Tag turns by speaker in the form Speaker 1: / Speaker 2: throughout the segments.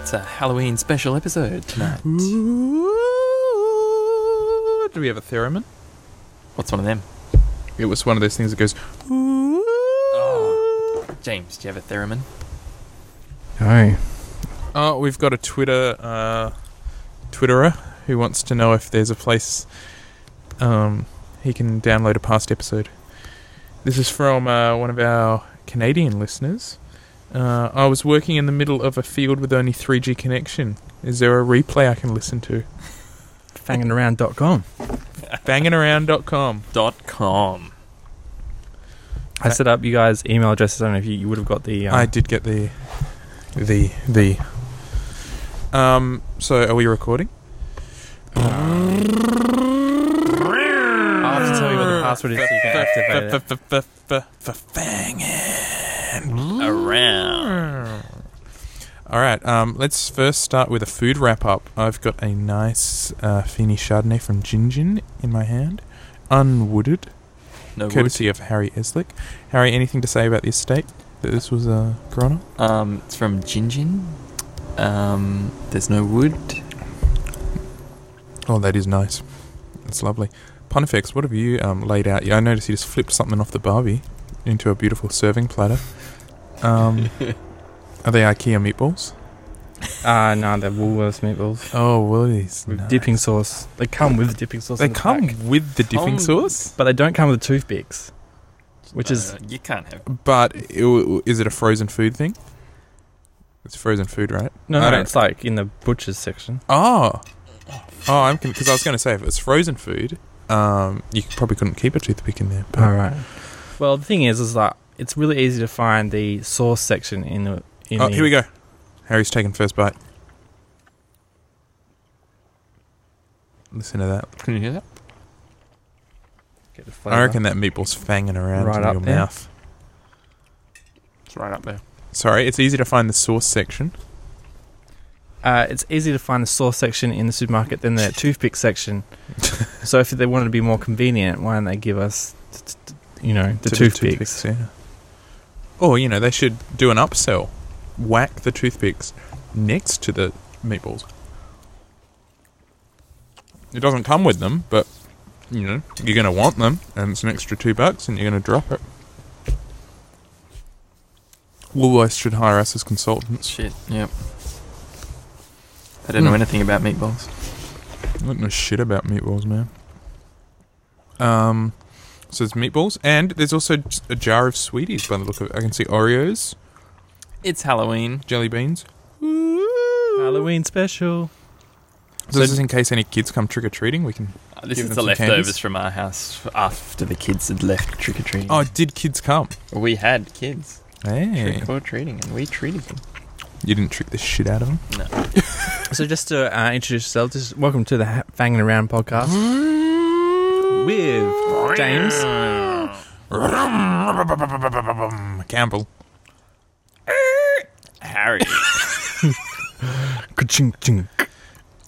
Speaker 1: It's a Halloween special episode tonight.
Speaker 2: Mm. Ooh, Do we have a theremin?
Speaker 1: What's one of them?
Speaker 2: It was one of those things that goes. Ooh.
Speaker 1: Oh. James, do you have a theremin?
Speaker 3: Oh,
Speaker 2: Oh, we've got a Twitter uh, Twitterer who wants to know if there's a place um, he can download a past episode. This is from uh, one of our Canadian listeners. Uh, I was working in the middle of a field with only 3G connection. Is there a replay I can listen to?
Speaker 3: fangingaround.com.
Speaker 2: Banginaround.com.
Speaker 1: Dot com.
Speaker 3: I set up you guys' email addresses. I don't know if you, you would have got the. Um,
Speaker 2: I did get the the the. Um. So, are we recording?
Speaker 3: I'll have to tell you what the password is so you can activate it.
Speaker 1: Around.
Speaker 2: All right. Um. Let's first start with a food wrap up. I've got a nice uh, Fini Chardonnay from Gingin in my hand, unwooded,
Speaker 1: No wood.
Speaker 2: courtesy of Harry Eslick. Harry, anything to say about the estate? That this was uh, a Corona.
Speaker 1: Um, it's from Jinjin. Um, there's no wood.
Speaker 2: Oh, that is nice. That's lovely. Pontifex, what have you um, laid out? Yeah, I noticed you just flipped something off the barbie into a beautiful serving platter. Um, are they IKEA meatballs?
Speaker 3: Uh, no, they're Woolworths meatballs.
Speaker 2: Oh, Woolies.
Speaker 3: With
Speaker 2: nice.
Speaker 3: dipping sauce. They come with dipping sauce.
Speaker 2: They
Speaker 3: in the
Speaker 2: come
Speaker 3: pack,
Speaker 2: with the dipping
Speaker 1: Um,
Speaker 2: sauce,
Speaker 3: But they don't come with toothpicks. Which is-
Speaker 1: Uh, you can't have.
Speaker 2: but i- w- is it a frozen food thing? It's frozen food, right?
Speaker 3: No,
Speaker 2: I
Speaker 3: no,
Speaker 2: don't-
Speaker 3: it's like in the butcher's section.
Speaker 2: Oh, oh, I'm because I was going to say if it's frozen food, um, you probably couldn't keep a toothpick in there. But
Speaker 3: All right. Well, the thing is, is that it's really easy to find the sauce section in the. In
Speaker 2: oh,
Speaker 3: the,
Speaker 2: here we go. Harry's taking first bite. Listen to that.
Speaker 1: Can you hear that?
Speaker 3: Get the
Speaker 2: I
Speaker 3: flavour.
Speaker 2: reckon that meatball's fanging around
Speaker 3: Right
Speaker 2: in
Speaker 3: up
Speaker 2: your
Speaker 3: there.
Speaker 2: mouth.
Speaker 1: It's right up there.
Speaker 2: Sorry, it's easy to find the sauce section.
Speaker 3: Uh, it's easy to find the sauce section in the supermarket than the toothpick section. so if they wanted to be more convenient, why don't they give us, t- t- t- you know, the
Speaker 2: to
Speaker 3: toothpicks?
Speaker 2: yeah. Or you know they should do an upsell, whack the toothpicks next to the meatballs. It doesn't come with them, but you know you're going to want them, and it's an extra two bucks, and you're going to drop it. Woolworths should hire us as consultants.
Speaker 1: Shit. Yep. I don't know
Speaker 2: Hmm.
Speaker 1: anything about meatballs.
Speaker 2: I don't know shit about meatballs, man. Um, so there's meatballs, and there's also j- a jar of sweeties. By the look of it, I can see Oreos,
Speaker 1: It's Halloween.
Speaker 2: jelly beans.
Speaker 3: Halloween special.
Speaker 2: So this is in case any kids come trick or treating. We can.
Speaker 1: Uh, This
Speaker 2: Give them
Speaker 1: is the
Speaker 2: some
Speaker 1: leftovers
Speaker 2: candies.
Speaker 1: from our house after the kids had left trick or treating.
Speaker 2: Oh, did kids come?
Speaker 1: we had kids
Speaker 2: Hey,
Speaker 1: trick or treating, and we treated them.
Speaker 2: you didn't trick the shit out of them.
Speaker 3: So just to uh, introduce yourself, just welcome to the ha- Fanging Around podcast with James.
Speaker 2: Campbell.
Speaker 1: Harry.
Speaker 3: Ka-ching, ching.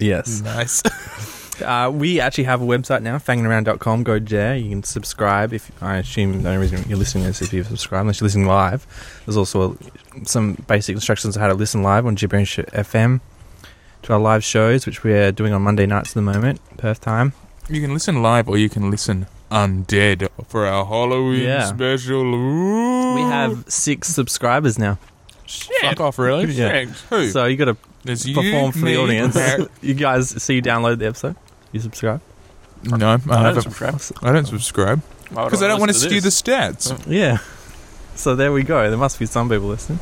Speaker 3: Yes.
Speaker 2: Nice.
Speaker 3: Uh, we actually have a website now, fangingaround.com. Go there. You can subscribe. If I assume the only reason you're listening is if you've subscribed, unless you're listening live. There's also some basic instructions on how to listen live on Gibberish FM to our live shows, which we're doing on Monday nights at the moment, Perth time.
Speaker 2: You can listen live or you can listen undead for our Halloween
Speaker 3: Yeah.
Speaker 2: special.
Speaker 3: We have six subscribers now.
Speaker 2: Fuck off, really?
Speaker 3: Yeah.
Speaker 2: Who?
Speaker 3: So you got to
Speaker 2: There's you,
Speaker 3: perform for
Speaker 2: me,
Speaker 3: the audience.
Speaker 2: Harry-
Speaker 3: you guys, so you download the episode, you subscribe.
Speaker 2: No, I,
Speaker 1: I don't
Speaker 2: haven't-
Speaker 1: subscribe.
Speaker 2: I don't subscribe
Speaker 1: Why would
Speaker 2: because I don't want to
Speaker 1: listen
Speaker 2: skew the
Speaker 1: this?
Speaker 2: stats.
Speaker 3: Yeah. So there we go. There must be some people listening.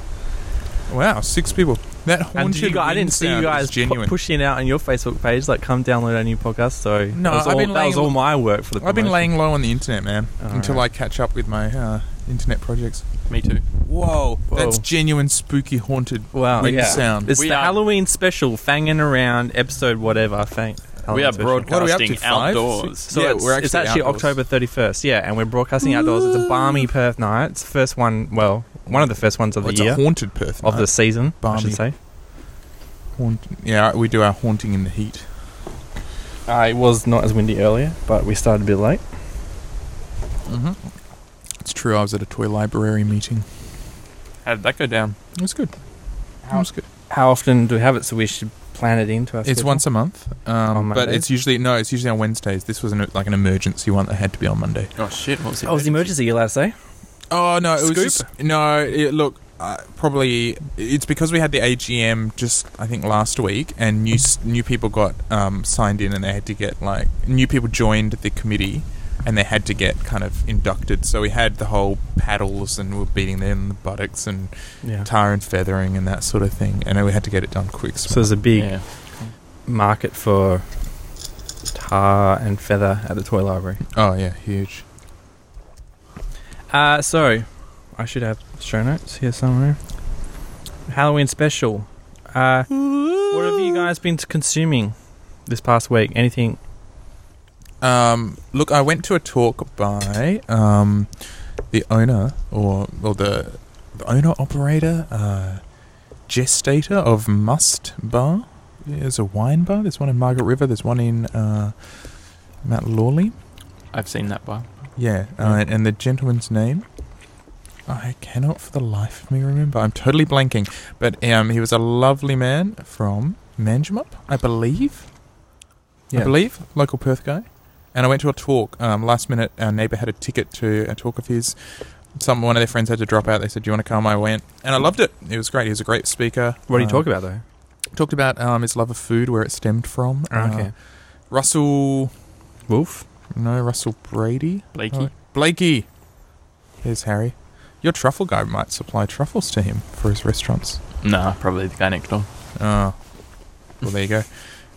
Speaker 2: Wow, six people. That
Speaker 3: Oh. And
Speaker 2: haunted
Speaker 3: you guys, I
Speaker 2: wind
Speaker 3: didn't see you
Speaker 2: sound is
Speaker 3: guys pu-
Speaker 2: genuine.
Speaker 3: pushing out on your Facebook page, like, come download our new podcast. So
Speaker 2: No,
Speaker 3: that was,
Speaker 2: I've
Speaker 3: all,
Speaker 2: been
Speaker 3: that was
Speaker 2: laying-
Speaker 3: all my work for the
Speaker 2: I've been
Speaker 3: promotion.
Speaker 2: laying low on the internet, man,
Speaker 3: All
Speaker 2: until
Speaker 3: right.
Speaker 2: I catch up with my uh, internet projects.
Speaker 1: Me too.
Speaker 2: Whoa, Oh, that's
Speaker 3: Whoa.
Speaker 2: genuine spooky haunted
Speaker 3: Wow,
Speaker 2: wind
Speaker 3: yeah.
Speaker 2: sound.
Speaker 3: It's
Speaker 1: We
Speaker 3: the
Speaker 1: are-
Speaker 3: Halloween special, fanging around, episode whatever. Fang-
Speaker 1: we
Speaker 3: Halloween
Speaker 1: are
Speaker 3: special.
Speaker 2: What are we up to,
Speaker 1: broadcasting
Speaker 2: five,
Speaker 1: outdoors.
Speaker 2: six?
Speaker 3: So
Speaker 2: Yeah,
Speaker 3: it's,
Speaker 2: we're
Speaker 3: it's
Speaker 2: actually
Speaker 3: actually
Speaker 2: outdoors.
Speaker 3: October 31st, yeah, and we're broadcasting outdoors. It's a balmy Perth night. It's the first one, well, one of the first ones of
Speaker 2: Oh,
Speaker 3: the
Speaker 2: it's
Speaker 3: year,
Speaker 2: a haunted Perth. Uh,
Speaker 3: of the
Speaker 2: night.
Speaker 3: season, I
Speaker 2: Balmy.
Speaker 3: should say.
Speaker 2: Haunt- yeah, we do our haunting in the heat.
Speaker 3: Uh, it was not as windy earlier, but we started a bit late.
Speaker 2: Mm-hmm. It's true. I was at a toy library meeting.
Speaker 1: How did that go down?
Speaker 2: It was good. It was good.
Speaker 3: How often do we have it? So we should plan it into our.
Speaker 2: It's
Speaker 3: schedule?
Speaker 2: once a month, um,
Speaker 3: On
Speaker 2: but
Speaker 3: Mondays?
Speaker 2: it's usually no. It's usually on Wednesdays. This was an, like an emergency one that had to be on Monday.
Speaker 1: Oh shit! What was it?
Speaker 3: Oh, it's the emergency. You allowed to say?
Speaker 2: Oh no, it
Speaker 3: Scoop?
Speaker 2: was just no. It, look, uh, probably it's because we had the AGM just I think last week, and new s- new people got um, signed in, and they had to get like new people joined the committee, and they had to get kind of inducted. So we had the whole paddles, and we were beating them in the buttocks, and
Speaker 3: Yeah.
Speaker 2: tar and feathering, and that sort of thing. And we had to get it done quick.
Speaker 3: So there's a big
Speaker 1: Yeah.
Speaker 3: market for tar and feather at the toy library.
Speaker 2: oh yeah, huge.
Speaker 3: Uh, so, I should have show notes here somewhere. Halloween special. Uh, what have you guys been consuming this past week? Anything?
Speaker 2: Um, look, I went to a talk by um, the owner or or the, the owner operator uh, gestator of Must Bar. There's a wine bar. There's one in Margaret River. There's one in uh, Mount Lawley.
Speaker 1: I've seen that bar.
Speaker 2: Yeah, uh, and, and the gentleman's name. I cannot for the life of me remember. I'm totally blanking. But um, he was a lovely man from Manjimup, I believe. I believe, local Perth guy. And I went to a talk. Um, last minute, our neighbour had a ticket to a talk of his. Some one of their friends had to drop out. They said, "Do you want to come?" I went, and I loved it. It was great. He was a great speaker.
Speaker 3: What do you
Speaker 2: Um,
Speaker 3: talk about though?
Speaker 2: Talked about um, his love of food, where it stemmed from. Uh,
Speaker 3: Oh, okay.
Speaker 2: Russell,
Speaker 3: Wolf.
Speaker 2: no, Russell Brady,
Speaker 1: Blakey.
Speaker 2: Oh, Blakey. Here's Harry. Your truffle guy might supply truffles to him for his restaurants.
Speaker 1: Nah, probably the guy next door.
Speaker 2: Oh, well, there you go.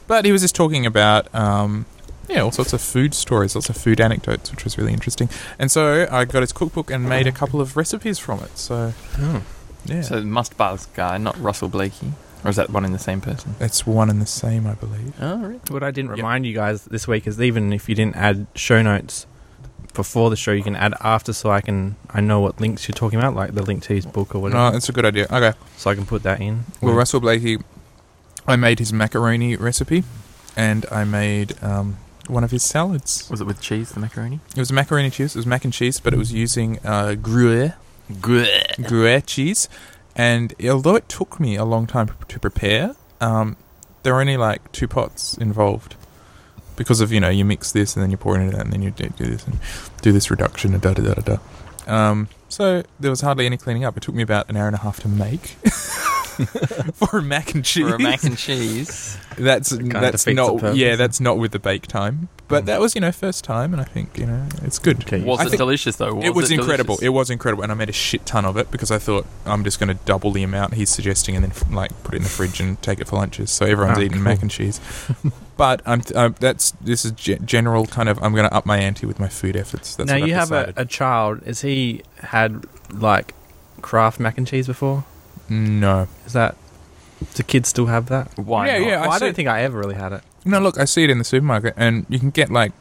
Speaker 2: But he was just talking about, um, yeah, all sorts of food stories, lots of food anecdotes, which was really interesting. And so I got his cookbook and made a couple of recipes from it. So,
Speaker 3: Hmm.
Speaker 2: yeah.
Speaker 1: So the must bars guy, not Russell Blakey, or is that one in the same person?
Speaker 2: it's one and the same, I believe.
Speaker 1: Oh, really?
Speaker 3: What I didn't
Speaker 2: Yep.
Speaker 3: remind you guys this week is even if you didn't add show notes before the show, you can add after, so I can I know what links you're talking about, like the link to his book or whatever,
Speaker 2: No, it's a good idea. Okay.
Speaker 3: so I can put that in. Mm.
Speaker 2: Well, Russell Blakey, I made his macaroni recipe and I made um, one of his salads.
Speaker 1: Was it with cheese, the macaroni?
Speaker 2: It was macaroni cheese, it was mac and cheese, but it was using uh, Gruyere.
Speaker 1: Good.
Speaker 2: Gruyere cheese, and although it took me a long time to prepare, um, there were only like two pots involved because of you know you mix this and then you pour it into that and then you do, do this and do this reduction and da da da da. da. Um, so there was hardly any cleaning up. It took me about an hour and a half to make for a mac and cheese.
Speaker 1: For a mac and cheese.
Speaker 2: that's
Speaker 3: kinda
Speaker 2: that's
Speaker 3: defeats the
Speaker 2: not
Speaker 3: purpose.
Speaker 2: yeah that's not with the bake time, but
Speaker 3: Mm.
Speaker 2: that was you know first time and I think you know it's good
Speaker 3: Okay.
Speaker 1: Was
Speaker 2: I
Speaker 1: it
Speaker 2: think-
Speaker 1: delicious though? Was
Speaker 2: it was incredible.
Speaker 1: delicious?
Speaker 2: It was incredible, and I made a shit ton of it because I thought I'm just going to double the amount he's suggesting, and then f- like put it in the fridge and take it for lunches. So everyone's
Speaker 3: Ah,
Speaker 2: eating
Speaker 3: cool.
Speaker 2: mac and cheese. but I'm, th- i that's this is ge- general kind of I'm going to up my ante with my food efforts. That's
Speaker 3: now
Speaker 2: what I've
Speaker 3: you have a,
Speaker 2: decided.
Speaker 3: a child. Has he had like craft mac and cheese before?
Speaker 2: no
Speaker 3: Is that do kids still have that?
Speaker 1: Why?
Speaker 2: Yeah,
Speaker 1: not?
Speaker 2: yeah.
Speaker 3: Well, I,
Speaker 2: see-
Speaker 3: don't think I ever really had it.
Speaker 2: no. Look, I see it in the supermarket, and you can get like.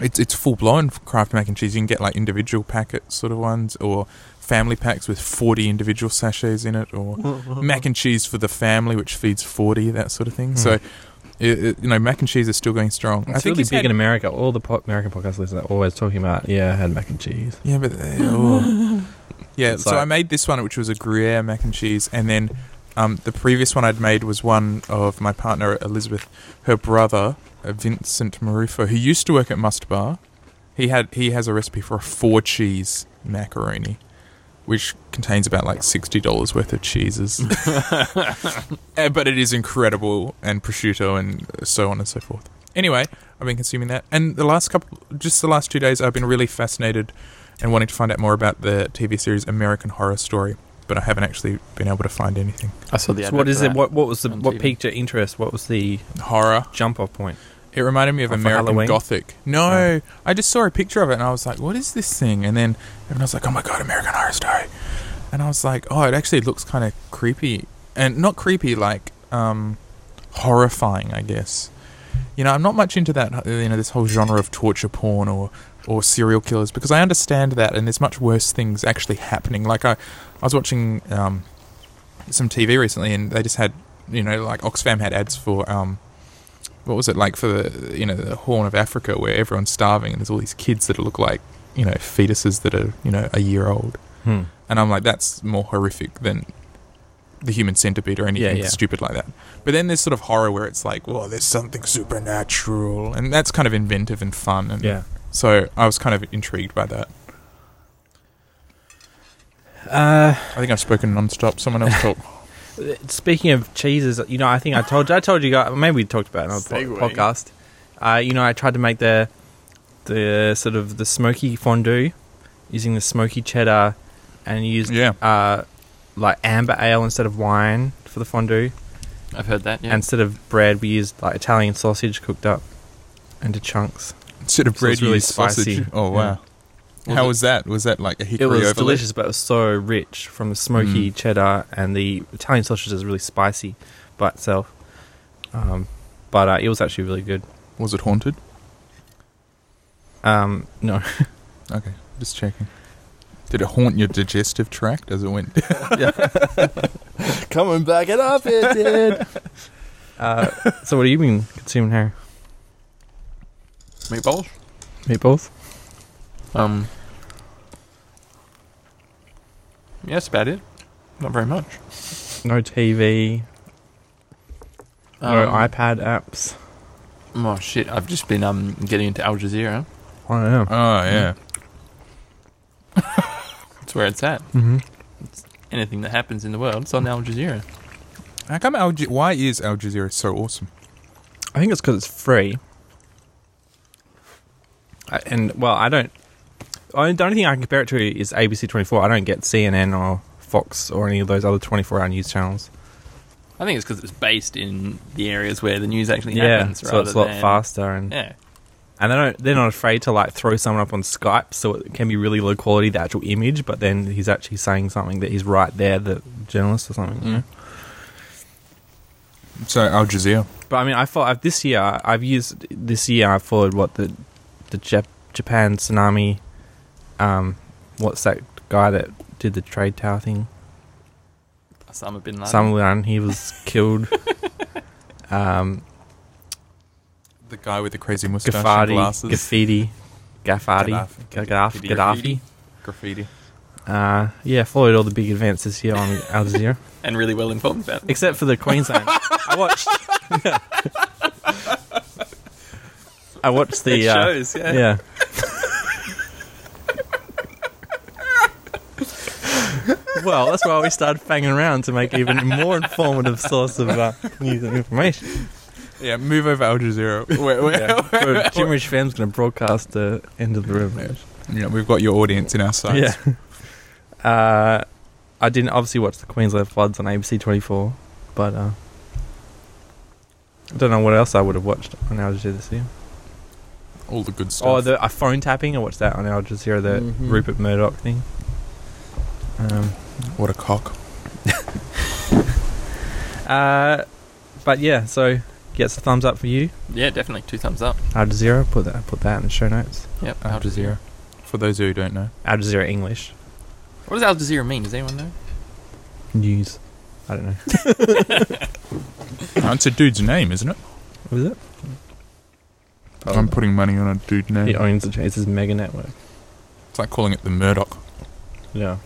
Speaker 2: It's, it's full blown craft mac and cheese. You can get like individual packet sort of ones, or family packs with forty individual sachets in it, or mac and cheese for the family, which feeds forty, that sort of thing.
Speaker 3: Mm.
Speaker 2: So, it, it- you know, mac and cheese is still going strong.
Speaker 3: It's really
Speaker 2: he's
Speaker 3: big
Speaker 2: had-
Speaker 3: in America. All the po- American podcast listeners are always talking about. Yeah, I had mac and cheese.
Speaker 2: yeah, but uh, oh. yeah.
Speaker 3: It's
Speaker 2: so
Speaker 3: like-
Speaker 2: I made this one, which was a Gruyere mac and cheese, and then um, the previous one I'd made was one of my partner Elizabeth, her brother uh, Vincent Marufo, who used to work at Must Bar. He had he has a recipe for a four cheese macaroni, which contains about like sixty dollars worth of cheeses. Uh, but it is incredible and prosciutto and so on and so forth. Anyway, I've been consuming that, and the last couple, just the last two days, I've been really fascinated and wanting to find out more about the TV series American Horror Story, but I haven't actually been able to find anything.
Speaker 1: I saw the.
Speaker 3: so
Speaker 1: advert
Speaker 3: what is
Speaker 1: for
Speaker 3: it?
Speaker 1: that.
Speaker 3: What what was the
Speaker 1: on
Speaker 3: what
Speaker 1: TV.
Speaker 3: piqued your interest? What was the
Speaker 2: Horror.
Speaker 3: jump off point?
Speaker 2: It reminded me of
Speaker 3: Oh, for
Speaker 2: American
Speaker 3: Halloween? Oh.
Speaker 2: Gothic. No, I just saw a picture of it and I was like, "What is this thing?" And then everyone was like, "Oh my god, American Horror Story," and I was like, "Oh, it actually looks kind of creepy, and not creepy like um, horrifying, I guess." You know, I'm not much into that. uh, You know, this whole genre of torture porn or or serial killers because I understand that, and there's much worse things actually happening. Like I, I was watching um, some TV recently, and they just had you know like Oxfam had ads for um, what was it like for the you know the Horn of Africa where everyone's starving and there's all these kids that look like you know fetuses that are you know a year old,
Speaker 3: Hmm.
Speaker 2: and I'm like that's more horrific than the human centipede or anything
Speaker 3: yeah.
Speaker 2: stupid like that. But then there's sort of horror where it's like, well, there's something supernatural, and that's kind of inventive and fun. And
Speaker 3: Yeah.
Speaker 2: so I was kind of intrigued by that.
Speaker 3: Uh,
Speaker 2: I think I've spoken non-stop. Someone else talk.
Speaker 3: speaking of cheeses, you know, I think I told I told you guys. Maybe we talked about it on a
Speaker 1: Segue.
Speaker 3: po- podcast. Uh, you know, I tried to make the the sort of the smoky fondue using the smoky cheddar, and used
Speaker 2: yeah,
Speaker 3: uh, like amber ale instead of wine for the fondue.
Speaker 1: I've heard that. Yeah.
Speaker 3: And instead of bread, we used like Italian sausage cooked up into chunks.
Speaker 2: instead of
Speaker 3: So
Speaker 2: bread,
Speaker 3: it's really
Speaker 2: you use sausage.
Speaker 3: spicy.
Speaker 2: Oh wow!
Speaker 1: Was
Speaker 2: How
Speaker 1: it-
Speaker 2: was that? Was that like a hickory
Speaker 3: It was
Speaker 2: overlay?
Speaker 3: delicious, but it was so rich from the smoky cheddar, and the Italian sausage is really spicy by itself. Um, but uh, it was actually really good.
Speaker 2: Was it haunted?
Speaker 3: Um, no,
Speaker 2: Okay, just checking. Did it haunt your digestive tract as it went?
Speaker 3: come and back it up, it did. Uh, so, what have you been consuming, Harry?
Speaker 1: meatballs.
Speaker 3: Meatballs.
Speaker 1: Um. Yeah, that's about it. Not very much.
Speaker 3: No TV. no
Speaker 1: Um,
Speaker 3: iPad apps.
Speaker 1: Oh shit! I've just been um getting into Al Jazeera.
Speaker 3: I don't know.
Speaker 2: Oh yeah.
Speaker 1: That's where it's at.
Speaker 3: Mm-hmm.
Speaker 1: Anything that happens in the world, it's on Al Jazeera.
Speaker 2: How come Al? Jazeera- Why is Al Jazeera so awesome?
Speaker 3: I think it's because it's free. I, and well, I don't. I, the only thing I can compare it to is ABC twenty four. I don't get CNN or Fox or any of those other twenty four hour news channels.
Speaker 1: I think it's because it's based in the areas where the news actually
Speaker 3: yeah,
Speaker 1: happens.
Speaker 3: so it's
Speaker 1: rather
Speaker 3: a lot
Speaker 1: than-
Speaker 3: faster, and
Speaker 1: Yeah.
Speaker 3: and they don't. They're not afraid to like throw someone up on Skype, so it can be really low quality the actual image, but then he's actually saying something that he's right there, the journalist or something. you know?
Speaker 2: So Al Jazeera.
Speaker 3: But I mean, I thought I've, this year I've used this year I followed what the the Jap- Japan tsunami. Um, what's that guy that did the trade tower thing?
Speaker 1: Osama bin Laden.
Speaker 3: Someone he was killed. um,
Speaker 2: The guy with the crazy mustache and
Speaker 3: Gaffati,
Speaker 2: glasses.
Speaker 3: Gaffiti, Gaffati, Gaddafi. Gaddafi.
Speaker 1: Gaddafi. graffiti.
Speaker 3: Uh, yeah, followed all the big events this year on Al Jazeera,
Speaker 1: And really well informed about it.
Speaker 3: except for the Queensland. I watched. I watched the.
Speaker 1: It
Speaker 3: uh,
Speaker 1: shows, yeah.
Speaker 3: Yeah. well, that's why we started fanging around to make even more informative source of uh, news and information.
Speaker 2: Yeah, move over Al Jazeera. Where, where,
Speaker 3: Yeah. Bro, Jim Rich Fam's going to broadcast the end of the revolution.
Speaker 2: Yeah, we've got your audience in our sights.
Speaker 3: Yeah. Uh, I didn't obviously watch the Queensland floods on ABC 24, but uh, I don't know what else I would have watched on Al Jazeera this year.
Speaker 2: All the good stuff.
Speaker 3: Oh, the uh, phone tapping. I watched that on Al Jazeera, the
Speaker 1: Mhm.
Speaker 3: Rupert Murdoch thing. Um,
Speaker 2: what a cock.
Speaker 3: Uh, but yeah, so gets a thumbs up for you.
Speaker 1: Yeah, definitely. Two thumbs up.
Speaker 3: Al Jazeera, put that put that in the show notes.
Speaker 1: Yep.
Speaker 2: Al Jazeera. For those who don't know.
Speaker 3: Al Jazeera English
Speaker 1: What does Al Jazeera mean? Does anyone know?
Speaker 3: news. I don't know.
Speaker 2: Oh, it's a dude's name, isn't it?
Speaker 3: What is it?
Speaker 2: I'm putting money on a dude name.
Speaker 3: He owns the Chase's mega network.
Speaker 2: It's like calling it the Murdoch.
Speaker 3: Yeah.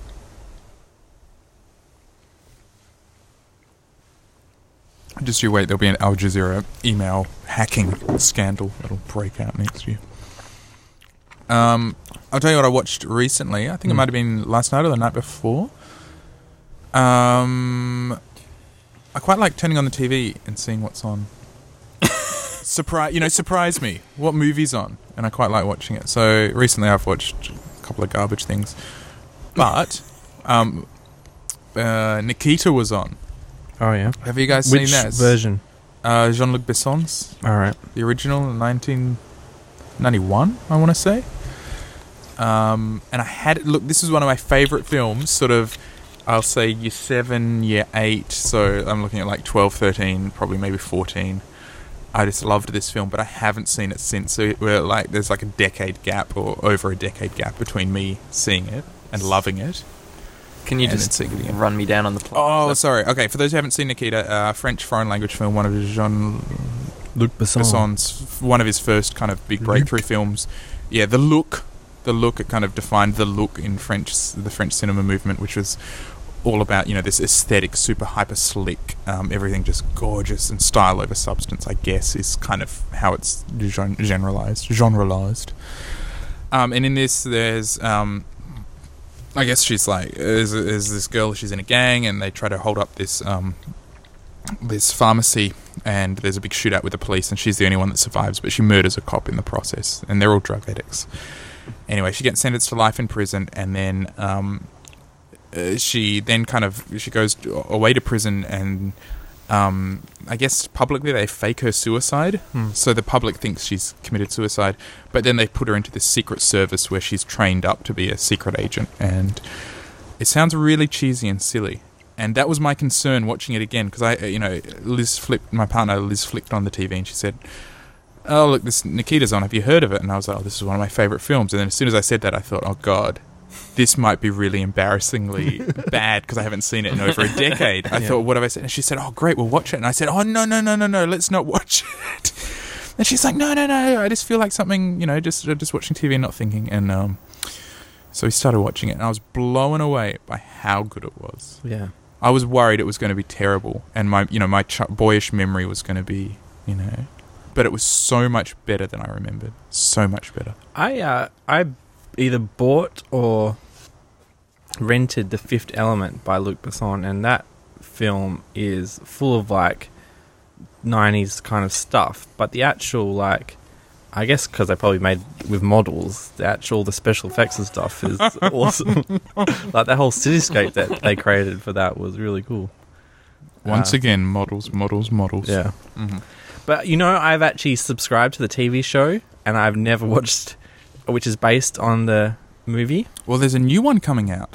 Speaker 2: Just you wait, there'll be an Al Jazeera email hacking scandal that'll break out next year. Um, I'll tell you what I watched recently. I think it
Speaker 3: Hmm.
Speaker 2: might have been last night or the night before. Um, I quite like turning on the TV and seeing what's on. surprise, you know, surprise me. What movie's on? And I quite like watching it. So recently, I've watched a couple of garbage things, but um, uh, Nikita was on.
Speaker 3: Oh yeah.
Speaker 2: Have you guys
Speaker 3: Which
Speaker 2: seen that? It's-
Speaker 3: version?
Speaker 2: uh, Jean Luc Besson's,
Speaker 3: All right.
Speaker 2: the original, 1991, I want to say. Um, and I had look. This is one of my favorite films. Sort of, I'll say year seven, year eight. So I'm looking at like 12, 13, probably maybe 14. I just loved this film, but I haven't seen it since. So it, we're like, there's like a decade gap or over a decade gap between me seeing it and loving it.
Speaker 1: Can you
Speaker 2: And
Speaker 1: just
Speaker 2: it's- yeah.
Speaker 1: run me down on the plot?
Speaker 2: Oh, sorry. Okay, for those who haven't seen Nikita, uh, French foreign language film, one of Jean
Speaker 3: Luke Besson.
Speaker 2: Besson's one of his first kind of big breakthrough films. Yeah, the look, the look it kind of defined the look in French the French cinema movement, which was all about you know this aesthetic, super hyper slick, um, everything just gorgeous and style over substance. I guess is kind of how it's gen- generalized, generalized. Um, and in this, there's um, I guess she's like is is this girl? She's in a gang, and they try to hold up this um, this pharmacy, and there's a big shootout with the police, and she's the only one that survives, but she murders a cop in the process, and they're all drug addicts. Anyway, she gets sentenced to life in prison, and then um, uh, she then kind of she goes to- away to prison, and um, I guess publicly they fake her suicide, so the public thinks she's committed suicide, but then they put her into this secret service where she's trained up to be a secret agent, and it sounds really cheesy and silly. And that was my concern watching it again because I, uh, you know, Liz flipped my partner. Liz flipped on the TV and she said, "Oh look, this Nikita's on. Have you heard of it?" And I was like, "Oh, this is one of my favorite films." And then as soon as I said that, I thought, "Oh God." This might be really embarrassingly bad because I haven't seen it in over a decade. I
Speaker 3: Yeah.
Speaker 2: thought, what have I said? And she said, Oh, great, we'll watch it. And I said, Oh, no, no, no, no, no, let's not watch it. And she's like, no, no, no, I just feel like something, you know, just uh, just watching TV and not thinking. And um, so we started watching it, and I was blown away by how good it was.
Speaker 3: Yeah.
Speaker 2: I was worried it was going to be terrible, and my, you know, my ch- boyish memory was going to be, you know, but it was so much better than I remembered. So much better.
Speaker 3: I uh, I either bought or rented The Fifth Element by Luc Besson, and that film is full of like '90s kind of stuff. But the actual like, I guess because they probably made with models, the actual the special effects and stuff is awesome. like that whole cityscape that they created for that was really cool.
Speaker 2: Once
Speaker 3: Uh,
Speaker 2: again, models, models, models.
Speaker 3: yeah.
Speaker 2: Mhm.
Speaker 3: But you know, I've actually subscribed to the TV show, and I've never watched, which is based on the movie.
Speaker 2: Well, there's a new one coming out.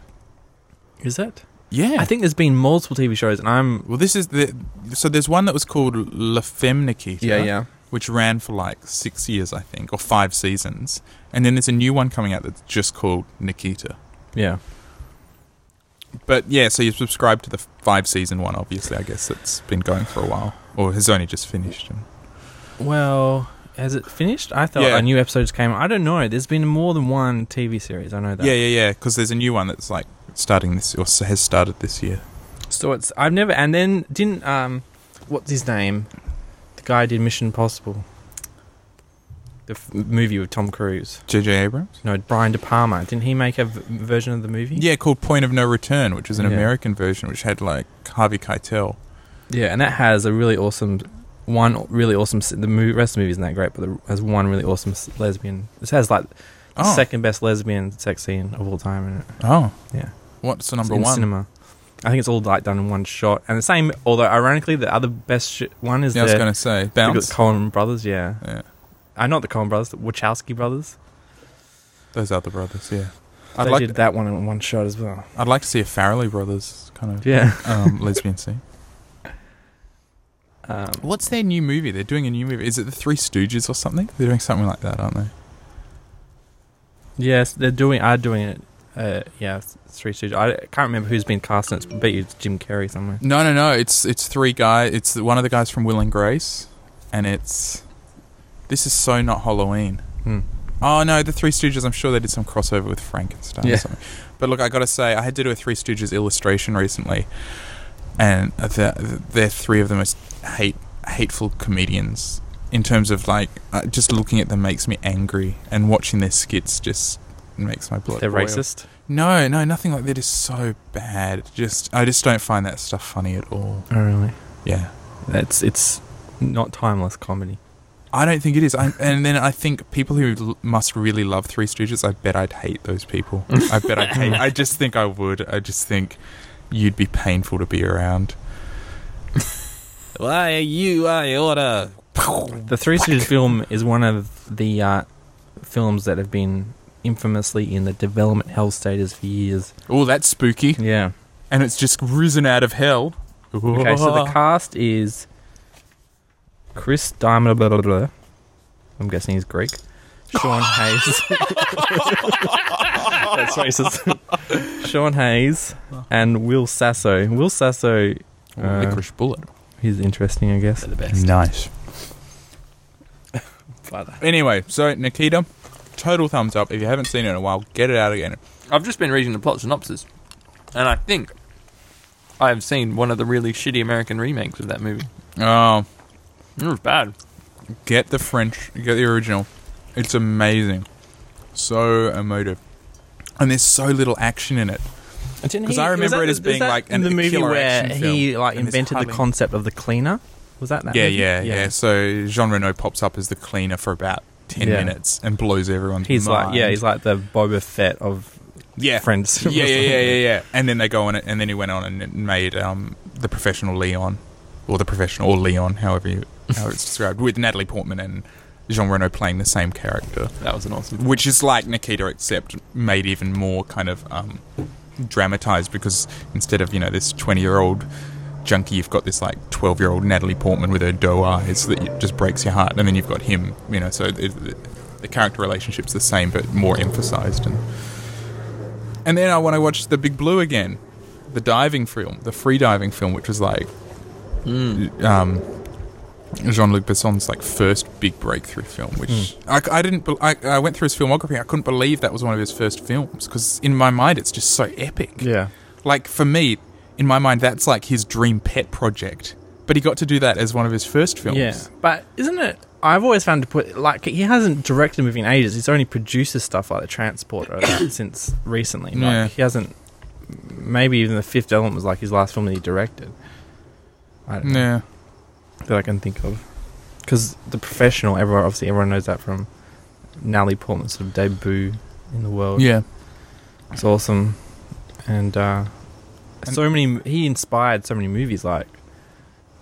Speaker 3: Is it?
Speaker 2: Yeah.
Speaker 3: I think there's been multiple TV shows, and I'm
Speaker 2: well, this is the so there's one that was called La Femme Nikita.
Speaker 3: yeah.
Speaker 2: which ran for like six years, I think, or five seasons. And then there's a new one coming out that's just called Nikita.
Speaker 3: yeah.
Speaker 2: But yeah, so you subscribe to the five season one, obviously. I guess it's been going for a while, or has only just finished. And
Speaker 3: Well, has it finished? I thought
Speaker 2: Yeah.
Speaker 3: a new episodes came. I don't know. There's been more than one TV series. I know that.
Speaker 2: yeah, yeah, yeah, because there's a new one that's like starting this or has started this year.
Speaker 3: So it's I've never and then didn't um, what's his name? The guy who did Mission Impossible. The f- movie with Tom Cruise.
Speaker 2: J.J. Abrams.
Speaker 3: No, Brian De Palma. Didn't he make a v- version of the movie?
Speaker 2: Yeah, called Point of No Return, which is an
Speaker 3: Yeah.
Speaker 2: American version, which had like Harvey Keitel.
Speaker 3: Yeah, and that has a really awesome one. Really awesome. s- The mo- rest of the movie isn't that great, but it has one really awesome s- lesbian. It has like the
Speaker 2: Oh,
Speaker 3: second best lesbian sex scene of all time in it.
Speaker 2: oh,
Speaker 3: Yeah.
Speaker 2: What's the number
Speaker 3: in
Speaker 2: one?
Speaker 3: cinema. I think it's all like done in one shot, and the same. Although ironically, the other best sh- one is
Speaker 2: yeah, I was
Speaker 3: the,
Speaker 2: going to say
Speaker 3: the
Speaker 2: Bounce.
Speaker 3: Coen Brothers. Yeah,
Speaker 2: Yeah,
Speaker 3: I uh, not the Coen Brothers, the Wachowski brothers.
Speaker 2: those other brothers. Yeah,
Speaker 3: i
Speaker 2: I'd
Speaker 3: they
Speaker 2: like
Speaker 3: did that one in one shot as well.
Speaker 2: I'd like to see a Farrelly brothers kind of
Speaker 3: Yeah.
Speaker 2: um, lesbian scene.
Speaker 3: Um,
Speaker 2: What's their new movie? They're doing a new movie. Is it the Three Stooges or something? They're doing something like that, aren't they?
Speaker 3: yes, they're doing. Are doing it. Uh, yeah, it's Three Stooges. I can't remember who's been cast in it. I bet you it's Jim Carrey somewhere.
Speaker 2: No, no, no. It's it's three guys. It's one of the guys from Will and Grace, and it's this is so not Halloween.
Speaker 3: Hmm.
Speaker 2: Oh no, the Three Stooges. I'm sure they did some crossover with Frankenstein.
Speaker 3: Yeah.
Speaker 2: Or something. But look, I gotta say, I had to do a Three Stooges illustration recently, and the, they're three of the most hate hateful comedians in terms of like uh, just looking at them makes me angry, and watching their skits just makes my blood.
Speaker 3: They're
Speaker 2: boil.
Speaker 3: racist.
Speaker 2: No, no, nothing like that is so bad. Just I just don't find that stuff funny at all.
Speaker 3: Oh, really?
Speaker 2: Yeah.
Speaker 3: That's it's not timeless comedy.
Speaker 2: I don't think it is. I, and then I think people who l- must really love Three Stooges, I bet I'd hate those people. I bet I'd hate. I just think I would. I just think you'd be painful to be around.
Speaker 1: Why you? I order.
Speaker 3: The Three Stooges film is one of the uh, films that have been infamously in the development hell status for years.
Speaker 2: Oh, that's spooky.
Speaker 3: Yeah.
Speaker 2: And it's just risen out of hell.
Speaker 3: Okay, so the cast is Chris Diamond. Blah, blah, blah, blah. I'm guessing he's Greek. Sean Hayes. That's racist. Sean Hayes and Will Sasso. Will Sasso,
Speaker 2: Ooh,
Speaker 3: uh,
Speaker 2: licorice bullet.
Speaker 3: he's interesting, I guess.
Speaker 1: They're the best.
Speaker 2: Nice.
Speaker 3: Father.
Speaker 2: Anyway, so Nikita, total thumbs up. If you haven't seen it in a while, get it out again.
Speaker 1: I've just been reading the plot synopsis, and I think I've seen one of the really shitty American remakes of that movie.
Speaker 2: Oh,
Speaker 1: It was bad.
Speaker 2: get the French, get the original. It's amazing, so emotive, and there's so little action in it.
Speaker 3: Because
Speaker 2: Because I remember it as being like an-
Speaker 3: the
Speaker 2: a
Speaker 3: movie
Speaker 2: killer
Speaker 3: where
Speaker 2: action
Speaker 3: he
Speaker 2: film,
Speaker 3: like
Speaker 2: and there's
Speaker 3: invented the
Speaker 2: hardly-
Speaker 3: concept of the cleaner. Was that that?
Speaker 2: Yeah,
Speaker 3: movie?
Speaker 2: yeah, yeah, So Jean Reno pops up as the cleaner for about ten
Speaker 3: Yeah.
Speaker 2: minutes and blows everyone's
Speaker 3: He's
Speaker 2: mind.
Speaker 3: like yeah, he's like the Boba Fett of
Speaker 2: yeah,
Speaker 3: friends.
Speaker 2: yeah, yeah, yeah, yeah, yeah. And then they go on it, and then he went on and made um, the professional Leon, or the professional or Leon, however you, how it's described, with Natalie Portman and Jean Reno playing the same character,
Speaker 1: That was an awesome.
Speaker 2: which is like Nikita, except made even more kind of um, dramatized because instead of you know this twenty-year-old junkie, you've got this like twelve-year-old Natalie Portman with her doe eyes that you- just breaks your heart, and then you've got him, you know. So it, the, the character relationship's the same, but more emphasized and. And then I want to watch The Big Blue again, the diving film, the free diving film, which was like
Speaker 3: Hmm.
Speaker 2: um, Jean-Luc Besson's like first big breakthrough film. Which
Speaker 3: Hmm.
Speaker 2: I, I didn't. be- I, I went through his filmography. I couldn't believe that was one of his first films because in my mind it's just so epic.
Speaker 3: yeah.
Speaker 2: Like for me, in my mind that's like his dream pet project. But he got to do that as one of his first films.
Speaker 3: Yeah, but isn't it? I've always found to put like he hasn't directed a movie in ages. He's only produces stuff like The Transporter since recently. Like,
Speaker 2: Yeah.
Speaker 3: he hasn't. Maybe even The Fifth Element was like his last film that he directed. I don't know
Speaker 2: Yeah.
Speaker 3: that I can think of. Because The Professional, everyone obviously everyone knows that from Natalie Portman's sort of debut in the world.
Speaker 2: Yeah.
Speaker 3: It's awesome, and uh,
Speaker 2: And-
Speaker 3: so many. He inspired so many movies. Like,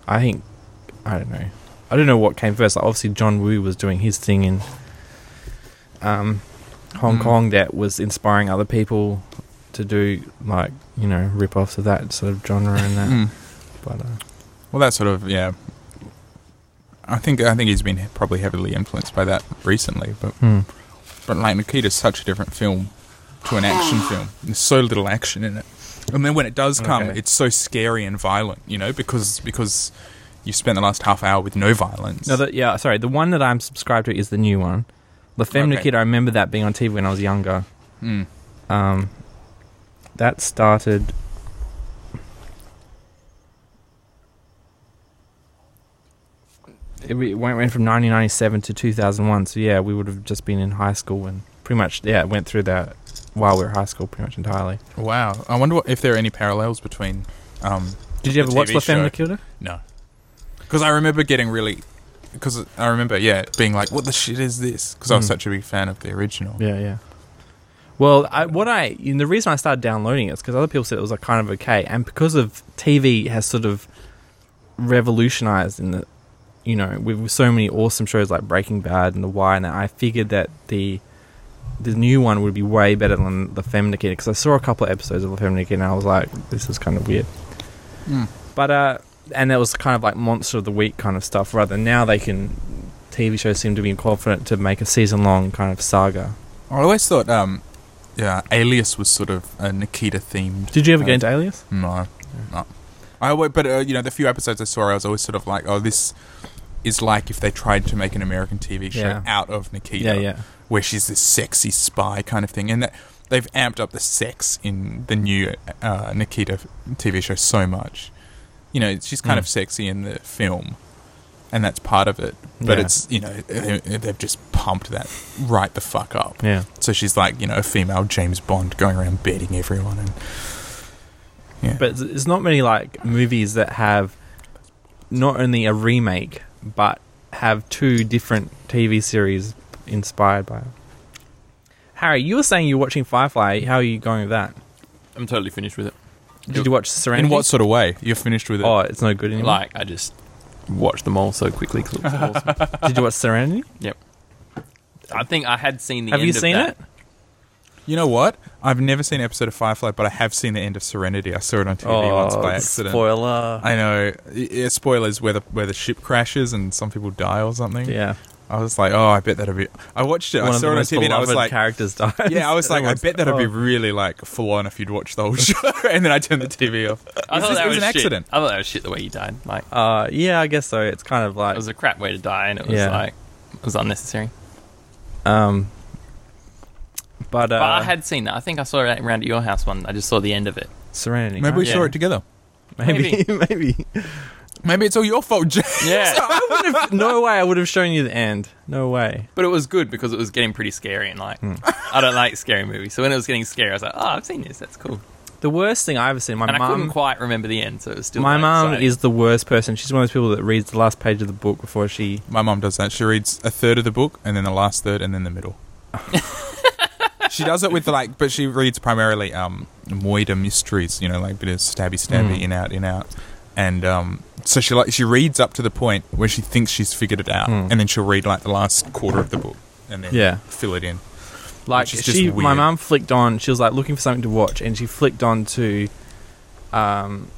Speaker 3: I think, I don't know, I don't know what came first. Like, obviously, John Woo was doing his thing in um, Hong
Speaker 2: Mm.
Speaker 3: Kong that was inspiring other people to do like you know rip-offs of that sort of genre and that.
Speaker 2: Mm.
Speaker 3: But uh,
Speaker 2: Well, that sort of yeah. I think I think he's been probably heavily influenced by that recently, but
Speaker 3: hmm.
Speaker 2: But like Nikita's such a different film to an action film. There's so little action in it. And then when it does come,
Speaker 3: Okay.
Speaker 2: it's so scary and violent, you know, because because you spent the last half hour with no violence.
Speaker 3: no, that yeah, sorry. The one that I'm subscribed to is the new one, La Femme
Speaker 2: Okay.
Speaker 3: Nikita. I remember that being on TV when I was younger.
Speaker 2: Mm.
Speaker 3: Um, that started. It we- went, went from 1997 to 2001. So yeah, we would have just been in high school and pretty much yeah went through that while we were high school pretty much entirely.
Speaker 2: Wow. I wonder what, if there are any parallels between. Um,
Speaker 3: Did you
Speaker 2: The
Speaker 3: ever watch
Speaker 2: TV
Speaker 3: La Femme
Speaker 2: show.
Speaker 3: Nikita?
Speaker 2: no. Because I remember getting really. Because I remember, yeah, being like, what the shit is this? Because I was
Speaker 3: Mm.
Speaker 2: such a big fan of the original.
Speaker 3: Yeah, yeah. Well, I, what I and the reason I started downloading it is because other people said it was like kind of okay, and because of TV has sort of revolutionized in the, you know, with so many awesome shows like Breaking Bad and The Wire, and that I figured that the the new one would be way better than the Feminicide because I saw a couple of episodes of the Feminicide and I was like, this is kind of weird.
Speaker 2: Mm.
Speaker 3: But uh, and that was kind of like monster of the week kind of stuff. Rather now they can TV shows seem to be confident to make a season long kind of saga.
Speaker 2: I always thought, um, yeah, Alias was sort of a Nikita themed
Speaker 3: Did you ever get
Speaker 2: Uh,
Speaker 3: into Alias?
Speaker 2: No, no. I always, but uh, you know, the few episodes I saw, I was always sort of like, oh, this is like if they tried to make an American TV show
Speaker 3: Yeah.
Speaker 2: out of Nikita,
Speaker 3: Yeah, yeah.
Speaker 2: where she's this sexy spy kind of thing, and that they've amped up the sex in the new uh, Nikita f- TV show so much. You know, she's kind
Speaker 3: Mm.
Speaker 2: of sexy in the film, and that's part of it. But
Speaker 3: Yeah.
Speaker 2: it's you know they- they've just pumped that right the fuck up.
Speaker 3: Yeah.
Speaker 2: So she's like you know a female James Bond going around beating everyone and. Yeah.
Speaker 3: But it's- it's not many like movies that have not only a remake but have two different TV series inspired by it. Harry, you were saying you were watching Firefly. How are you going with that?
Speaker 1: I'm totally finished with it.
Speaker 3: Did you watch Serenity?
Speaker 2: In what sort of way? You're finished with it.
Speaker 3: oh, it's no good anymore.
Speaker 1: Like I just watched them all so quickly. 'cause it was awesome.
Speaker 3: Did you watch Serenity?
Speaker 1: I think I had seen the.
Speaker 3: Have
Speaker 1: end
Speaker 3: you
Speaker 1: of
Speaker 3: seen
Speaker 1: that.
Speaker 3: it?
Speaker 2: You know what? I've never seen an episode of Firefly, but I have seen the end of Serenity. I saw it on TV
Speaker 3: Oh,
Speaker 2: once by accident.
Speaker 1: spoiler.
Speaker 2: I know. Y- Yeah, spoilers where the where the ship crashes and some people die or something.
Speaker 3: Yeah.
Speaker 2: I was like, oh, I bet that'll be. I watched it. I saw it on TV and I was like,
Speaker 3: characters dies.
Speaker 2: yeah, I was like, I
Speaker 3: Everyone's
Speaker 2: bet that'll be
Speaker 3: oh.
Speaker 2: really like full on if you'd watch the whole show. and then I turned the TV off.
Speaker 1: I
Speaker 2: It's
Speaker 1: thought
Speaker 2: just-
Speaker 1: that
Speaker 2: it was an
Speaker 1: shit.
Speaker 2: accident.
Speaker 1: I thought that was shit the way he died. Like
Speaker 3: Uh, yeah, I guess so. It's kind of
Speaker 1: it
Speaker 3: like
Speaker 1: was a crap way to die, and it was
Speaker 3: Yeah.
Speaker 1: like it was unnecessary.
Speaker 3: Um, but, uh,
Speaker 1: but I had seen that. I think I saw it around at your house one. I just saw the end of it.
Speaker 3: Serenity.
Speaker 2: Maybe we
Speaker 3: right?
Speaker 2: saw
Speaker 1: Yeah.
Speaker 2: it together.
Speaker 3: Maybe, maybe.
Speaker 2: Maybe it's all your fault, Jay.
Speaker 1: Yeah,
Speaker 3: I would have. No way. I would have shown you the end. No way.
Speaker 1: but it was good because it was getting pretty scary, and like
Speaker 3: Hmm.
Speaker 1: I don't like scary movies, so when it was getting scary, I was like, "Oh, I've seen this. That's cool."
Speaker 3: The worst thing I ever seen. My
Speaker 1: and I couldn't
Speaker 3: mum.
Speaker 1: quite remember the end, so it was still.
Speaker 3: My
Speaker 1: like,
Speaker 3: mum
Speaker 1: exciting.
Speaker 3: is the worst person. She's one of those people that reads the last page of the book before she.
Speaker 2: My mum does that. She reads a third of the book and then the last third and then the middle. she does it with like, but she reads primarily um, moida mysteries. You know, like bit of stabby stabby,
Speaker 3: Mm.
Speaker 2: in out in out, and um, so she like she reads up to the point where she thinks she's figured it out,
Speaker 3: Mm.
Speaker 2: and then she'll read like the last quarter of the book and then
Speaker 3: Yeah.
Speaker 2: fill it in.
Speaker 3: Like
Speaker 2: Which
Speaker 3: she,
Speaker 2: is just
Speaker 3: my
Speaker 2: weird.
Speaker 3: mum flicked on. She was like looking for something to watch, and she flicked on to, um,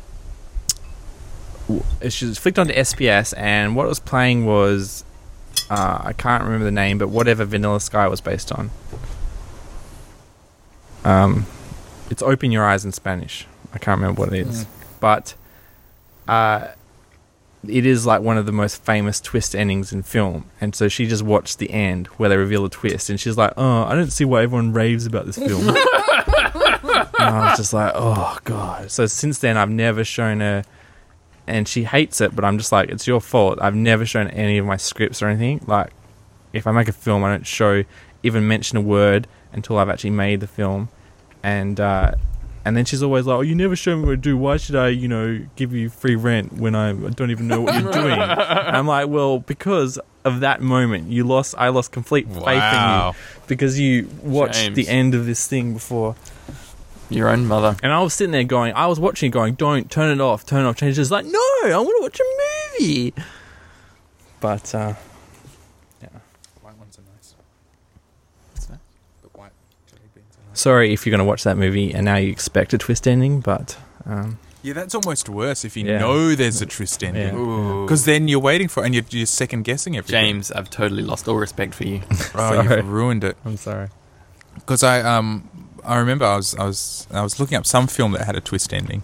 Speaker 3: w- she was flicked on to SBS, and what it was playing was, uh, I can't remember the name, but whatever Vanilla Sky was based on. Um, it's Open Your Eyes in Spanish. I can't remember what it is, but, uh. It is like one of the most famous twist endings in film, and so she just watched the end where they reveal a twist, and she's like, "Oh, I don't see why everyone raves about this film." and I was just like, "Oh god!" So since then, I've never shown her, and she hates it, but I'm just like, "It's your fault." I've never shown any of my scripts or anything. Like, if I make a film, I don't show even mention a word until I've actually made the film, and uh, and then she's always like, "Oh, you never show me what to do. Why should I, you know, give you free rent when I don't even know what you're doing?" I'm like, "Well, because of that moment, you lost. I lost complete faith in you
Speaker 2: Wow.
Speaker 3: because you watched
Speaker 1: James.
Speaker 3: the end of this thing before."
Speaker 1: your own mother.
Speaker 3: And I was sitting there going, I was watching, it going, "Don't turn it off. Turn it off." Change. It's like, "No, I want to watch a movie." But uh,
Speaker 2: White ones are nice.
Speaker 1: What's that?
Speaker 2: The white jelly beans are nice.
Speaker 3: sorry if you're going to watch that movie and now you expect a twist ending, but um,
Speaker 2: Yeah, that's almost worse if you
Speaker 3: Yeah.
Speaker 2: know there's a twist ending.
Speaker 3: Yeah.
Speaker 1: Ooh.
Speaker 2: Because then you're waiting for it and you're, you're second guessing everything.
Speaker 1: James, I've totally lost all respect for you.
Speaker 2: oh,
Speaker 3: Sorry.
Speaker 2: you've ruined it.
Speaker 3: I'm sorry.
Speaker 2: because I um I remember I was I was I was looking up some film that had a twist ending.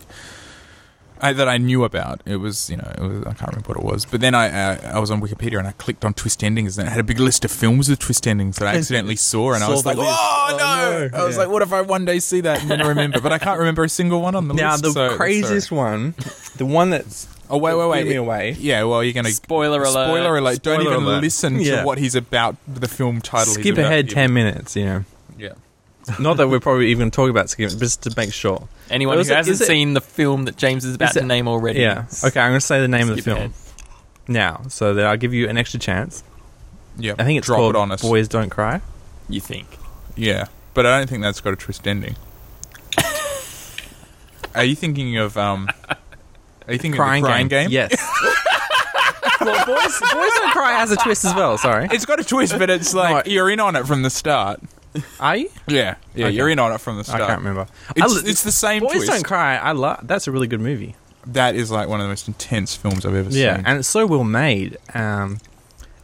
Speaker 2: I, that I knew about. It was, you know, it was, I can't remember what it was. But then I, uh, I was on Wikipedia and I clicked on twist endings and it had a big list of films with twist endings that I accidentally saw and I
Speaker 3: Saw
Speaker 2: was
Speaker 3: the
Speaker 2: like, oh,
Speaker 3: list.
Speaker 2: no!
Speaker 3: Oh, no.
Speaker 2: I was
Speaker 3: Yeah.
Speaker 2: like, what if I one day see that and then I remember? But I can't remember a single one on the
Speaker 3: now
Speaker 2: list.
Speaker 3: the
Speaker 2: so it's all right.
Speaker 3: craziest one, the one that's
Speaker 2: Oh wait, wait,
Speaker 3: blew me
Speaker 2: wait!
Speaker 3: away.
Speaker 2: Yeah, well, you're gonna
Speaker 1: Spoiler alert.
Speaker 2: Spoiler alert! Don't
Speaker 3: Spoiler
Speaker 2: even
Speaker 3: alert.
Speaker 2: listen
Speaker 3: Yeah.
Speaker 2: to what he's about. The film title. he's
Speaker 3: skip
Speaker 2: about
Speaker 3: ahead
Speaker 2: to
Speaker 3: ten minutes. You know,
Speaker 2: give. Yeah.
Speaker 3: not that we're probably even talking about skip, but just to make sure.
Speaker 1: Anyone
Speaker 3: Was
Speaker 1: who
Speaker 3: it-
Speaker 1: hasn't
Speaker 3: is it-
Speaker 1: seen the film that James is about
Speaker 3: Is
Speaker 1: to
Speaker 3: it-
Speaker 1: name already.
Speaker 3: Yeah. Okay, I'm going to say the name of the
Speaker 1: Skip
Speaker 3: film
Speaker 1: ahead.
Speaker 3: now, so that I'll give you an extra chance.
Speaker 2: Yeah.
Speaker 3: I think it's
Speaker 2: drop
Speaker 3: called
Speaker 2: it on us.
Speaker 3: Boys Don't Cry.
Speaker 1: You think?
Speaker 2: Yeah, but I don't think that's got a twist ending. are you thinking of um? Are you thinking
Speaker 3: Crying,
Speaker 2: of the crying game?
Speaker 3: Yes. well, Boys, Boys Don't Cry has a twist as well. Sorry.
Speaker 2: It's got a twist, but it's like you're in on it from the start.
Speaker 3: Are you?
Speaker 2: Yeah, yeah,
Speaker 3: Okay.
Speaker 2: you're in on it from the
Speaker 3: I
Speaker 2: start.
Speaker 3: can't remember. I
Speaker 2: It's,
Speaker 3: li-
Speaker 2: it's the same
Speaker 3: Boys
Speaker 2: twist.
Speaker 3: Don't Cry. I love. That's a really good movie.
Speaker 2: That is like one of the most intense films I've ever
Speaker 3: Yeah,
Speaker 2: seen.
Speaker 3: and it's so well made. Um,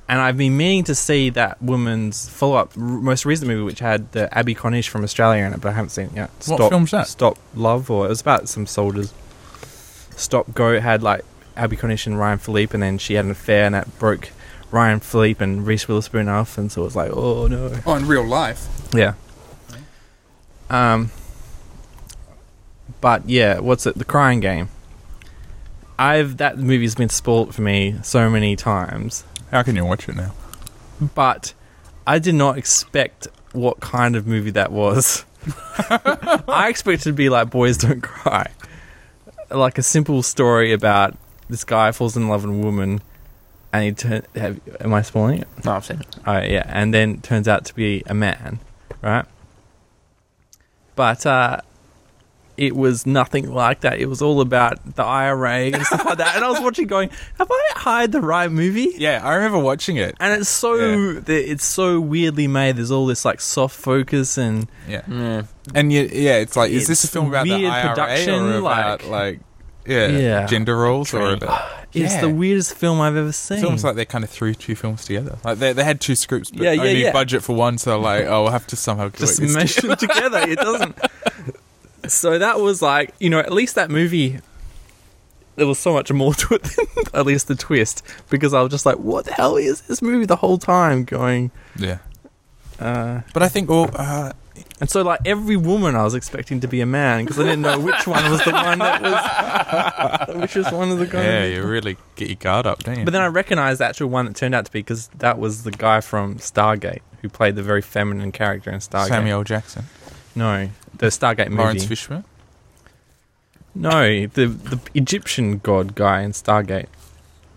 Speaker 3: and I've been meaning to see that woman's follow-up r- most recent movie, which had the Abby Cornish from Australia in it, but I haven't seen it yet.
Speaker 2: What film's that?
Speaker 3: Stop Love, or it was about some soldiers. Stop Go had like Abby Cornish and Ryan Philippe, and then she had an affair, and that broke Ryan Philippe and Reese Witherspoon off, and so it was like, oh no.
Speaker 2: Oh, in real life.
Speaker 3: Yeah. Um. But yeah, what's it? The Crying Game. I've that movie's been spoilt for me so many times,
Speaker 2: How can you watch it now?
Speaker 3: but I did not expect what kind of movie that was. I expected to be like Boys Don't Cry, like a simple story about this guy falls in love with a woman, and he turn. Have, am I spoiling it?
Speaker 1: No, I've seen it.
Speaker 3: Oh yeah, and then turns out to be a man, right? But uh, it was nothing like that. It was all about the IRA and stuff like that. And I was watching, going, "Have I hired the right movie?"
Speaker 2: Yeah, I remember watching it.
Speaker 3: And it's so
Speaker 2: Yeah.
Speaker 3: the- it's so weirdly made. There's all this like soft focus and
Speaker 2: Yeah,
Speaker 1: Yeah.
Speaker 2: and you, yeah, it's like, is this a
Speaker 3: It's
Speaker 2: film about the
Speaker 3: weird
Speaker 2: IRA
Speaker 3: production,
Speaker 2: or about
Speaker 3: like-
Speaker 2: like, yeah,
Speaker 3: Yeah.
Speaker 2: gender roles or about
Speaker 3: it's
Speaker 2: Yeah.
Speaker 3: the weirdest film I've ever seen.
Speaker 2: It's almost like they kind of threw two films together. Like they, they had two scripts, but
Speaker 3: Yeah, yeah,
Speaker 2: only
Speaker 3: yeah.
Speaker 2: budget for one. So like, oh, we'll have to somehow
Speaker 3: just
Speaker 2: work this
Speaker 3: mesh them together. It doesn't. So that was like, you know, at least that movie, there was so much more to it than at least the twist, because I was just like, what the hell is this movie the whole time going?
Speaker 2: Yeah,
Speaker 3: Uh,
Speaker 2: But I think all uh,
Speaker 3: and so, like every woman, I was expecting to be a man because I didn't know which one was the one that was, which was one of the guys.
Speaker 2: yeah, you really get your guard up, don't you?
Speaker 3: But then I recognised the actual one that turned out to be because that was the guy from Stargate who played the very feminine character in Stargate.
Speaker 2: Samuel Jackson,
Speaker 3: No, the Stargate movie.
Speaker 2: Lawrence Fishburne.
Speaker 3: No, the the Egyptian god guy in Stargate,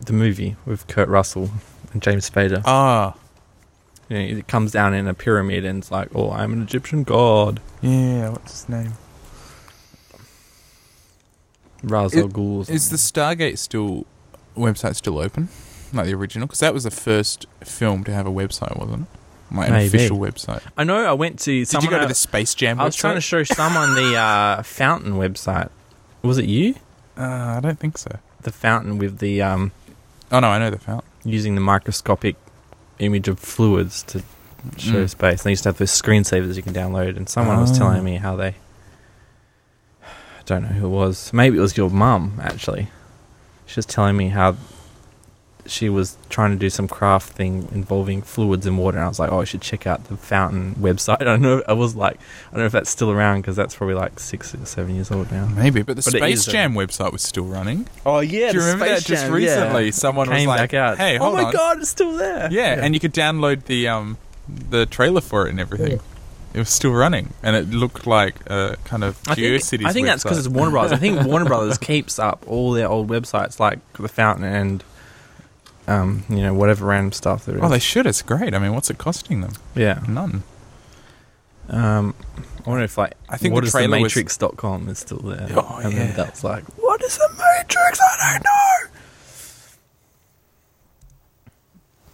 Speaker 3: the movie with Kurt Russell and James Spader.
Speaker 2: Ah,
Speaker 3: You know, it comes down in a pyramid and it's like, oh, I'm an Egyptian god.
Speaker 2: yeah. What's his name?
Speaker 3: Ra's al Ghul. or
Speaker 2: Is the
Speaker 3: something.
Speaker 2: Stargate still website still open? Like the original, because that was the first film to have a website, wasn't it? Like an
Speaker 3: Maybe.
Speaker 2: official website.
Speaker 3: I know. I went to
Speaker 2: Did you
Speaker 3: someone.
Speaker 2: go to
Speaker 3: I-
Speaker 2: the Space Jam?
Speaker 3: I was
Speaker 2: website?
Speaker 3: trying to show someone the uh, fountain website. Was it you?
Speaker 2: Uh, I don't think so.
Speaker 3: The fountain with the um,
Speaker 2: Oh no, I know the fountain.
Speaker 3: using the microscopic image of fluids to show
Speaker 2: Mm.
Speaker 3: space. They used to have those screensavers you can download, and someone was
Speaker 2: Oh.
Speaker 3: telling me how they. I don't know who it was. Maybe it was your mum, actually. She was telling me how she was trying to do some craft thing involving fluids and water, and I was like, oh, I should check out the fountain website. I don't know. I was like, I don't know if that's still around because that's probably like six or seven years old now.
Speaker 2: Maybe, but the
Speaker 3: But it
Speaker 2: Space
Speaker 3: is, uh,
Speaker 2: Jam website was still running.
Speaker 3: Oh yeah,
Speaker 2: Do you remember that just recently? Someone was
Speaker 3: Came
Speaker 2: like,
Speaker 3: back out.
Speaker 2: "Hey,
Speaker 3: oh
Speaker 2: hold
Speaker 3: my
Speaker 2: on."
Speaker 3: god, it's still there.
Speaker 2: Yeah, and you could download the um the trailer for it and everything.
Speaker 3: Yeah.
Speaker 2: It was still running, and it looked like a kind of
Speaker 3: I think,
Speaker 2: GeoCities.
Speaker 3: I think that's because it's Warner Brothers. I think Warner Brothers keeps up all their old websites like The Fountain and, um, you know, whatever random stuff there is.
Speaker 2: Oh, they should. It's great. I mean, what's it costing them?
Speaker 3: yeah.
Speaker 2: None.
Speaker 3: Um, I wonder if like
Speaker 2: I think
Speaker 3: what
Speaker 2: the
Speaker 3: is
Speaker 2: trailer was-
Speaker 3: Matrix.com is still there.
Speaker 2: Oh,
Speaker 3: and
Speaker 2: yeah.
Speaker 3: then that's like, what is the Matrix? I don't know.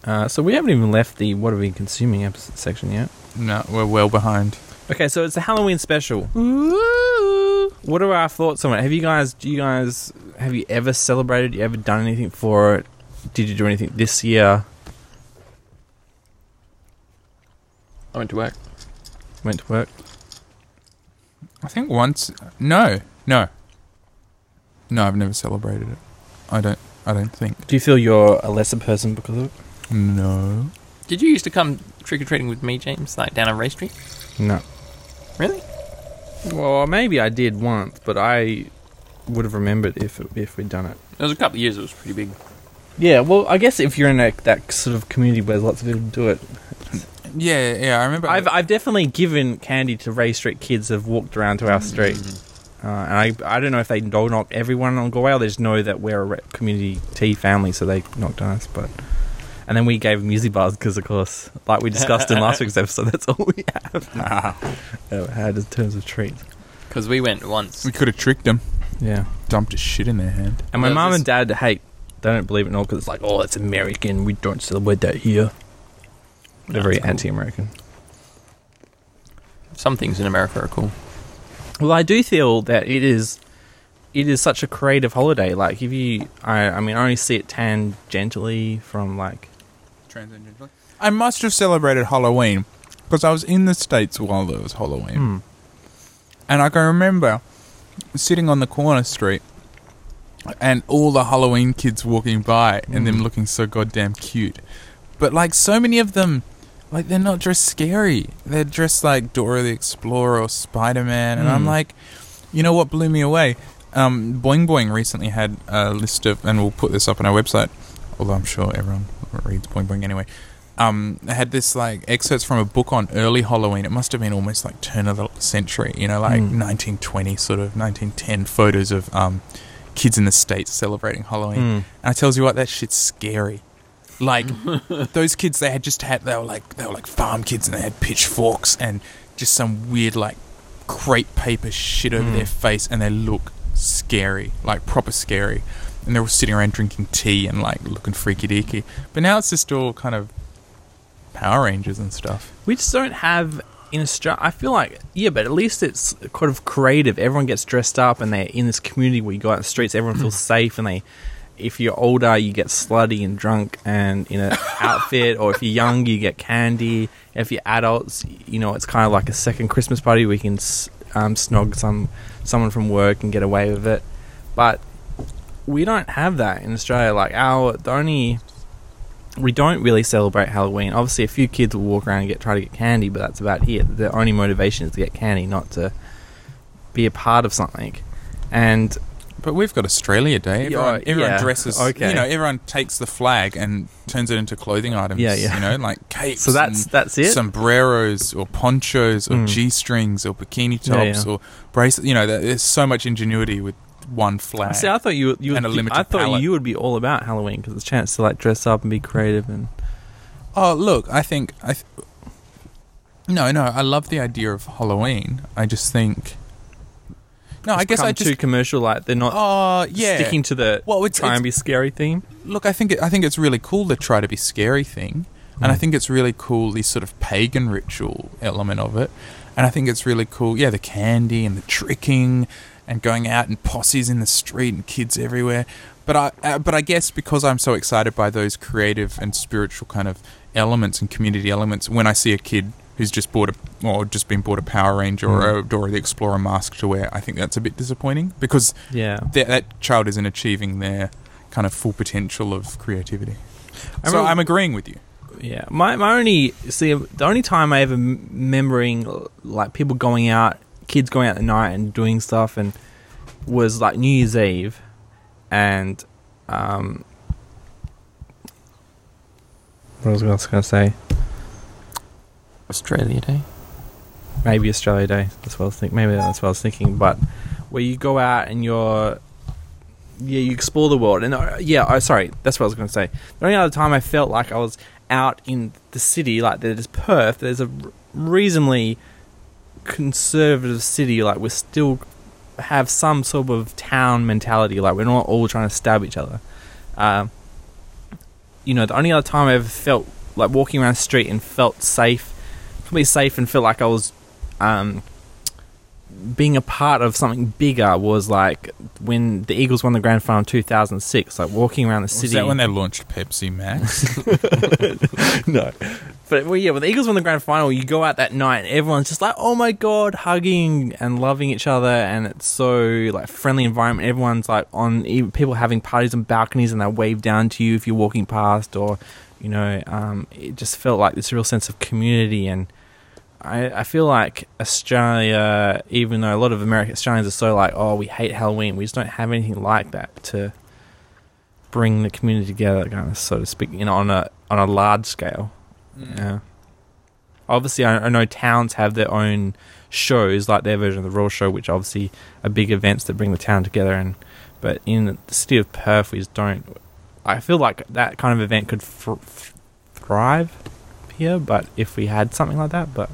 Speaker 3: Uh, so we haven't even left the what are we consuming episode section yet.
Speaker 2: No, we're well behind.
Speaker 3: Okay, so it's a Halloween special. What are our thoughts on it? Have you guys? Do you guys? Have you ever celebrated? You ever done anything for it? Did you do anything this year?
Speaker 1: I went to work.
Speaker 3: Went to work.
Speaker 2: I think once. No, no, no. I've never celebrated it. I don't. I don't think.
Speaker 3: Do you feel you're a lesser person because of it?
Speaker 2: No.
Speaker 1: Did you used to come trick or treating with me, James? Like down on Race Street?
Speaker 3: No.
Speaker 1: Really?
Speaker 3: Well, maybe I did once, but I would have remembered if if we'd done it.
Speaker 1: It was a couple of years. It was pretty big.
Speaker 3: Yeah. Well, I guess if you're in a, that sort of community where lots of people do it,
Speaker 2: Yeah, yeah. I remember.
Speaker 3: I've I've definitely given candy to Ray Street kids. Have walked around to our street. Uh, and I, I don't know if they don't knock everyone on Galway. or They just know that we're a re- community tea family, so they knocked on us. But and then we gave music bars because, of course, like we discussed in last week's episode, that's all we have. Uh, had in terms of treats.
Speaker 1: Because we went once.
Speaker 2: we could have tricked them.
Speaker 3: Yeah.
Speaker 2: Dumped his shit in their hand.
Speaker 3: And my
Speaker 1: Well,
Speaker 3: mum
Speaker 1: this-
Speaker 3: and dad hate. They don't believe it at all because it's like, oh, it's American. We don't celebrate that here. They're very
Speaker 1: That's cool.
Speaker 3: anti-American.
Speaker 1: Some things in America are cool.
Speaker 3: Well, I do feel that it is, it is such a creative holiday. Like if you, I, I mean, I only see it tangentially from like
Speaker 2: Transgender. I must have celebrated Halloween because I was in the states while there was Halloween.
Speaker 3: hmm.
Speaker 2: And I can remember sitting on the corner street and all the Halloween kids walking by and them
Speaker 3: Mm.
Speaker 2: looking so goddamn cute. But like so many of them, like they're not dressed scary. They're dressed like Dora the Explorer or Spider Man. And I'm
Speaker 3: Mm.
Speaker 2: like, you know what blew me away? Um, Boing Boing recently had a list of, and we'll put this up on our website, although I'm sure everyone reads Boing Boing anyway. Um, I had this like excerpts from a book on early Halloween. It must have been almost like turn of the century, you know, like
Speaker 3: Mm.
Speaker 2: 1920 sort of 1910 photos of um, kids in the states celebrating Halloween.
Speaker 3: Hmm.
Speaker 2: And I tells you what, that shit's scary. Like those kids, they had just had they were like they were like farm kids, and they had pitchforks and just some weird like crepe paper shit over
Speaker 3: Mm.
Speaker 2: their face, and they look scary, like proper scary. And they're all sitting around drinking tea and like looking freaky deaky. But now it's just all kind of Power Rangers and stuff.
Speaker 3: We just don't have in Australia. I feel like yeah, but at least it's kind of creative. Everyone gets dressed up, and they're in this community where you go out in the streets. Everyone feels safe, and they. If you're older, you get slutty and drunk and in an outfit, or if you're young, you get candy. If you're adults, you know it's kind of like a second Christmas party. We can s- um, snog some someone from work and get away with it, but we don't have that in Australia. Like our the only we don't really celebrate Halloween. Obviously, a few kids will walk around and get try to get candy, but that's about it. Their only motivation is to get candy, not to be a part of something. And
Speaker 2: But we've got Australia Day.
Speaker 3: Yeah,
Speaker 2: Everyone, everyone
Speaker 3: yeah,
Speaker 2: dresses.
Speaker 3: okay.
Speaker 2: You know, everyone takes the flag and turns it into clothing items.
Speaker 3: Yeah, yeah.
Speaker 2: You know, like capes.
Speaker 3: so that's
Speaker 2: and
Speaker 3: that's it.
Speaker 2: sombreros or ponchos or
Speaker 3: Mm.
Speaker 2: g-strings or bikini tops
Speaker 3: Yeah, yeah.
Speaker 2: or bracelets. You know, there- there's so much ingenuity with one flag.
Speaker 3: See, I thought you you
Speaker 2: And a
Speaker 3: would,
Speaker 2: limited
Speaker 3: I thought
Speaker 2: palette.
Speaker 3: you would be all about Halloween because it's a chance to like dress up and be creative and
Speaker 2: Oh, look, I think I. Th- no, no, I love the idea of Halloween. I just think. No, I
Speaker 3: It's
Speaker 2: guess
Speaker 3: come
Speaker 2: I just.
Speaker 3: too commercial. Like they're not
Speaker 2: Oh, yeah.
Speaker 3: sticking to the
Speaker 2: well, it's,
Speaker 3: try
Speaker 2: it's
Speaker 3: and be scary theme.
Speaker 2: look, I think it, I think it's really cool to try to be scary thing, and I
Speaker 3: Mm.
Speaker 2: think it's really cool the sort of pagan ritual element of it, and I think it's really cool, yeah, the candy and the tricking and going out and posses in the street and kids everywhere. But I, uh, but I guess because I'm so excited by those creative and spiritual kind of elements and community elements, when I see a kid who's just bought a or just been bought a Power Ranger or a Dora the Explorer mask to wear, I think that's a bit disappointing because
Speaker 3: Yeah,
Speaker 2: that, that child isn't achieving their kind of full potential of creativity.
Speaker 3: I
Speaker 2: so
Speaker 3: remember-
Speaker 2: I'm agreeing with you.
Speaker 3: yeah. My my only see the only time I ever m- remembering like people going out, kids going out at night and doing stuff, and was like New Year's Eve, and um. What was I going to say?
Speaker 1: Australia Day.
Speaker 3: maybe Australia Day. That's what I was thinking. Maybe that's what I was thinking. But where you go out and you're, yeah, you explore the world. And uh, yeah, oh, sorry, that's what I was going to say. The only other time I felt like I was out in the city, like there's Perth. There's a r- reasonably conservative city. Like we still have some sort of town mentality. Like we're not all trying to stab each other. Um, you know, the only other time I ever felt like walking around the street and felt safe, completely safe, and felt like I was um, being a part of something bigger was like when the Eagles won the grand final in 2006. Like walking around the
Speaker 2: Was
Speaker 3: city.
Speaker 2: that when they launched Pepsi Max?
Speaker 3: no. But well, yeah, when the Eagles won the grand final, you go out that night and everyone's just like, oh my god, hugging and loving each other, and it's so like friendly environment. Everyone's like on even people having parties on balconies, and they wave down to you if you're walking past, or you know, um, it just felt like this real sense of community and. I, I feel like Australia, even though a lot of American Australians are so like, oh, we hate Halloween, we just don't have anything like that to bring the community together, kind of so to speak, you know, on a on a large scale. Yeah. Obviously, I, I know towns have their own shows, like their version of the Royal Show, which obviously are big events that bring the town together. And but in the city of Perth, we just don't. I feel like that kind of event could fr- f- thrive here, but if we had something like that, but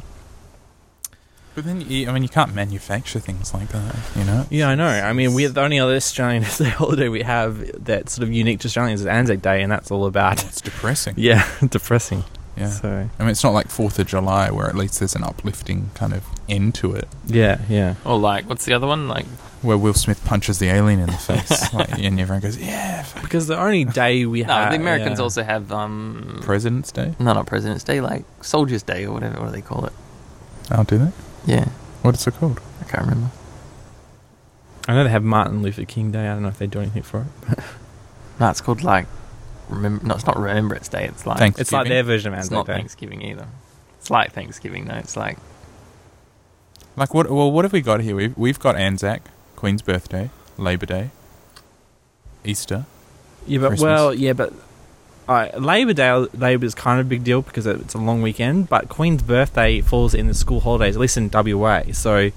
Speaker 2: but then, you, I mean, you can't manufacture things like that, you know?
Speaker 3: yeah, I know. I mean, we're the only other Australian holiday we have that's sort of unique to Australians is Anzac Day, and that's all about
Speaker 2: It's depressing. Yeah.
Speaker 3: yeah, depressing. So
Speaker 2: I mean, it's not like 4th of July where at least there's an uplifting kind of end to it
Speaker 3: yeah, yeah.
Speaker 1: Or like, what's the other one? Like,
Speaker 2: where Will Smith punches the alien in the face like, and everyone goes, yeah, fuck
Speaker 3: Because the only day we
Speaker 1: no,
Speaker 3: have
Speaker 1: the Americans
Speaker 3: yeah.
Speaker 1: also have um.
Speaker 2: President's Day.
Speaker 1: no, not President's Day, like Soldiers' Day or whatever. What do they call it?
Speaker 2: I'll do that.
Speaker 1: Yeah,
Speaker 2: What is it called?
Speaker 1: I can't remember.
Speaker 3: I know they have Martin Luther King Day. I don't know if they do anything for it.
Speaker 1: No, it's called like remember. No, it's not Remembrance Day. It's like
Speaker 2: Thanks.
Speaker 3: It's like
Speaker 2: Thanksgiving?
Speaker 3: their version of
Speaker 1: it's
Speaker 3: Anzac
Speaker 1: not
Speaker 3: Day.
Speaker 1: Thanksgiving either. It's like Thanksgiving though. It's like
Speaker 2: Like, what? well, what have we got here? We've, we've got Anzac, Queen's Birthday, Labor Day, Easter.
Speaker 3: Yeah, but
Speaker 2: Christmas.
Speaker 3: well, yeah, but all right, Labor Day Labor is kind of a big deal because it- it's a long weekend. But Queen's birthday falls in the school holidays, at least in WA. So,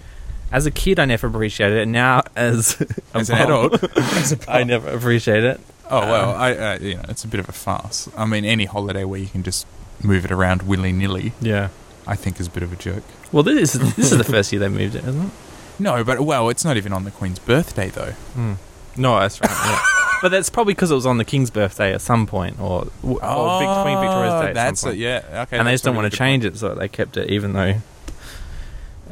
Speaker 3: as a kid, I never appreciated it. Now, as a
Speaker 2: As an
Speaker 3: mom,
Speaker 2: adult,
Speaker 3: I never appreciate it.
Speaker 2: Oh well, I, I you know it's a bit of a farce. I mean, any holiday where you can just move it around willy nilly,
Speaker 3: Yeah.
Speaker 2: I think is a bit of a joke.
Speaker 3: Well, this is this is the first year they moved it, isn't it?
Speaker 2: No, but well, it's not even on the Queen's birthday though.
Speaker 3: Hmm. No, that's right. yeah. But that's probably because it was on the King's birthday at some point, or, or Oh, Vic- Queen Victoria's day. At
Speaker 2: Oh, That's
Speaker 3: some point.
Speaker 2: it. Yeah. Okay.
Speaker 3: and they
Speaker 2: that's
Speaker 3: just
Speaker 2: a really
Speaker 3: don't want
Speaker 2: good
Speaker 3: to change it, so they kept it, even though.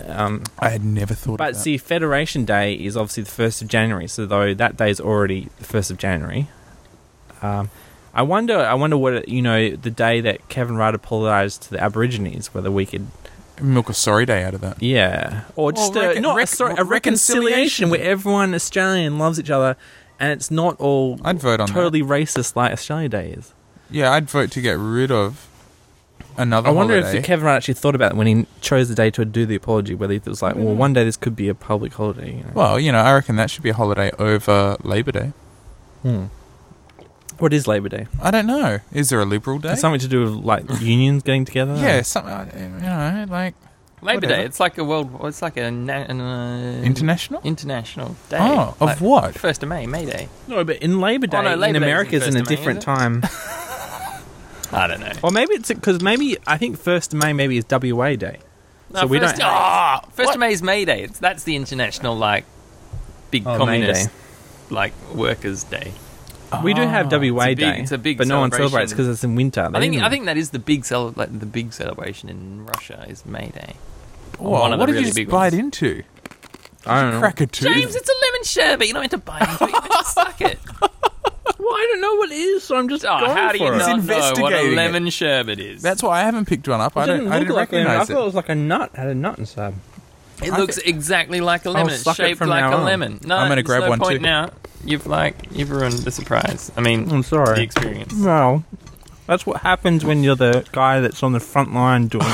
Speaker 3: Um,
Speaker 2: point. I had never thought.
Speaker 3: but
Speaker 2: of that.
Speaker 3: see, Federation Day is obviously the first of January, so though that day is already the first of January. Um, I wonder, I wonder what it, you know, the day that Kevin Rudd apologized to the Aborigines, whether we could,
Speaker 2: milk a sorry day out of that.
Speaker 3: yeah, or
Speaker 2: Or
Speaker 3: just a,
Speaker 2: recon-
Speaker 3: not a,
Speaker 2: rec-
Speaker 3: sorry, a reconciliation
Speaker 2: reconciliation.
Speaker 3: where everyone Australian loves each other, and it's not all
Speaker 2: I'd vote on
Speaker 3: totally racist like Australia Day is.
Speaker 2: that. Yeah, I'd vote to get rid of another.
Speaker 3: I wonder
Speaker 2: holiday.
Speaker 3: if Kevin Rudd actually thought about it when he chose the day to do the apology, whether it was like,
Speaker 1: Mm.
Speaker 3: well, one day this could be a public holiday. You know?
Speaker 2: Well, you know, I reckon that should be a holiday over Labor Day.
Speaker 3: Hmm. What is Labor Day?
Speaker 2: I don't know. Is there a Liberal Day?
Speaker 3: It's something to do with like unions getting together.
Speaker 2: yeah, something. I- You know, like
Speaker 1: Labor
Speaker 2: Whatever.
Speaker 1: Day. It's like a world. It's like a na- an, uh,
Speaker 2: international.
Speaker 1: international day.
Speaker 2: Oh, of
Speaker 1: Like,
Speaker 2: what?
Speaker 1: First of May, May Day.
Speaker 3: No, but in Labor Day
Speaker 1: Oh, no, Labor
Speaker 3: in
Speaker 1: Day
Speaker 3: America
Speaker 1: isn't
Speaker 3: is in a
Speaker 1: first of May,
Speaker 3: different
Speaker 1: is it?
Speaker 3: time.
Speaker 1: I don't know.
Speaker 3: or maybe it's because maybe I think first May maybe is WA Day.
Speaker 1: No,
Speaker 3: So we
Speaker 1: first,
Speaker 3: don't-
Speaker 1: Ah, first of May is May Day. It's, that's the international like big
Speaker 3: Oh, May
Speaker 1: communist
Speaker 3: Day.
Speaker 1: like workers' day.
Speaker 3: We do have
Speaker 2: Ah.
Speaker 3: WA
Speaker 1: It's a big-
Speaker 3: Day,
Speaker 1: it's a big
Speaker 3: but no one
Speaker 1: celebration.
Speaker 3: celebrates because it's in winter. They
Speaker 1: I think
Speaker 3: didn't-
Speaker 1: I think that is the big cele- like the big celebration in Russia is May Day.
Speaker 2: Whoa,
Speaker 1: Oh, One of the
Speaker 2: what did
Speaker 1: really
Speaker 2: you just
Speaker 1: big
Speaker 2: bite
Speaker 1: ones.
Speaker 2: into?
Speaker 3: I don't know.
Speaker 2: Crack a tooth.
Speaker 1: James, it's a lemon sherbet. You're not meant to bite into it. You're meant to suck it.
Speaker 3: Well, I don't know what it is, so I'm just
Speaker 1: Oh, how do you
Speaker 2: it. He's
Speaker 1: not know what
Speaker 2: investigating
Speaker 1: a
Speaker 2: it.
Speaker 1: lemon sherbet is?
Speaker 2: That's why I haven't picked one up. I don't. I didn't recognize
Speaker 3: I thought it
Speaker 2: it.
Speaker 3: was like a nut. Had a nut inside.
Speaker 1: it
Speaker 2: I
Speaker 1: looks exactly like a lemon. It's
Speaker 3: suck it
Speaker 1: shaped
Speaker 3: from
Speaker 1: like
Speaker 3: now
Speaker 1: a
Speaker 3: on.
Speaker 1: lemon. No,
Speaker 2: I'm gonna
Speaker 1: there's
Speaker 2: grab
Speaker 1: no
Speaker 2: one
Speaker 1: point
Speaker 2: too.
Speaker 1: Now you've like you've ruined the surprise. I mean,
Speaker 3: I'm
Speaker 1: the
Speaker 3: sorry.
Speaker 1: experience.
Speaker 3: Well, that's what happens when you're the guy that's on the front line doing.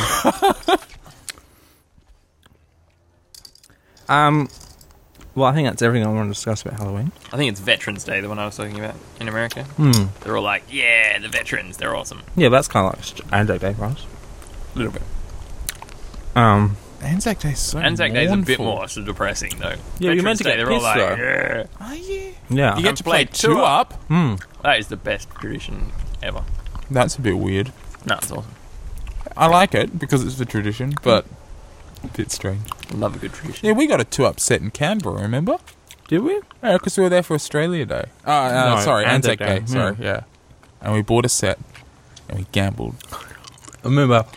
Speaker 3: um, well, I think that's everything I want to discuss about Halloween.
Speaker 1: I think it's Veterans Day, the one I was talking about in America.
Speaker 3: Hmm.
Speaker 1: They're all like, yeah, the veterans, they're awesome.
Speaker 3: Yeah, that's kind of like st- Anzac Day for us.
Speaker 1: A little bit.
Speaker 3: Um,
Speaker 2: Anzac Day's so
Speaker 1: Anzac Day's a bit
Speaker 2: mournful.
Speaker 1: more sort of depressing, though.
Speaker 3: Yeah,
Speaker 1: Veterans
Speaker 3: you're meant to
Speaker 1: Day,
Speaker 3: get
Speaker 1: they're all
Speaker 3: pissed,
Speaker 1: like,
Speaker 3: though.
Speaker 1: yeah.
Speaker 2: Are you?
Speaker 3: yeah.
Speaker 2: You get to play
Speaker 1: played two
Speaker 2: two up.
Speaker 3: Hmm.
Speaker 1: That is the best tradition ever.
Speaker 2: That's a bit weird.
Speaker 1: No, it's awesome.
Speaker 2: I like it because it's the tradition,
Speaker 1: Hmm.
Speaker 2: but a bit strange.
Speaker 1: Love a good tradition.
Speaker 2: Yeah, we got a two upset in Canberra. Remember?
Speaker 3: Did we?
Speaker 2: Yeah, because we were there for Australia Day. Uh, uh,
Speaker 3: No,
Speaker 2: sorry, Anzac,
Speaker 3: Anzac
Speaker 2: Day.
Speaker 1: hmm.
Speaker 3: Day,
Speaker 2: Sorry, yeah. And we bought a set and we gambled.
Speaker 3: I remember.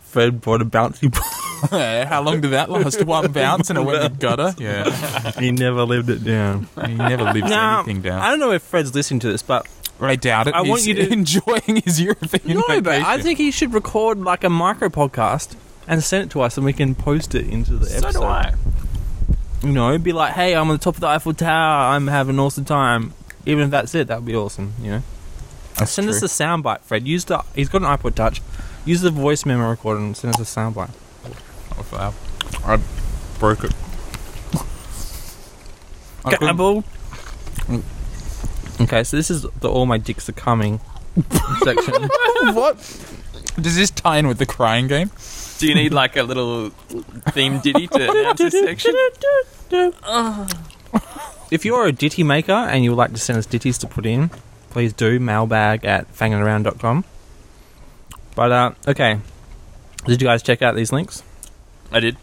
Speaker 3: Fred bought a bouncy ball.
Speaker 2: How long did that last? One bounce and it went in the gutter. Yeah,
Speaker 3: he never lived it down.
Speaker 2: he never lives
Speaker 3: Nah,
Speaker 2: anything
Speaker 3: I
Speaker 2: down.
Speaker 3: don't know if Fred's listening to this, but
Speaker 2: I doubt it.
Speaker 3: I want
Speaker 2: He's
Speaker 3: you to-
Speaker 2: enjoying his European
Speaker 3: No,
Speaker 2: vacation.
Speaker 3: but I think he should record like a micro podcast and send it to us, and we can post it into the
Speaker 1: So
Speaker 3: episode.
Speaker 1: do I.
Speaker 3: You know, be like, "Hey, I'm on the top of the Eiffel Tower. I'm having an awesome time." Even if that's it, that would be awesome. You know,
Speaker 2: That's
Speaker 3: send us
Speaker 2: true.
Speaker 3: a soundbite, Fred. Use the. He's got an iPod Touch. Use the voice memo recorder and send us a soundbite.
Speaker 2: Oh, wow. I broke it. I couldn't-
Speaker 3: Cannibal. Okay, so this is the all my dicks are coming section.
Speaker 2: what? Does this tie in with the crying game?
Speaker 1: Do you need like a little theme ditty to announce this section?
Speaker 3: If you're a ditty maker and you would like to send us ditties to put in, please do mailbag at fangingaround.com. But, uh, okay. Did you guys check out these links?
Speaker 1: I did.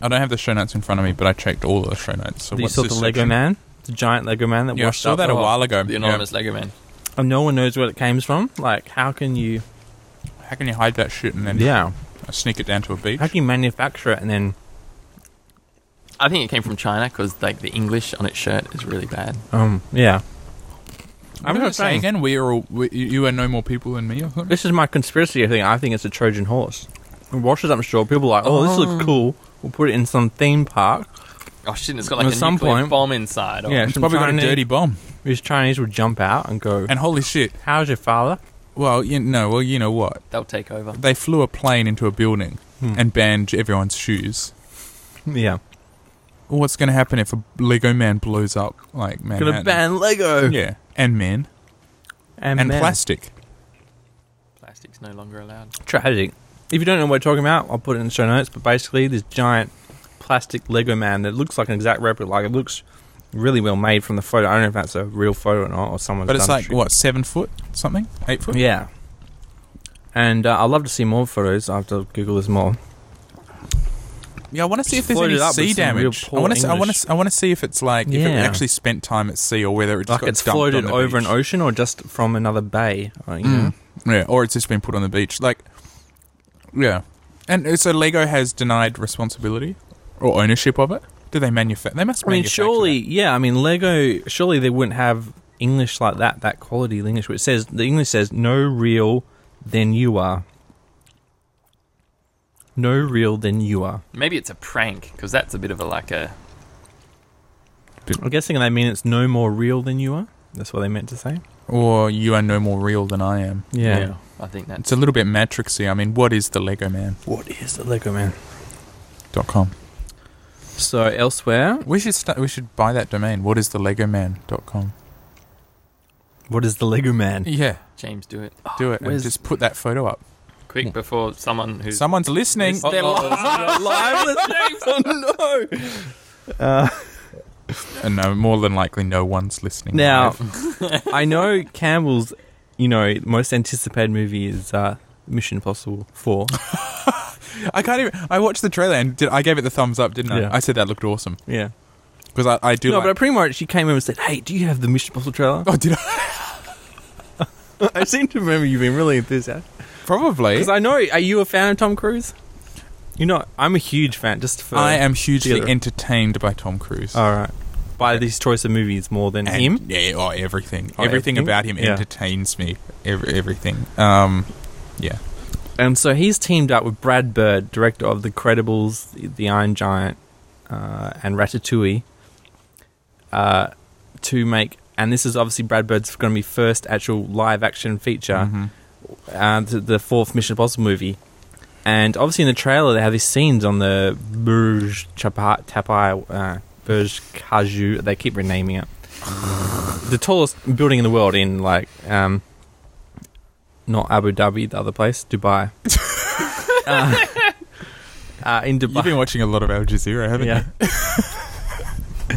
Speaker 2: I don't have the show notes in front of me, but I checked all the show notes. So
Speaker 3: Did you
Speaker 2: what's
Speaker 3: saw the
Speaker 2: this
Speaker 3: Lego
Speaker 2: section?
Speaker 3: man? The giant Lego man that
Speaker 2: Yeah, I
Speaker 3: washed
Speaker 2: saw
Speaker 3: up
Speaker 2: that a
Speaker 3: the-
Speaker 2: while ago.
Speaker 1: The
Speaker 2: Yeah.
Speaker 1: anonymous Lego man.
Speaker 3: And no one knows where it came from. Like, how can you...
Speaker 2: How can you hide that shit and then
Speaker 3: Yeah.
Speaker 2: sneak it down to a beach?
Speaker 3: How can you manufacture it and then...
Speaker 1: I think it came from China because like the English on its shirt is really bad.
Speaker 3: Um, yeah.
Speaker 2: I'm
Speaker 3: not
Speaker 2: not saying again. We are all, we, you- you are no more people than me. Or something.
Speaker 3: This is my conspiracy thing. I think it's a Trojan horse. It washes up shore. People are like, oh, this looks cool. We'll put it in some theme park.
Speaker 1: Oh shit! It's got like
Speaker 3: At
Speaker 1: a
Speaker 3: some
Speaker 1: nuclear
Speaker 3: point-
Speaker 1: bomb inside. Oh, Or,
Speaker 3: Yeah.
Speaker 2: It's probably got a
Speaker 3: Chinese-
Speaker 2: dirty bomb.
Speaker 3: These Chinese will jump out and go,
Speaker 2: And holy shit!
Speaker 3: how's your father?
Speaker 2: Well, you know, well, you know what?
Speaker 1: they'll take over.
Speaker 2: They flew a plane into a building
Speaker 3: Hmm.
Speaker 2: and banned everyone's shoes.
Speaker 3: Yeah.
Speaker 2: What's going to happen if a Lego man blows up like Manhattan?
Speaker 3: Gonna ban Lego
Speaker 2: Yeah, and men and,
Speaker 3: men.
Speaker 2: plastic.
Speaker 1: Plastic's no longer allowed.
Speaker 3: Tragic. If you don't know what we're talking about, I'll put it in the show notes. But basically, this giant plastic Lego man that looks like an exact replica. Like it looks really well made from the photo. I don't know if that's a real photo or not, or someone's.
Speaker 2: But it's
Speaker 3: done a
Speaker 2: like
Speaker 3: shoot.
Speaker 2: what seven foot something, eight foot.
Speaker 3: Yeah. And uh, I'd love to see more photos. I have to Google this more.
Speaker 2: Yeah, I want to see if
Speaker 3: Just
Speaker 2: there's
Speaker 3: float
Speaker 2: any
Speaker 3: it up with
Speaker 2: sea
Speaker 3: some real
Speaker 2: damage. I
Speaker 3: poor
Speaker 2: want to. I want
Speaker 3: English.
Speaker 2: to. I want to see if it's like if it
Speaker 3: Yeah.
Speaker 2: actually spent time at sea or whether it just
Speaker 3: Like
Speaker 2: got
Speaker 3: it's
Speaker 2: dumped on
Speaker 3: floated
Speaker 2: the
Speaker 3: over an
Speaker 2: beach.
Speaker 3: ocean or just from another bay. Or, you know.
Speaker 2: Mm. Yeah, or it's just been put on the beach. Like, yeah, and uh, so Lego has denied responsibility or ownership of it. Do they manufacture? They must.
Speaker 3: I mean,
Speaker 2: manufacture
Speaker 3: surely,
Speaker 2: that.
Speaker 3: yeah. I mean, Lego. Surely they wouldn't have English like that. That quality English. Which says the English says no real than you are. No real than you are.
Speaker 1: Maybe it's a prank because that's a bit of a like a
Speaker 3: I'm guessing they mean it's no more real than you are. That's what they meant to say.
Speaker 2: Or you are no more real than I am.
Speaker 3: Yeah.
Speaker 1: I think that's
Speaker 2: It's a little bit matrixy. I mean, what is the Lego Man
Speaker 3: What is the Lego Man?
Speaker 2: dot com?
Speaker 3: So elsewhere,
Speaker 2: We should start, we should buy that domain. What is the Lego Man dot com?
Speaker 3: what is the Lego Man?
Speaker 2: Yeah,
Speaker 1: James. Do it
Speaker 3: Oh,
Speaker 2: do it and
Speaker 3: Ah, Where's-
Speaker 2: just put that photo up.
Speaker 1: quick before someone who's
Speaker 2: Someone's listening.
Speaker 1: They're
Speaker 3: oh no! Uh,
Speaker 2: And Uh, no, more than likely, no one's listening.
Speaker 3: now, I know Campbell's, you know, most anticipated movie is uh, Mission Impossible Four.
Speaker 2: I can't even. I watched the trailer and did, I gave it the thumbs up, didn't I?
Speaker 3: Yeah.
Speaker 2: I said that looked awesome
Speaker 3: Yeah.
Speaker 2: because I, I do.
Speaker 3: no,
Speaker 2: like,
Speaker 3: but pretty much she came in and said, "Hey, do you have the Mission Impossible trailer?"
Speaker 2: oh, did I?
Speaker 3: I seem to remember you being really enthusiastic.
Speaker 2: Probably.
Speaker 3: Because I know, are you a fan of Tom Cruise? You know, I'm a huge fan. Just for
Speaker 2: I am hugely
Speaker 3: Theater.
Speaker 2: entertained by Tom Cruise.
Speaker 3: All right, by this choice of movies more than
Speaker 2: And-
Speaker 3: him.
Speaker 2: Yeah, oh, everything.
Speaker 3: Oh,
Speaker 2: everything,
Speaker 3: everything?
Speaker 2: about him
Speaker 3: Yeah.
Speaker 2: entertains me. Every, everything. Um, yeah.
Speaker 3: And so he's teamed up with Brad Bird, director of The Credibles, The- The Iron Giant, uh, and Ratatouille, uh, to make. And this is obviously Brad Bird's going to be first actual live action feature,
Speaker 2: Mhm.
Speaker 3: uh, the, the fourth Mission Impossible movie. And obviously in the trailer they have these scenes on the Burj Chapa- Tapai, uh, Burj Kaju. They keep renaming it. the tallest building in the world in like um, not Abu Dhabi, the other place, Dubai. uh, uh, in Dubai,
Speaker 2: You've been watching a lot of Al Jazeera, haven't
Speaker 3: yeah.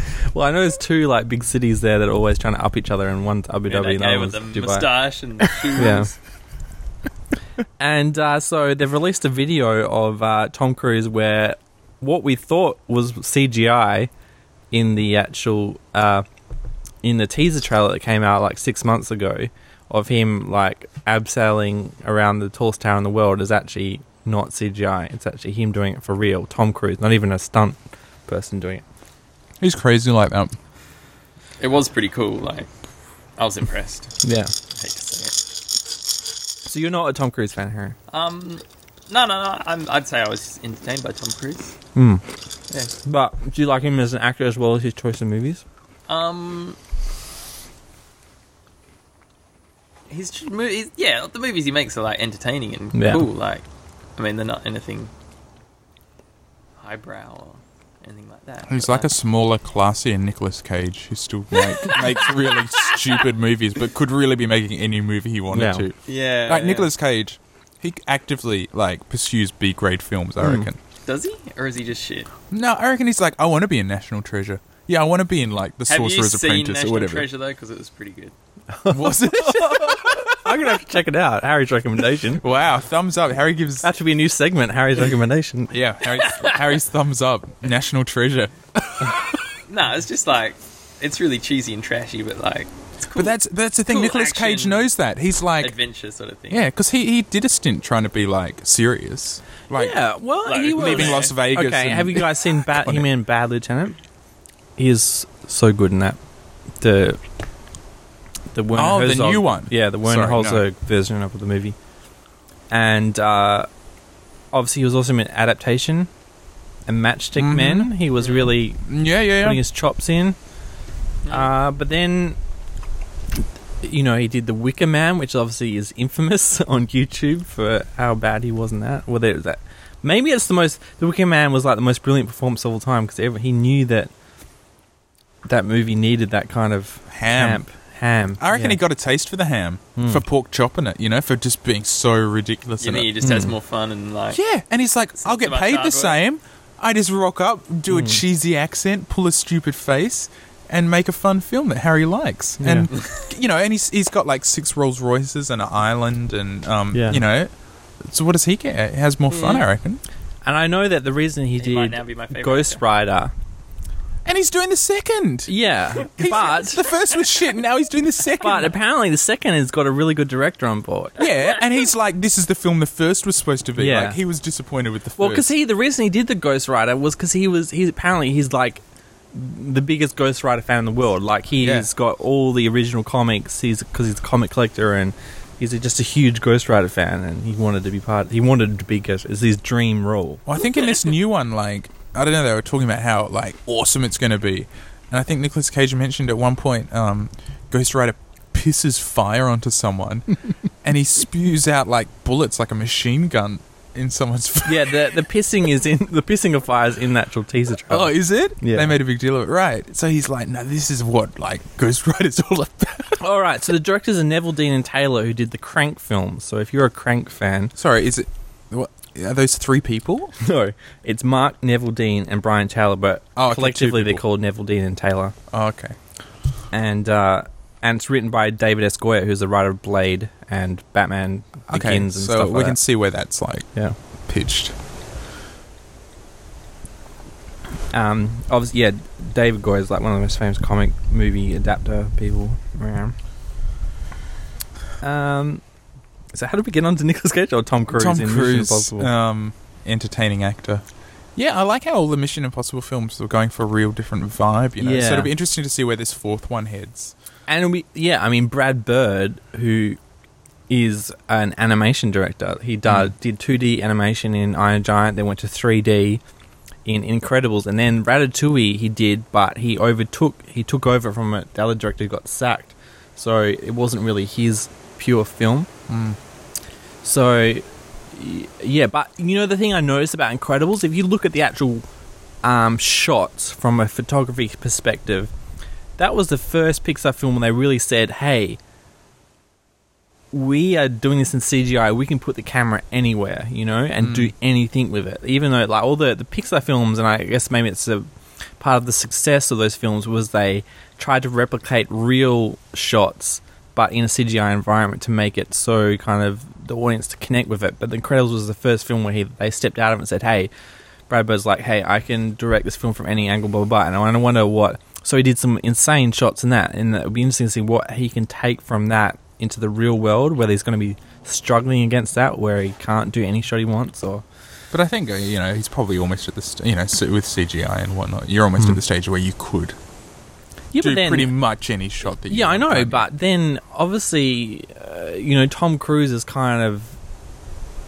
Speaker 2: you?
Speaker 3: well, I know there's two like big cities there that are always trying to up each other, and one's Abu
Speaker 1: Yeah,
Speaker 3: Dhabi,
Speaker 1: that guy
Speaker 3: and
Speaker 1: with
Speaker 3: one's
Speaker 1: the
Speaker 3: Dubai.
Speaker 1: moustache and the shoes.
Speaker 3: Yeah. And uh, so they've released a video of uh, Tom Cruise where what we thought was CGI in the actual uh, in the teaser trailer that came out like six months ago of him like abseiling around the tallest tower in the world is actually not CGI. It's actually him doing it for real. Tom Cruise, not even a stunt person doing it.
Speaker 2: He's crazy like that.
Speaker 1: It was pretty cool. Like I was impressed.
Speaker 3: Yeah.
Speaker 1: I hate to say it.
Speaker 3: So you're not a Tom Cruise fan, Harry?
Speaker 1: Um, no, no, no. I'm, I'd say I was entertained by Tom Cruise.
Speaker 3: Hmm.
Speaker 1: Yeah.
Speaker 3: But do you like him as an actor as well as his choice of movies?
Speaker 1: Um, his tr- movies, yeah, the movies he makes are like entertaining and
Speaker 3: Yeah.
Speaker 1: cool. Like, I mean, they're not anything highbrow or anything like that.
Speaker 2: He's
Speaker 1: but,
Speaker 2: like a smaller, classier Nicolas Cage who still make, makes really stupid movies, but could really be making any movie he wanted
Speaker 3: Yeah.
Speaker 2: to.
Speaker 1: yeah,
Speaker 2: Like
Speaker 1: yeah.
Speaker 2: Nicolas Cage, he actively like pursues B grade films. I
Speaker 3: Hmm.
Speaker 2: reckon.
Speaker 1: Does he, or is he just shit?
Speaker 2: No, I reckon he's like, I want to be in National Treasure. Yeah, I want to be in like the
Speaker 1: Have you
Speaker 2: Sorcerer's
Speaker 1: seen
Speaker 2: Apprentice
Speaker 1: National
Speaker 2: or whatever.
Speaker 1: Treasure though? Because it was pretty good.
Speaker 2: Was it?
Speaker 3: I'm gonna have to check it out. Harry's recommendation.
Speaker 2: Wow, thumbs up. Harry gives.
Speaker 3: That should be a new segment, Harry's recommendation.
Speaker 2: Yeah, Harry's, Harry's thumbs up. National Treasure.
Speaker 1: No, it's just like it's really cheesy and trashy, but like it's cool.
Speaker 2: But that's that's the thing.
Speaker 1: Cool
Speaker 2: Nicolas Cage
Speaker 1: action.
Speaker 2: knows that. He's like,
Speaker 1: adventure sort of thing.
Speaker 2: yeah, because he he did a stint trying to be like serious. Like,
Speaker 3: yeah, well,
Speaker 1: like,
Speaker 3: he was.
Speaker 2: leaving Las Vegas.
Speaker 3: okay,
Speaker 2: and-
Speaker 3: have you guys seen Bat,
Speaker 2: Iconic.
Speaker 3: him in Bad Lieutenant? He is so good in that. The the Werner
Speaker 2: Oh, the
Speaker 3: Herzog-
Speaker 2: new one.
Speaker 3: Yeah, the
Speaker 2: Sorry,
Speaker 3: Werner
Speaker 2: no.
Speaker 3: Herzog version of the movie. And uh, obviously, he was also in adaptation and Matchstick
Speaker 2: Mhm.
Speaker 3: Men. He was really
Speaker 2: mm, Yeah, yeah,
Speaker 3: putting
Speaker 2: yeah.
Speaker 3: his chops in. Uh, but then, you know, he did the Wicker Man, which obviously is infamous on YouTube for how bad he was in that. Well, there was that. Maybe it's the most. The Wicker Man was like the most brilliant performance of all time because he knew that that movie needed that kind of
Speaker 2: Ham.
Speaker 3: camp ham.
Speaker 2: I reckon
Speaker 3: yeah.
Speaker 2: he got a taste for the ham,
Speaker 3: Mm.
Speaker 2: for pork chopping it. You know, for just being so ridiculous.
Speaker 1: you
Speaker 2: in
Speaker 1: mean
Speaker 2: it.
Speaker 1: he just has more fun and like
Speaker 2: hmm. Yeah, and he's like,
Speaker 1: It's
Speaker 2: I'll
Speaker 1: not
Speaker 2: get
Speaker 1: so much
Speaker 2: paid
Speaker 1: hard
Speaker 2: the
Speaker 1: work.
Speaker 2: same. I just rock up, do
Speaker 3: Hmm.
Speaker 2: a cheesy accent, pull a stupid face, and make a fun film that Harry likes. And you know, and he's he's got like six Rolls Royces and an island, and um,
Speaker 3: Yeah.
Speaker 2: you know, so what does he get? He has more fun,
Speaker 1: Yeah.
Speaker 2: I reckon.
Speaker 3: And I know that the reason he,
Speaker 1: He might now be
Speaker 3: did
Speaker 1: my favorite
Speaker 3: Ghost
Speaker 1: actor.
Speaker 3: Rider.
Speaker 2: And he's doing the second.
Speaker 3: Yeah,
Speaker 2: He's-
Speaker 3: but
Speaker 2: the first was shit, and now he's doing the second.
Speaker 3: but apparently the second has got a really good director on board.
Speaker 2: yeah, and he's like, this is the film the first was supposed to be.
Speaker 3: Yeah.
Speaker 2: Like he was disappointed with the first.
Speaker 3: Well, because he the reason he did the Ghost Rider was because he was he's apparently he's like the biggest Ghost Rider fan in the world. Like he's
Speaker 2: Yeah.
Speaker 3: got all the original comics. He's because he's a comic collector and he's just a huge Ghost Rider fan. And he wanted to be part. He wanted to be Ghost. It's his dream role.
Speaker 2: Well, I think in this new one, like I don't know, they were talking about how like awesome it's going to be, and I think Nicolas Cage mentioned at one point, um, Ghost Rider pisses fire onto someone, and he spews out like bullets, like a machine gun, in someone's face.
Speaker 3: Yeah, the the pissing is in the pissing of fire is in that actual teaser trailer.
Speaker 2: Oh, is it?
Speaker 3: Yeah.
Speaker 2: They made a big deal of it, right? So he's like, "No, this is what like Ghost Rider's all about."
Speaker 3: All right, so the directors are Neville Dean and Taylor, who did the Crank films. So if you're a Crank fan,
Speaker 2: Sorry, is it? What are those three people?
Speaker 3: no, it's Mark Neville Dean and Brian Taylor, but
Speaker 2: Oh, okay, two
Speaker 3: collectively they're
Speaker 2: people.
Speaker 3: called Neville Dean and Taylor.
Speaker 2: Oh, okay.
Speaker 3: And uh, and it's written by David S. Goyer, who's the writer of Blade and Batman Begins
Speaker 2: Okay,
Speaker 3: and
Speaker 2: so
Speaker 3: stuff
Speaker 2: we
Speaker 3: like
Speaker 2: can
Speaker 3: that.
Speaker 2: see where that's like
Speaker 3: Yeah.
Speaker 2: pitched.
Speaker 3: Um, obviously, yeah, David Goyer is like one of the most famous comic movie adapter people around. Um, so how did we get on to Nicolas Cage or Tom Cruise?
Speaker 2: Tom
Speaker 3: in Mission
Speaker 2: Cruise,
Speaker 3: Impossible?
Speaker 2: um, entertaining actor. Yeah, I like how all the Mission Impossible films were going for a real different vibe. You know,
Speaker 3: Yeah.
Speaker 2: so it'll be interesting to see where this fourth one heads.
Speaker 3: And we, yeah, I mean Brad Bird, who is an animation director. He did did two D animation in Iron Giant, then went to three D in Incredibles, and then Ratatouille he did, but he overtook he took over from it. The other director who got sacked, so it wasn't really his pure film.
Speaker 2: Mm.
Speaker 3: So y- yeah, but you know the thing I noticed about Incredibles, if you look at the actual um, shots from a photography perspective, that was the first Pixar film when they really said, "Hey, we are doing this in CGI. We can put the camera anywhere, you know, and
Speaker 2: Mm.
Speaker 3: do anything with it." Even though, like all the the Pixar films, and I guess maybe it's a part of the success of those films was they tried to replicate real shots, but in a CGI environment to make it so kind of the audience to connect with it. But The Incredibles was the first film where he they stepped out of it and said, "Hey." Brad Bird's like, hey, I can direct this film from any angle, blah, blah, blah. And I wanna wonder what. So he did some insane shots in that, and it would be interesting to see what he can take from that into the real world, whether he's going to be struggling against that, where he can't do any shot he wants, or.
Speaker 2: But I think uh, you know he's probably almost at the st- you know so with CGI and whatnot. You're almost
Speaker 3: Mm.
Speaker 2: at the stage where you could
Speaker 3: Yeah,
Speaker 2: do pretty much any shot that. you
Speaker 3: Yeah, I know,
Speaker 2: want.
Speaker 3: but then obviously, uh, you know, Tom Cruise is kind of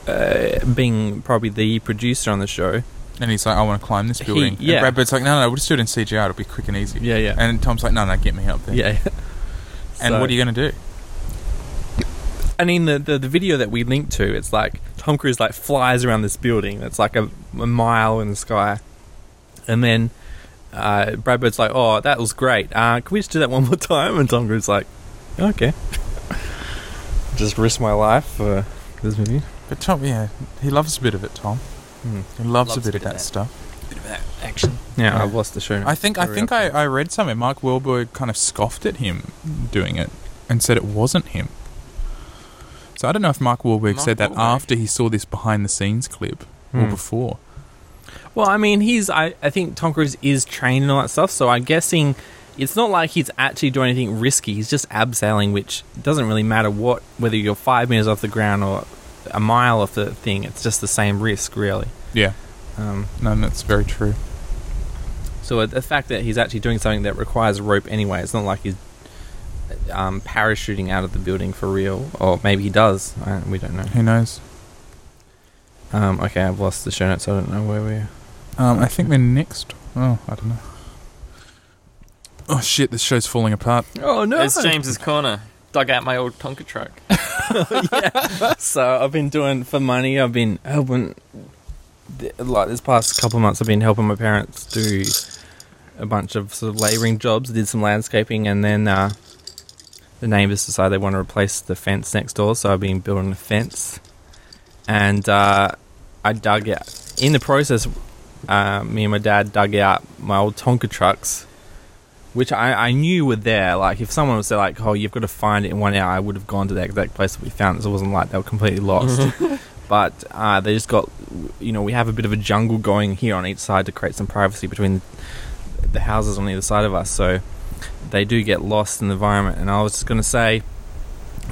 Speaker 3: uh, being probably the producer on the show.
Speaker 2: and he's like, I want to climb this
Speaker 3: He-
Speaker 2: building.
Speaker 3: yeah.
Speaker 2: And Brad Bird's like, No, no, we'll just do it in CGI. It'll be quick and easy.
Speaker 3: Yeah, yeah.
Speaker 2: And Tom's like, No, no, get me up there.
Speaker 3: yeah.
Speaker 2: And
Speaker 3: So-
Speaker 2: what are you going to do?
Speaker 3: and in the, the, the video that we linked to, it's like Tom Cruise like flies around this building that's like a, a mile in the sky, and then uh, Brad Bird's like, "Oh, that was great. Uh, can we just do that one more time?" And Tom Cruise's like, "Okay, just risk my life for this movie."
Speaker 2: But Tom, yeah, he loves a bit of it. Tom, he loves, a bit, of that, stuff.
Speaker 3: Action. Yeah, I've lost the show.
Speaker 2: I think. I
Speaker 3: Hurry
Speaker 2: think
Speaker 3: up.
Speaker 2: I, I read somewhere Mark Wahlberg kind of scoffed at him doing it and said it wasn't him. So I don't know if Mark Wahlberg
Speaker 1: Mark
Speaker 2: said that
Speaker 1: Wahlberg?
Speaker 2: after he saw this behind the scenes clip or
Speaker 3: Hmm.
Speaker 2: before.
Speaker 3: Well, I mean, he's. I, I think Tom Cruise is trained and all that stuff, so I'm guessing it's not like he's actually doing anything risky. He's just abseiling, which doesn't really matter what, whether you're five meters off the ground or a mile off the thing. It's just the same risk, really.
Speaker 2: Yeah,
Speaker 3: Um,
Speaker 2: no, that's very true.
Speaker 3: so the fact that he's actually doing something that requires a rope anyway, it's not like he's um, parachuting out of the building for real, or maybe he does. I, we don't know.
Speaker 2: Who knows?
Speaker 3: Um, okay, I've lost the show notes. I don't know where we're.
Speaker 2: Um, I think the next. Oh, I don't know. Oh shit! This show's falling apart.
Speaker 3: Oh no!
Speaker 1: It's James's corner. Dug out my old Tonka truck.
Speaker 3: So I've been doing for money. I've been helping, th- like this past couple of months, I've been helping my parents do a bunch of sort of labouring jobs. Did some landscaping, and then uh, the neighbours decided they want to replace the fence next door. So I've been building a fence, and uh, I dug out. In the process, uh, me and my dad dug out my old Tonka trucks. Which I, I knew were there. Like, if someone was there, like, oh, you've got to find it in one hour, I would have gone to that exact place that we found it. So it wasn't like they were completely lost. but uh, they just got, you know, we have a bit of a jungle going here on each side to create some privacy between the houses on either side of us. So they do get lost in the environment. And I was just going to say,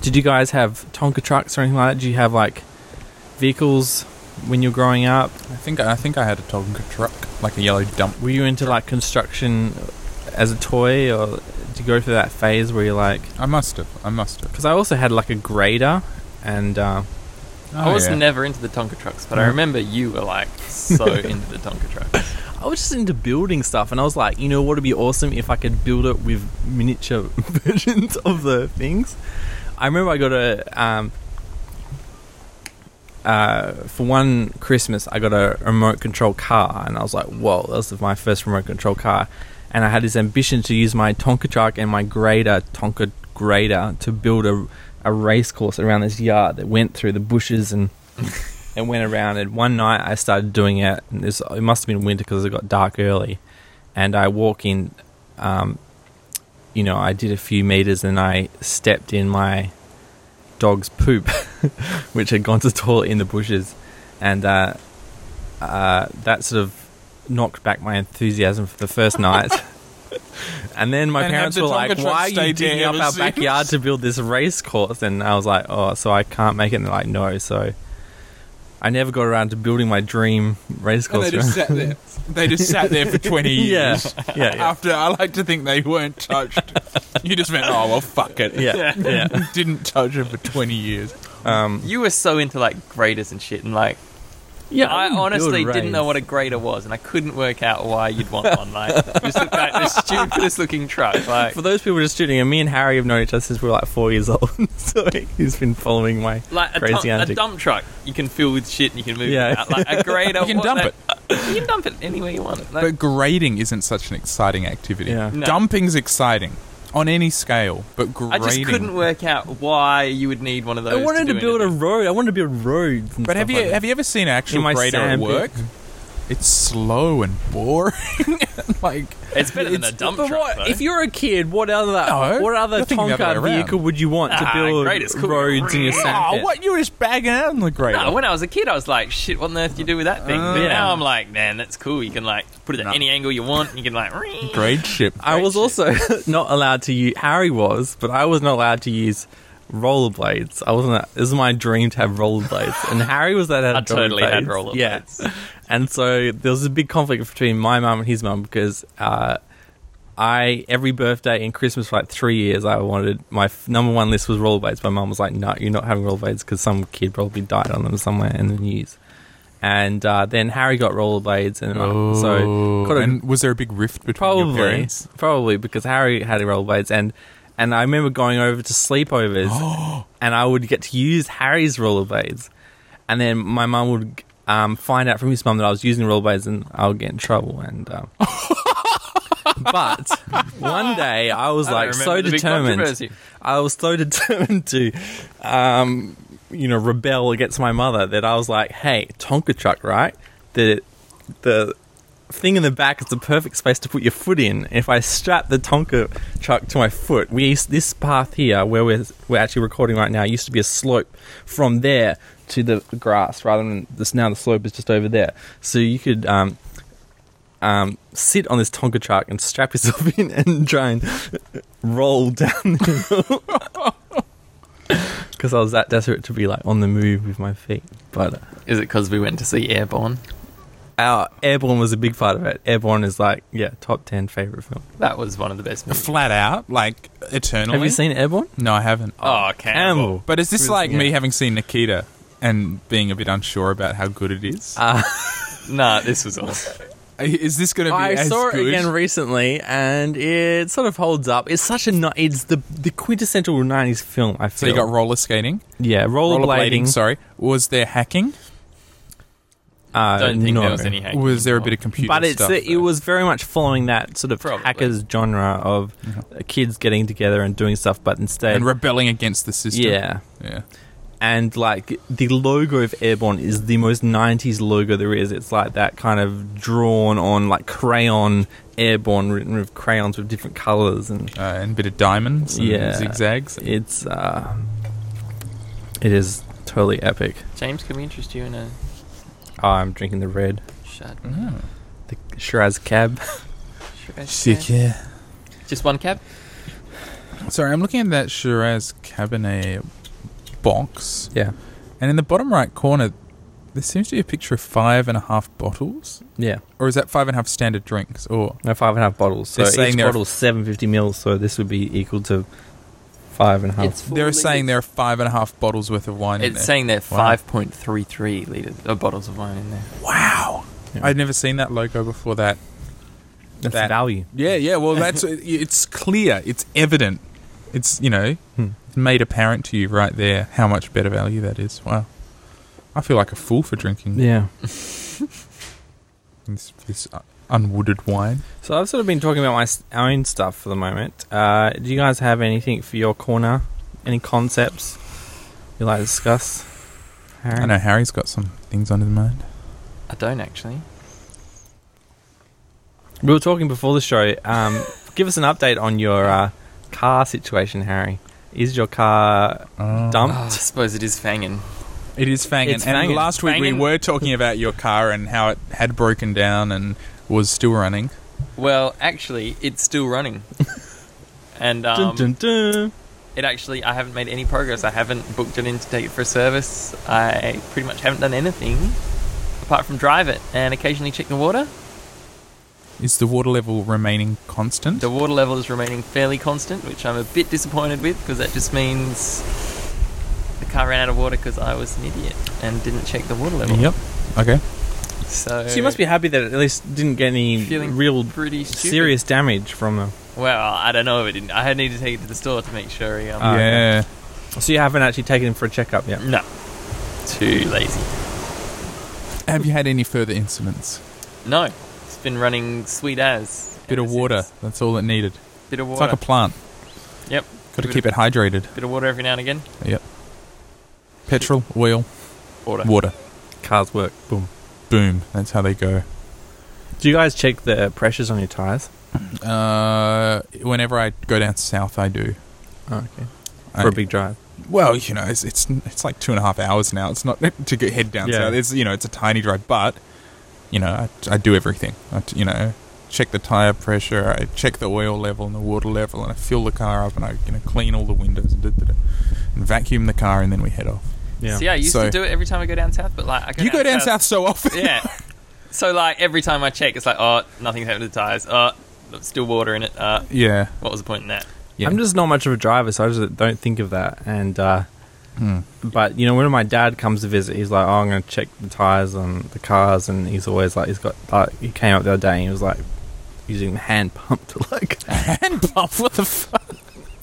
Speaker 3: did you guys have Tonka trucks or anything like that? Did you have, like, vehicles when you were growing up?
Speaker 2: I think I think I had a Tonka truck, like a yellow dump.
Speaker 3: Were you into like construction as a toy, or did you go through that phase where you're like?
Speaker 2: I must have. I must have.
Speaker 3: Because I also had like a grader, and uh,
Speaker 1: I was
Speaker 2: Oh, yeah. Mm.
Speaker 1: never into the Tonka trucks, but I remember you were like so into the Tonka trucks.
Speaker 3: I was just into building stuff, and I was like, you know what would be awesome if I could build it with miniature versions of the things. I remember I got a um, uh, for one Christmas, I got a remote control car, and I was like, whoa, that was my first remote control car. And I had this ambition to use my Tonka truck and my grader, Tonka grader, to build a, a race course around this yard that went through the bushes and and went around. And one night I started doing it. And this, it must have been winter because it got dark early. And I walk in, um, you know, I did a few meters and I stepped in my dog's poop, which had gone to the toilet in the bushes. And uh, uh, that sort of knocked back my enthusiasm for the first night. And then my
Speaker 2: And have
Speaker 3: parents
Speaker 2: the
Speaker 3: were like,
Speaker 2: Tonka truck
Speaker 3: "Why are you
Speaker 2: stayed there
Speaker 3: digging up
Speaker 2: ever
Speaker 3: our
Speaker 2: since?"
Speaker 3: backyard to build this race course?" And I was like, "Oh, so I can't make it." And they're like, "No." So I never got around to building my dream race
Speaker 2: And
Speaker 3: course.
Speaker 2: they just sat there. They just sat there for 20
Speaker 3: yeah,
Speaker 2: years.
Speaker 3: yeah, yeah,
Speaker 2: After, I like to think they weren't touched. you just went, oh, well, fuck it.
Speaker 3: yeah, yeah.
Speaker 2: Didn't touch it for 20 years.
Speaker 3: Um,
Speaker 1: You were so into like graders and shit, and like
Speaker 3: yeah,
Speaker 1: I
Speaker 3: wouldn't
Speaker 1: honestly
Speaker 3: build
Speaker 1: didn't know
Speaker 3: raids.
Speaker 1: what a grader was, and I couldn't work out why you'd want one. Like, just look at the stupidest looking truck. Like,
Speaker 3: For those people just tuning in, me and Harry have known each other since we were like four years old, so he's been following my
Speaker 1: like a,
Speaker 3: Crazy
Speaker 1: dump, a
Speaker 3: antic.
Speaker 1: dump truck, you can fill with shit and you can move
Speaker 3: Yeah.
Speaker 1: it out. Like a grader,
Speaker 2: You can
Speaker 1: what
Speaker 2: dump
Speaker 1: the-
Speaker 2: it.
Speaker 1: You can dump it anywhere you want. it. Like,
Speaker 2: But grading isn't such an exciting activity.
Speaker 3: Yeah.
Speaker 1: No.
Speaker 2: Dumping's exciting on any scale, but grading.
Speaker 1: I just couldn't work out why you would need one of those.
Speaker 3: I wanted to,
Speaker 1: do
Speaker 3: build
Speaker 1: anything.
Speaker 3: a road. I wanted to build roads. And
Speaker 2: But have
Speaker 3: stuff
Speaker 2: you
Speaker 3: like that.
Speaker 2: have you ever seen an
Speaker 3: In
Speaker 2: actual
Speaker 3: my
Speaker 2: grader at
Speaker 3: sand pit.
Speaker 2: work? It's slow and boring. like
Speaker 1: It's better than a
Speaker 2: It's-
Speaker 1: dump
Speaker 3: but
Speaker 1: truck.
Speaker 3: what
Speaker 1: though.
Speaker 3: if you're a kid? What other
Speaker 2: No,
Speaker 3: what other
Speaker 2: you're thinking the other
Speaker 3: Tonka
Speaker 2: way around.
Speaker 3: vehicle would you want to
Speaker 1: Ah,
Speaker 3: build
Speaker 1: great, it's cool. Ah,
Speaker 3: roads in your
Speaker 1: Yeah,
Speaker 3: sandpit?
Speaker 2: oh, what you were just bagging out on the grader.
Speaker 1: No, when I was a kid, I was like, "Shit, what on earth do you do with that thing?" but
Speaker 3: Oh, Yeah.
Speaker 1: now I'm like, "Man, that's cool. You can like put it at
Speaker 2: No.
Speaker 1: any angle you want. You can like."
Speaker 2: Grade ship.
Speaker 3: I was
Speaker 1: shit.
Speaker 3: also not allowed to use. Harry was, but I was not allowed to use rollerblades. I wasn't. It was my dream to have rollerblades, and Harry was that. Had
Speaker 1: I totally had rollerblades.
Speaker 3: Yeah, and so there was a big conflict between my mum and his mum because uh, I every birthday and Christmas for like three years I wanted my f- number one list was rollerblades. My mum was like, "No, you're not having rollerblades because some kid probably died on them somewhere in the news." And uh, then Harry got rollerblades, and uh,
Speaker 1: Oh.
Speaker 3: so got a
Speaker 2: Oh. and was there a big rift between your
Speaker 3: Probably,
Speaker 2: parents?
Speaker 3: probably because Harry had rollerblades, and and I remember going over to sleepovers, and I would get to use Harry's rollerblades, and then my mum would um, find out from his mum that I was using rollerblades, and I would get in trouble. And um, but one day I was
Speaker 1: I
Speaker 3: like
Speaker 1: remember
Speaker 3: so
Speaker 1: the big
Speaker 3: determined.
Speaker 1: controversy.
Speaker 3: I was so determined to, um, you know, rebel against my mother that I was like, "Hey, Tonka truck, right? The the thing in the back is the perfect space to put your foot in. If I strap the Tonka truck to my foot, we used, this path here where we're we're actually recording right now used to be a slope from there to the grass, rather than this now the slope is just over there. So you could um, um, sit on this Tonka truck and strap yourself in and try and roll down the hill. Because I was that desperate to be like on the move with my feet, but. Uh,
Speaker 1: Is it because we went to see Airborne?
Speaker 3: our Airborne was a big part of it. Airborne is like, yeah, top ten favorite film.
Speaker 1: That was one of the best movies.
Speaker 2: Flat out, like eternally.
Speaker 3: Have you seen Airborne?
Speaker 2: No, I haven't.
Speaker 1: Oh, Campbell.
Speaker 2: But is this
Speaker 3: Really?
Speaker 2: like me
Speaker 3: Yeah.
Speaker 2: having seen Nikita and being a bit unsure about how good it is?
Speaker 3: Uh,
Speaker 2: Uh,
Speaker 1: Nah, this was awesome.
Speaker 2: is this going to be
Speaker 3: I
Speaker 2: as
Speaker 3: saw it
Speaker 2: good?
Speaker 3: again recently, and it sort of holds up. It's such a ni- it's the the quintessential '90s film. I feel.
Speaker 2: so you got roller skating,
Speaker 3: yeah, rollerblading.
Speaker 2: Sorry, was there hacking?
Speaker 3: uh,
Speaker 1: Don't think
Speaker 3: no.
Speaker 1: there was any hacking.
Speaker 2: was there a
Speaker 1: involved.
Speaker 2: bit of computer
Speaker 3: oh. But it's
Speaker 2: stuff?
Speaker 3: it
Speaker 2: though?
Speaker 3: was very much following that sort of
Speaker 1: Probably.
Speaker 3: hackers genre of uh, kids getting together and doing stuff, but instead,
Speaker 2: and rebelling against the system.
Speaker 3: yeah,
Speaker 2: yeah.
Speaker 3: and like the logo of Airborne is the most 90s logo there is. It's like that kind of drawn on like crayon Airborne written with crayons with different colors and
Speaker 2: Uh, and a bit of diamonds, and
Speaker 3: Yeah.
Speaker 2: zigzags.
Speaker 3: it's uh it is totally epic.
Speaker 1: Oh. James, can we interest you in a
Speaker 3: Oh, I'm drinking the red,
Speaker 1: shot?
Speaker 2: Hmm?
Speaker 3: the Shiraz cab.
Speaker 2: yeah.
Speaker 1: Just one cab?
Speaker 2: Sorry, I'm looking at that Shiraz Cabernet box,
Speaker 3: Yeah.
Speaker 2: and in the bottom right corner, there seems to be a picture of five and a half bottles,
Speaker 3: Yeah.
Speaker 2: or is that five and a half standard drinks? Or
Speaker 3: No five and a half bottles. So
Speaker 2: They're saying
Speaker 3: each
Speaker 2: they're-
Speaker 3: bottle's 750 mils, so this would be equal to five and a half.
Speaker 2: Oh. they're saying there are five and a half bottles worth of wine in
Speaker 1: It's
Speaker 2: there.
Speaker 1: saying there are
Speaker 2: Wow.
Speaker 1: uh, 5.33 liters of bottles of wine in there.
Speaker 2: wow,
Speaker 3: Yeah.
Speaker 4: I-
Speaker 2: I'd never seen that logo before that.
Speaker 3: That's
Speaker 2: That-
Speaker 3: value.
Speaker 2: Yeah, yeah. Well, that's it's clear, it's evident, it's you know
Speaker 3: Hmm.
Speaker 2: made apparent to you right there how much better value that is. Wow, I feel like a fool for drinking
Speaker 3: Yeah.
Speaker 2: this, this unwooded wine.
Speaker 3: So I've sort of been talking about my s- own stuff for the moment. Uh, do you guys have anything for your corner? Any concepts you'd like to discuss?
Speaker 2: I know Harry's got some things on his mind.
Speaker 1: I don't actually.
Speaker 3: We were talking before the show. Um, give us an update on your uh, car situation, Harry. Is your car
Speaker 2: Oh.
Speaker 1: Oh,
Speaker 3: dumped?
Speaker 1: I suppose it is fangin'.
Speaker 2: It is fangin'.
Speaker 3: It's
Speaker 2: and
Speaker 3: fangin'.
Speaker 2: last week we
Speaker 1: Fangin'.
Speaker 2: were talking about your car and how it had broken down and was still running.
Speaker 1: Well, actually, it's still running. and um,
Speaker 3: Dun, dun, dun.
Speaker 1: it actually, I haven't made any progress. I haven't booked it in to take it for a service. I pretty much haven't done anything apart from drive it and occasionally check the water.
Speaker 2: Is the water level remaining constant?
Speaker 1: The water level is remaining fairly constant, which I'm a bit disappointed with because that just means the car ran out of water because I was an idiot and didn't check the water level.
Speaker 2: Yep. Okay.
Speaker 1: So,
Speaker 3: So you must be happy that it at least didn't get any
Speaker 1: Feeling
Speaker 3: real
Speaker 1: pretty stupid.
Speaker 3: serious damage from them.
Speaker 1: Well, I don't know if it didn't. I had need to take it to the store to make sure. Um,
Speaker 3: Ah, okay.
Speaker 2: yeah.
Speaker 3: So you haven't actually taken him for a checkup yet.
Speaker 1: No, too lazy.
Speaker 2: Have you had any further incidents?
Speaker 1: No, it's been running sweet as.
Speaker 2: Bit of
Speaker 1: ever
Speaker 2: water.
Speaker 1: since.
Speaker 2: That's all it needed.
Speaker 1: Bit of
Speaker 2: It's
Speaker 1: water.
Speaker 2: like a plant.
Speaker 1: Yep.
Speaker 2: Got to
Speaker 1: Bit
Speaker 2: keep it hydrated.
Speaker 1: Bit of water every now and again.
Speaker 2: Yep. Petrol, oil,
Speaker 1: Water.
Speaker 2: water.
Speaker 3: Cars work. Boom.
Speaker 2: Boom. That's how they go.
Speaker 3: Do you guys check the pressures on your tires?
Speaker 2: Uh, whenever I go down south, I do.
Speaker 3: Oh, okay.
Speaker 2: I-
Speaker 3: For a big drive.
Speaker 2: Well, you know, it's, it's it's like two and a half hours now. It's not to get head down
Speaker 3: Yeah.
Speaker 2: south. It's you know, it's a tiny drive, but you know, I, I do everything. I t you know, check the tire pressure, I check the oil level and the water level, and I fill the car up, and I you know clean all the windows and, da, da, da, and vacuum the car, and then we head off.
Speaker 3: Yeah.
Speaker 1: See, I used
Speaker 2: So-
Speaker 1: to do it every time I go down south, but like I go
Speaker 2: you go down south, so often.
Speaker 1: yeah. So like every time I check, it's like oh nothing's happened to the tires. Oh, there's still water in it. Uh,
Speaker 2: yeah.
Speaker 1: what was the point in that?
Speaker 2: Yeah.
Speaker 3: I'm just not much of a driver, so I just don't think of that. And uh,
Speaker 2: Hmm.
Speaker 3: but you know, when my dad comes to visit, he's like, "Oh, I'm going to check the tires on the cars," and he's always like, "He's got." Like, he came up the other day and he was like using the hand pump to like.
Speaker 2: Hand pump. What the fuck?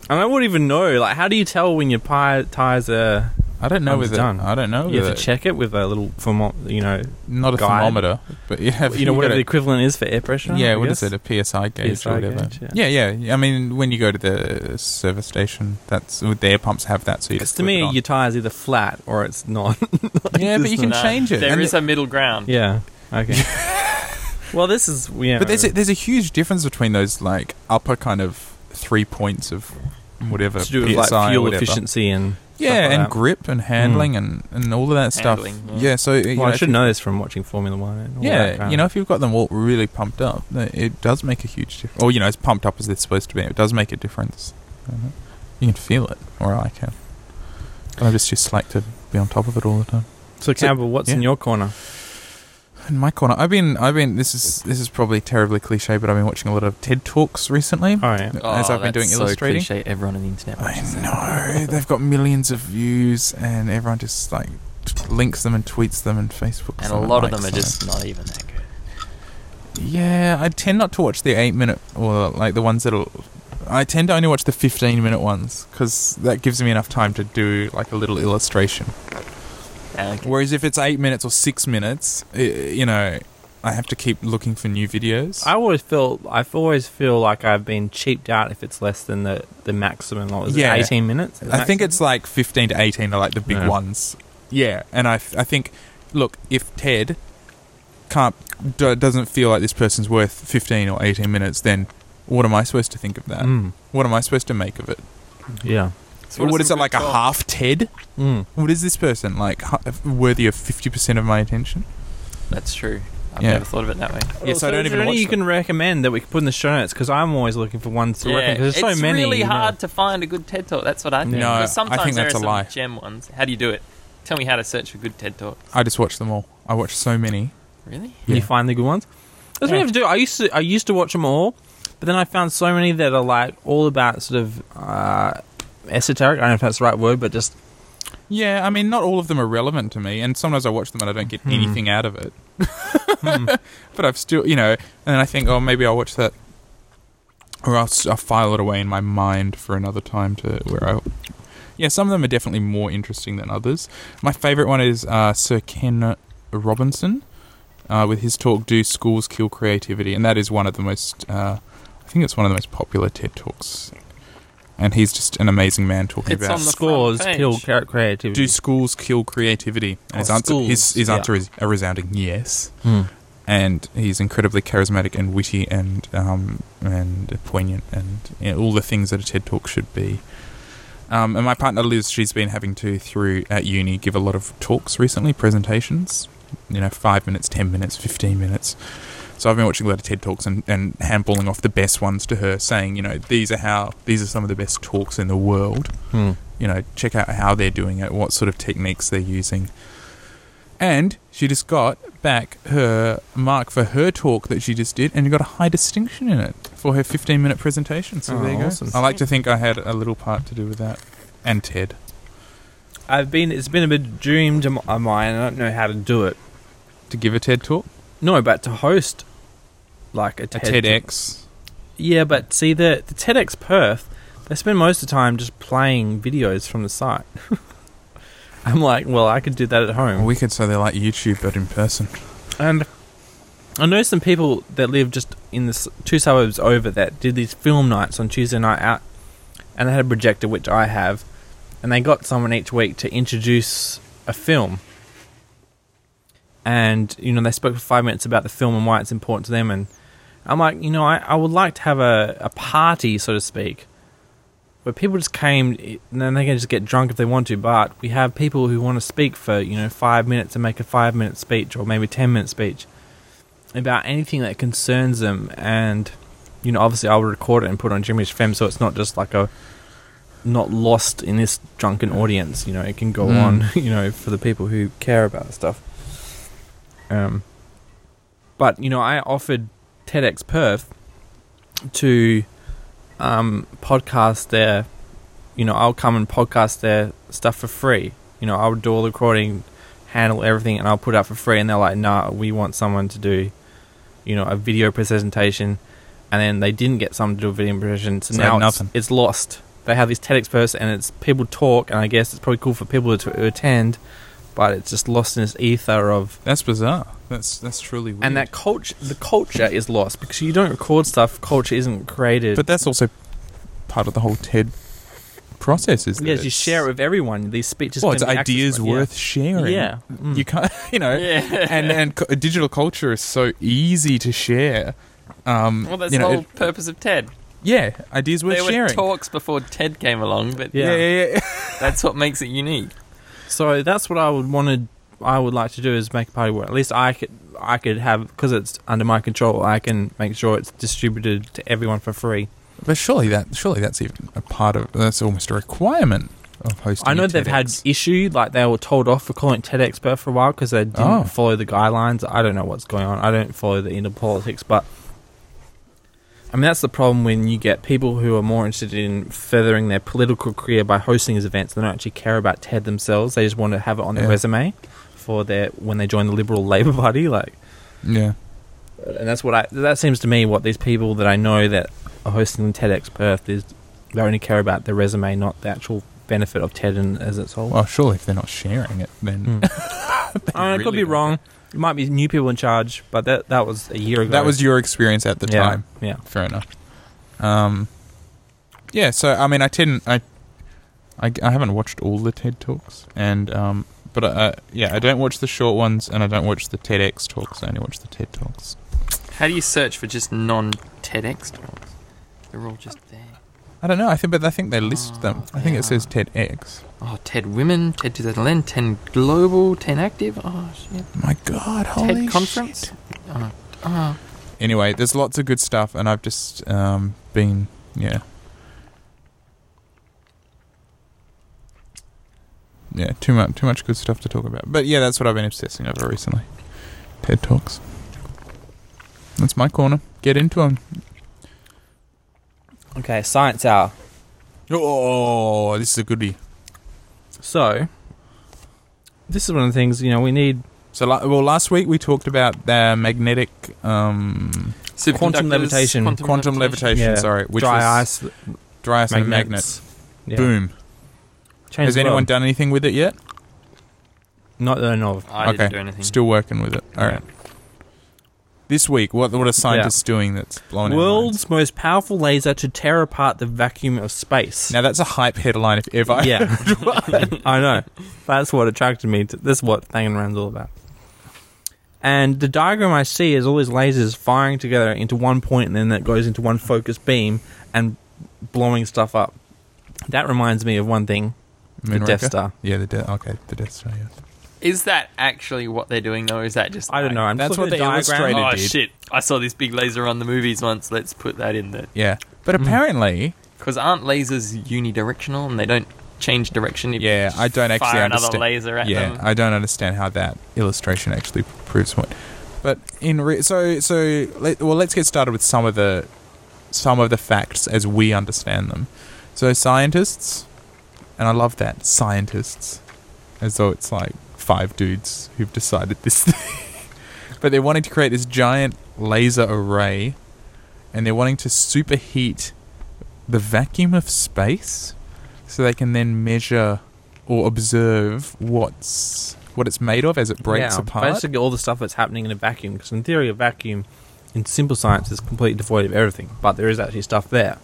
Speaker 3: And I wouldn't even know. Like, how do you tell when your pi- tires are?
Speaker 2: I don't know
Speaker 3: I'm
Speaker 2: whether
Speaker 3: done.
Speaker 2: I don't know.
Speaker 3: You have
Speaker 2: whether-
Speaker 3: to check it with a little thermo. You know,
Speaker 2: Not a
Speaker 3: guide.
Speaker 2: thermometer, but you have
Speaker 3: you know whatever
Speaker 2: gotta-
Speaker 3: the equivalent is for air pressure.
Speaker 2: Yeah,
Speaker 3: I
Speaker 2: what is
Speaker 3: guess.
Speaker 2: it? A PSI gauge
Speaker 3: PSI
Speaker 2: or whatever.
Speaker 3: gauge,
Speaker 2: yeah. yeah, I mean, when you go to the service station, that's well, their pumps have that. So you
Speaker 3: Because
Speaker 2: just
Speaker 3: to
Speaker 2: flip it
Speaker 3: me,
Speaker 2: on.
Speaker 3: your tire's either flat or it's not.
Speaker 2: yeah, but you can
Speaker 1: No,
Speaker 2: change it.
Speaker 1: There
Speaker 2: and
Speaker 1: is
Speaker 2: the-
Speaker 1: a middle ground.
Speaker 3: yeah. Okay. well, this is yeah.
Speaker 2: but there's a, there's a huge difference between those like upper kind of three points of whatever
Speaker 3: Mm. to do with
Speaker 2: PSI
Speaker 3: like
Speaker 2: or
Speaker 3: fuel
Speaker 2: whatever.
Speaker 3: efficiency and
Speaker 2: Yeah,
Speaker 3: stuff like
Speaker 2: and
Speaker 3: that.
Speaker 2: grip and handling and, and all of that
Speaker 1: Handling,
Speaker 2: stuff.
Speaker 1: yeah.
Speaker 2: so you
Speaker 3: Mm. Well,
Speaker 2: know,
Speaker 3: I
Speaker 2: if
Speaker 3: should
Speaker 2: you-
Speaker 3: know this from watching Formula One. And all that
Speaker 2: Yeah,
Speaker 3: kind
Speaker 2: you
Speaker 3: of-
Speaker 2: know, if you've got them all really pumped up, th- it does make a huge difference. Or you know, as pumped up as they're supposed to be, it does make a difference. Mhm. You can feel it, or I can. But I'm just too slack to be on top of it all the time.
Speaker 3: So Campbell, what's
Speaker 2: yeah.
Speaker 3: in your corner?
Speaker 2: In my corner, I've been, I've been. This is this is probably terribly cliche, but I've been watching a lot of TED talks recently.
Speaker 3: Oh yeah.
Speaker 1: Oh,
Speaker 2: as I've been
Speaker 1: that's
Speaker 2: doing
Speaker 1: so
Speaker 2: illustrating.
Speaker 1: Cliche. Everyone on the internet.
Speaker 2: I
Speaker 1: watches it.
Speaker 2: know they've got millions of views, and everyone just like t- links them and tweets them and Facebook.
Speaker 1: And a lot of them are just not even that good.
Speaker 2: Yeah, I tend not to watch the eight minute or like the ones that'll. I tend to only watch the fifteen minute ones because that gives me enough time to do like a little illustration.
Speaker 1: And
Speaker 2: Whereas if it's eight minutes or six minutes, i you know, I have to keep looking for new videos.
Speaker 3: I always feel I always feel like I've been cheaped out if it's less than the the maximum. What was
Speaker 2: Yeah.
Speaker 3: it? Eighteen minutes. The
Speaker 2: I think
Speaker 3: maximum?
Speaker 2: it's like 15 to 18 are like the big
Speaker 3: Yeah.
Speaker 2: ones. Yeah, and I, f- I think, look, if Ted can't d- doesn't feel like this person's worth 15 or 18 minutes, then what am I supposed to think of that?
Speaker 3: Mm.
Speaker 2: What am I supposed to make of it?
Speaker 3: Yeah.
Speaker 1: So
Speaker 2: What is
Speaker 1: the
Speaker 2: it like a
Speaker 1: result?
Speaker 2: half Ted?
Speaker 3: Mm.
Speaker 2: What is this person like hu- worthy of 50% of my attention?
Speaker 1: That's true. I've
Speaker 2: Yeah.
Speaker 1: never thought of it that way.
Speaker 2: Yeah, so I don't
Speaker 3: is
Speaker 2: even
Speaker 3: there any
Speaker 2: watch
Speaker 3: you
Speaker 2: them.
Speaker 3: can recommend that we can put in the show notes because I'm always looking for ones to recommend because
Speaker 1: it's
Speaker 3: there's so many.
Speaker 1: really
Speaker 3: you know.
Speaker 1: hard to find a good TED talk. That's what I think.
Speaker 3: No,
Speaker 1: 'Cause
Speaker 2: I
Speaker 1: sometimes
Speaker 2: think
Speaker 1: there
Speaker 2: that's
Speaker 1: are
Speaker 2: a
Speaker 1: some
Speaker 2: lie.
Speaker 1: gem ones. How do you do it? Tell me how to search for good TED talk.
Speaker 2: I just watch them all. I watch so many.
Speaker 1: Really?
Speaker 3: You
Speaker 2: Yeah.
Speaker 3: find the good ones. That's what
Speaker 1: Yeah.
Speaker 3: you have to do. I used to I used to watch them all, but then I found so many that are like all about sort of uh, esoteric. I don't know if that's the right word, but just
Speaker 2: Yeah, I mean, not all of them are relevant to me, and sometimes I watch them and I don't get
Speaker 3: Hmm.
Speaker 2: anything out of it. but I've still, you know, and then I think, oh, maybe I'll watch that, or I'll, s- I'll file it away in my mind for another time to where I. Yeah, some of them are definitely more interesting than others. My favorite one is uh, Sir Ken Robinson uh, with his talk, "Do Schools Kill Creativity?" and that is one of the most. Uh, I think it's one of the most popular TED talks, and he's just an amazing man talking
Speaker 1: It's
Speaker 2: about
Speaker 1: on the
Speaker 3: Scores
Speaker 1: front page.
Speaker 3: kill ca- creativity.
Speaker 2: do schools kill creativity? And
Speaker 3: Oh,
Speaker 2: his answer, his,
Speaker 3: schools,
Speaker 2: his
Speaker 3: yeah.
Speaker 2: answer is a resounding yes.
Speaker 3: Hmm.
Speaker 2: And he's incredibly charismatic and witty and um, and poignant and you know, all the things that a TED talk should be. Um, and my partner Liz, she's been having to through at uni give a lot of talks recently, presentations. You know, five minutes, ten minutes, fifteen minutes. So I've been watching a lot of TED talks and, and handballing off the best ones to her, saying, you know, these are how these are some of the best talks in the world
Speaker 3: Hmm.
Speaker 2: you know, check out how they're doing it, what sort of techniques they're using. And she just got back her mark for her talk that she just did, and got a high distinction in it for her 15 minute presentation. So
Speaker 3: Oh,
Speaker 2: there you go.
Speaker 3: awesome.
Speaker 2: I like to think I had a little part to do with that. And Ted.
Speaker 3: I've been. It's been a bit dreamed of mine. I don't know how to do it.
Speaker 2: To give a TED talk?
Speaker 3: No, but to host like a,
Speaker 2: A
Speaker 3: TED
Speaker 2: TEDx.
Speaker 3: Yeah, but see the the TEDx Perth, they spend most of the time just playing videos from the site. I'm like, well, I could do that at home.
Speaker 2: We could say they're like YouTube, but in person.
Speaker 3: And I know some people that live just in the s- two suburbs over that did these film nights on Tuesday night out, and they had a projector, which I have, and they got someone each week to introduce a film. And, you know, they spoke for five minutes about the film and why it's important to them. And I'm like, you know, I, I would like to have a, a party, so to speak, where people just came and then they can just get drunk if they want to. But we have people who want to speak for, you know, five minutes and make a five minute speech or maybe 10 minute speech about anything that concerns them. And, you know, obviously I would record it and put it on Jimmy's Fem so it's not just like a. Not lost in this drunken audience, you know. It can go
Speaker 2: Mm.
Speaker 3: on, you know, for the people who care about stuff. Um, but you know, I offered TEDx Perth to um, podcast their, you know, I'll come and podcast their stuff for free. You know, I'll do all the recording, handle everything, and I'll put it out for free. And they're like, "Nah, we want someone to do, you know, a video presentation." And then they didn't get someone to do a video presentation, so
Speaker 2: So
Speaker 3: now it's,
Speaker 2: nothing.
Speaker 3: it's lost. They have this TEDx person, and it's people talk, and I guess it's probably cool for people to attend, but it's just lost in this ether of
Speaker 2: That's bizarre. That's that's truly weird.
Speaker 3: and that culture the culture is lost because you don't record stuff culture isn't created
Speaker 2: but that's also part of the whole TED process, is that
Speaker 3: yes you
Speaker 2: it's-
Speaker 3: share it with everyone these speeches
Speaker 2: Well,
Speaker 3: can
Speaker 2: it's
Speaker 3: be
Speaker 2: ideas
Speaker 3: accessed by-
Speaker 2: worth
Speaker 3: yeah,
Speaker 2: sharing.
Speaker 3: yeah. Mm.
Speaker 2: You can't, you know.
Speaker 1: Yeah.
Speaker 2: and and cu- digital culture is so easy to share. Um,
Speaker 1: well, that's
Speaker 2: you know,
Speaker 1: the whole
Speaker 2: it-
Speaker 1: purpose of TED.
Speaker 2: yeah, ideas worth
Speaker 1: there were
Speaker 2: sharing.
Speaker 1: talks before TED came along, but
Speaker 2: yeah,
Speaker 3: Yeah.
Speaker 2: yeah, yeah.
Speaker 1: that's what makes it unique.
Speaker 3: so that's what i would want to i would like to do is make a party work at least i could i could have because it's under my control i can make sure it's distributed to everyone for free
Speaker 2: But surely that surely that's even a part of that's almost a requirement of hosting.
Speaker 3: i know
Speaker 2: a
Speaker 3: they've had
Speaker 2: TEDx.
Speaker 3: issue like they were told off for calling it tedxpert for a while because they didn't
Speaker 2: Oh.
Speaker 3: follow the guidelines i don't know what's going on i don't follow the inner politics but I mean, that's the problem when you get people who are more interested in furthering their political career by hosting these events. They don't actually care about TED themselves. They just want to have it on their
Speaker 2: Yeah.
Speaker 3: resume for their when they join the Liberal Labour Party. Like,
Speaker 2: yeah.
Speaker 3: and that's what I. That seems to me what these people that I know that are hosting the TEDx Perth is they only care about their resume, not the actual benefit of TED and as it's whole.
Speaker 2: Well, surely if they're not sharing it, then
Speaker 3: Mm. I could
Speaker 2: really
Speaker 3: be
Speaker 2: don't.
Speaker 3: wrong. It might be new people in charge, but that that was a year ago.
Speaker 2: that was your experience at the
Speaker 3: Hmm. Yeah,
Speaker 2: time.
Speaker 3: Yeah.
Speaker 2: Fair enough. Um, yeah. So I mean, I didn't. I, I, I haven't watched all the TED talks, and um, but uh, yeah, I don't watch the short ones, and I don't watch the TEDx talks. I only watch the TED talks.
Speaker 1: How do you search for just non TEDx talks? They're all just there.
Speaker 2: I don't know. I think, but I think they list
Speaker 1: Oh,
Speaker 2: them. I think
Speaker 1: yeah.
Speaker 2: it says TEDx.
Speaker 1: Oh, TED Women, TED 2011, TED Global, TED Active. Oh, shit.
Speaker 2: My God, holy
Speaker 1: TED Conference.
Speaker 2: shit.
Speaker 1: Oh, oh.
Speaker 2: Anyway, there's lots of good stuff, and I've just um, been yeah, yeah, too much, too much good stuff to talk about. But yeah, that's what I've been obsessing over recently. TED talks. That's my corner. Get into them.
Speaker 3: Okay, science hour.
Speaker 2: Oh, this is a goodie.
Speaker 3: So, this is one of the things you know we need
Speaker 2: So, la- well, last week we talked about the magnetic um,
Speaker 3: Quantum
Speaker 1: Superconductors,
Speaker 3: levitation.
Speaker 2: quantum levitation.
Speaker 3: Yeah.
Speaker 2: Sorry, which
Speaker 3: Dry
Speaker 2: was
Speaker 3: ice,
Speaker 2: dry ice and magnets.
Speaker 3: magnets. Yeah.
Speaker 2: Boom.
Speaker 3: Changed
Speaker 2: Has
Speaker 3: the
Speaker 2: anyone
Speaker 3: world.
Speaker 2: done anything with it yet?
Speaker 3: Not that I know of.
Speaker 1: I didn't
Speaker 2: Okay.
Speaker 1: do anything.
Speaker 2: Still working with it. All right. This week, what what are scientists doing that's blowing our minds?
Speaker 3: World's most powerful laser to tear apart the vacuum of space.
Speaker 2: Now that's a hype headline if ever.
Speaker 3: yeah, I know. That's what attracted me. to This is what Thanganran's all about. And the diagram I see is all these lasers firing together into one point, and then that goes into one focus beam and blowing stuff up. That reminds me of one thing: the
Speaker 2: Moonraker?
Speaker 3: Death Star.
Speaker 2: Yeah, the Death. Okay, the Death Star. Yeah.
Speaker 1: Is that actually what they're doing, though? Is that just.
Speaker 3: I don't know.
Speaker 1: like-
Speaker 3: I'm
Speaker 2: That's
Speaker 3: just looking
Speaker 2: what
Speaker 3: at
Speaker 2: they
Speaker 3: diagram.
Speaker 2: illustrated.
Speaker 1: Oh,
Speaker 2: dude.
Speaker 1: shit. I saw this big laser on the movies once. Let's put that in there.
Speaker 2: Yeah, but
Speaker 3: Mm.
Speaker 2: apparently,
Speaker 1: Because aren't lasers unidirectional and they don't change direction? If
Speaker 2: yeah, I don't actually
Speaker 1: fire another
Speaker 2: understand.
Speaker 1: laser at
Speaker 2: yeah,
Speaker 1: them.
Speaker 2: I don't understand how that illustration actually proves what. But in re- so so let, well, let's get started with some of the some of the facts as we understand them. So scientists, and I love that scientists, as though it's like five dudes who've decided this thing. but they're wanting to create this giant laser array, and they're wanting to superheat the vacuum of space, so they can then measure or observe what's what it's made of as it breaks
Speaker 3: Oh, Yeah,
Speaker 2: apart.
Speaker 3: Basically, all the stuff that's happening in a vacuum. Because in theory, a vacuum, in simple science, is completely devoid of everything. But there is actually stuff there.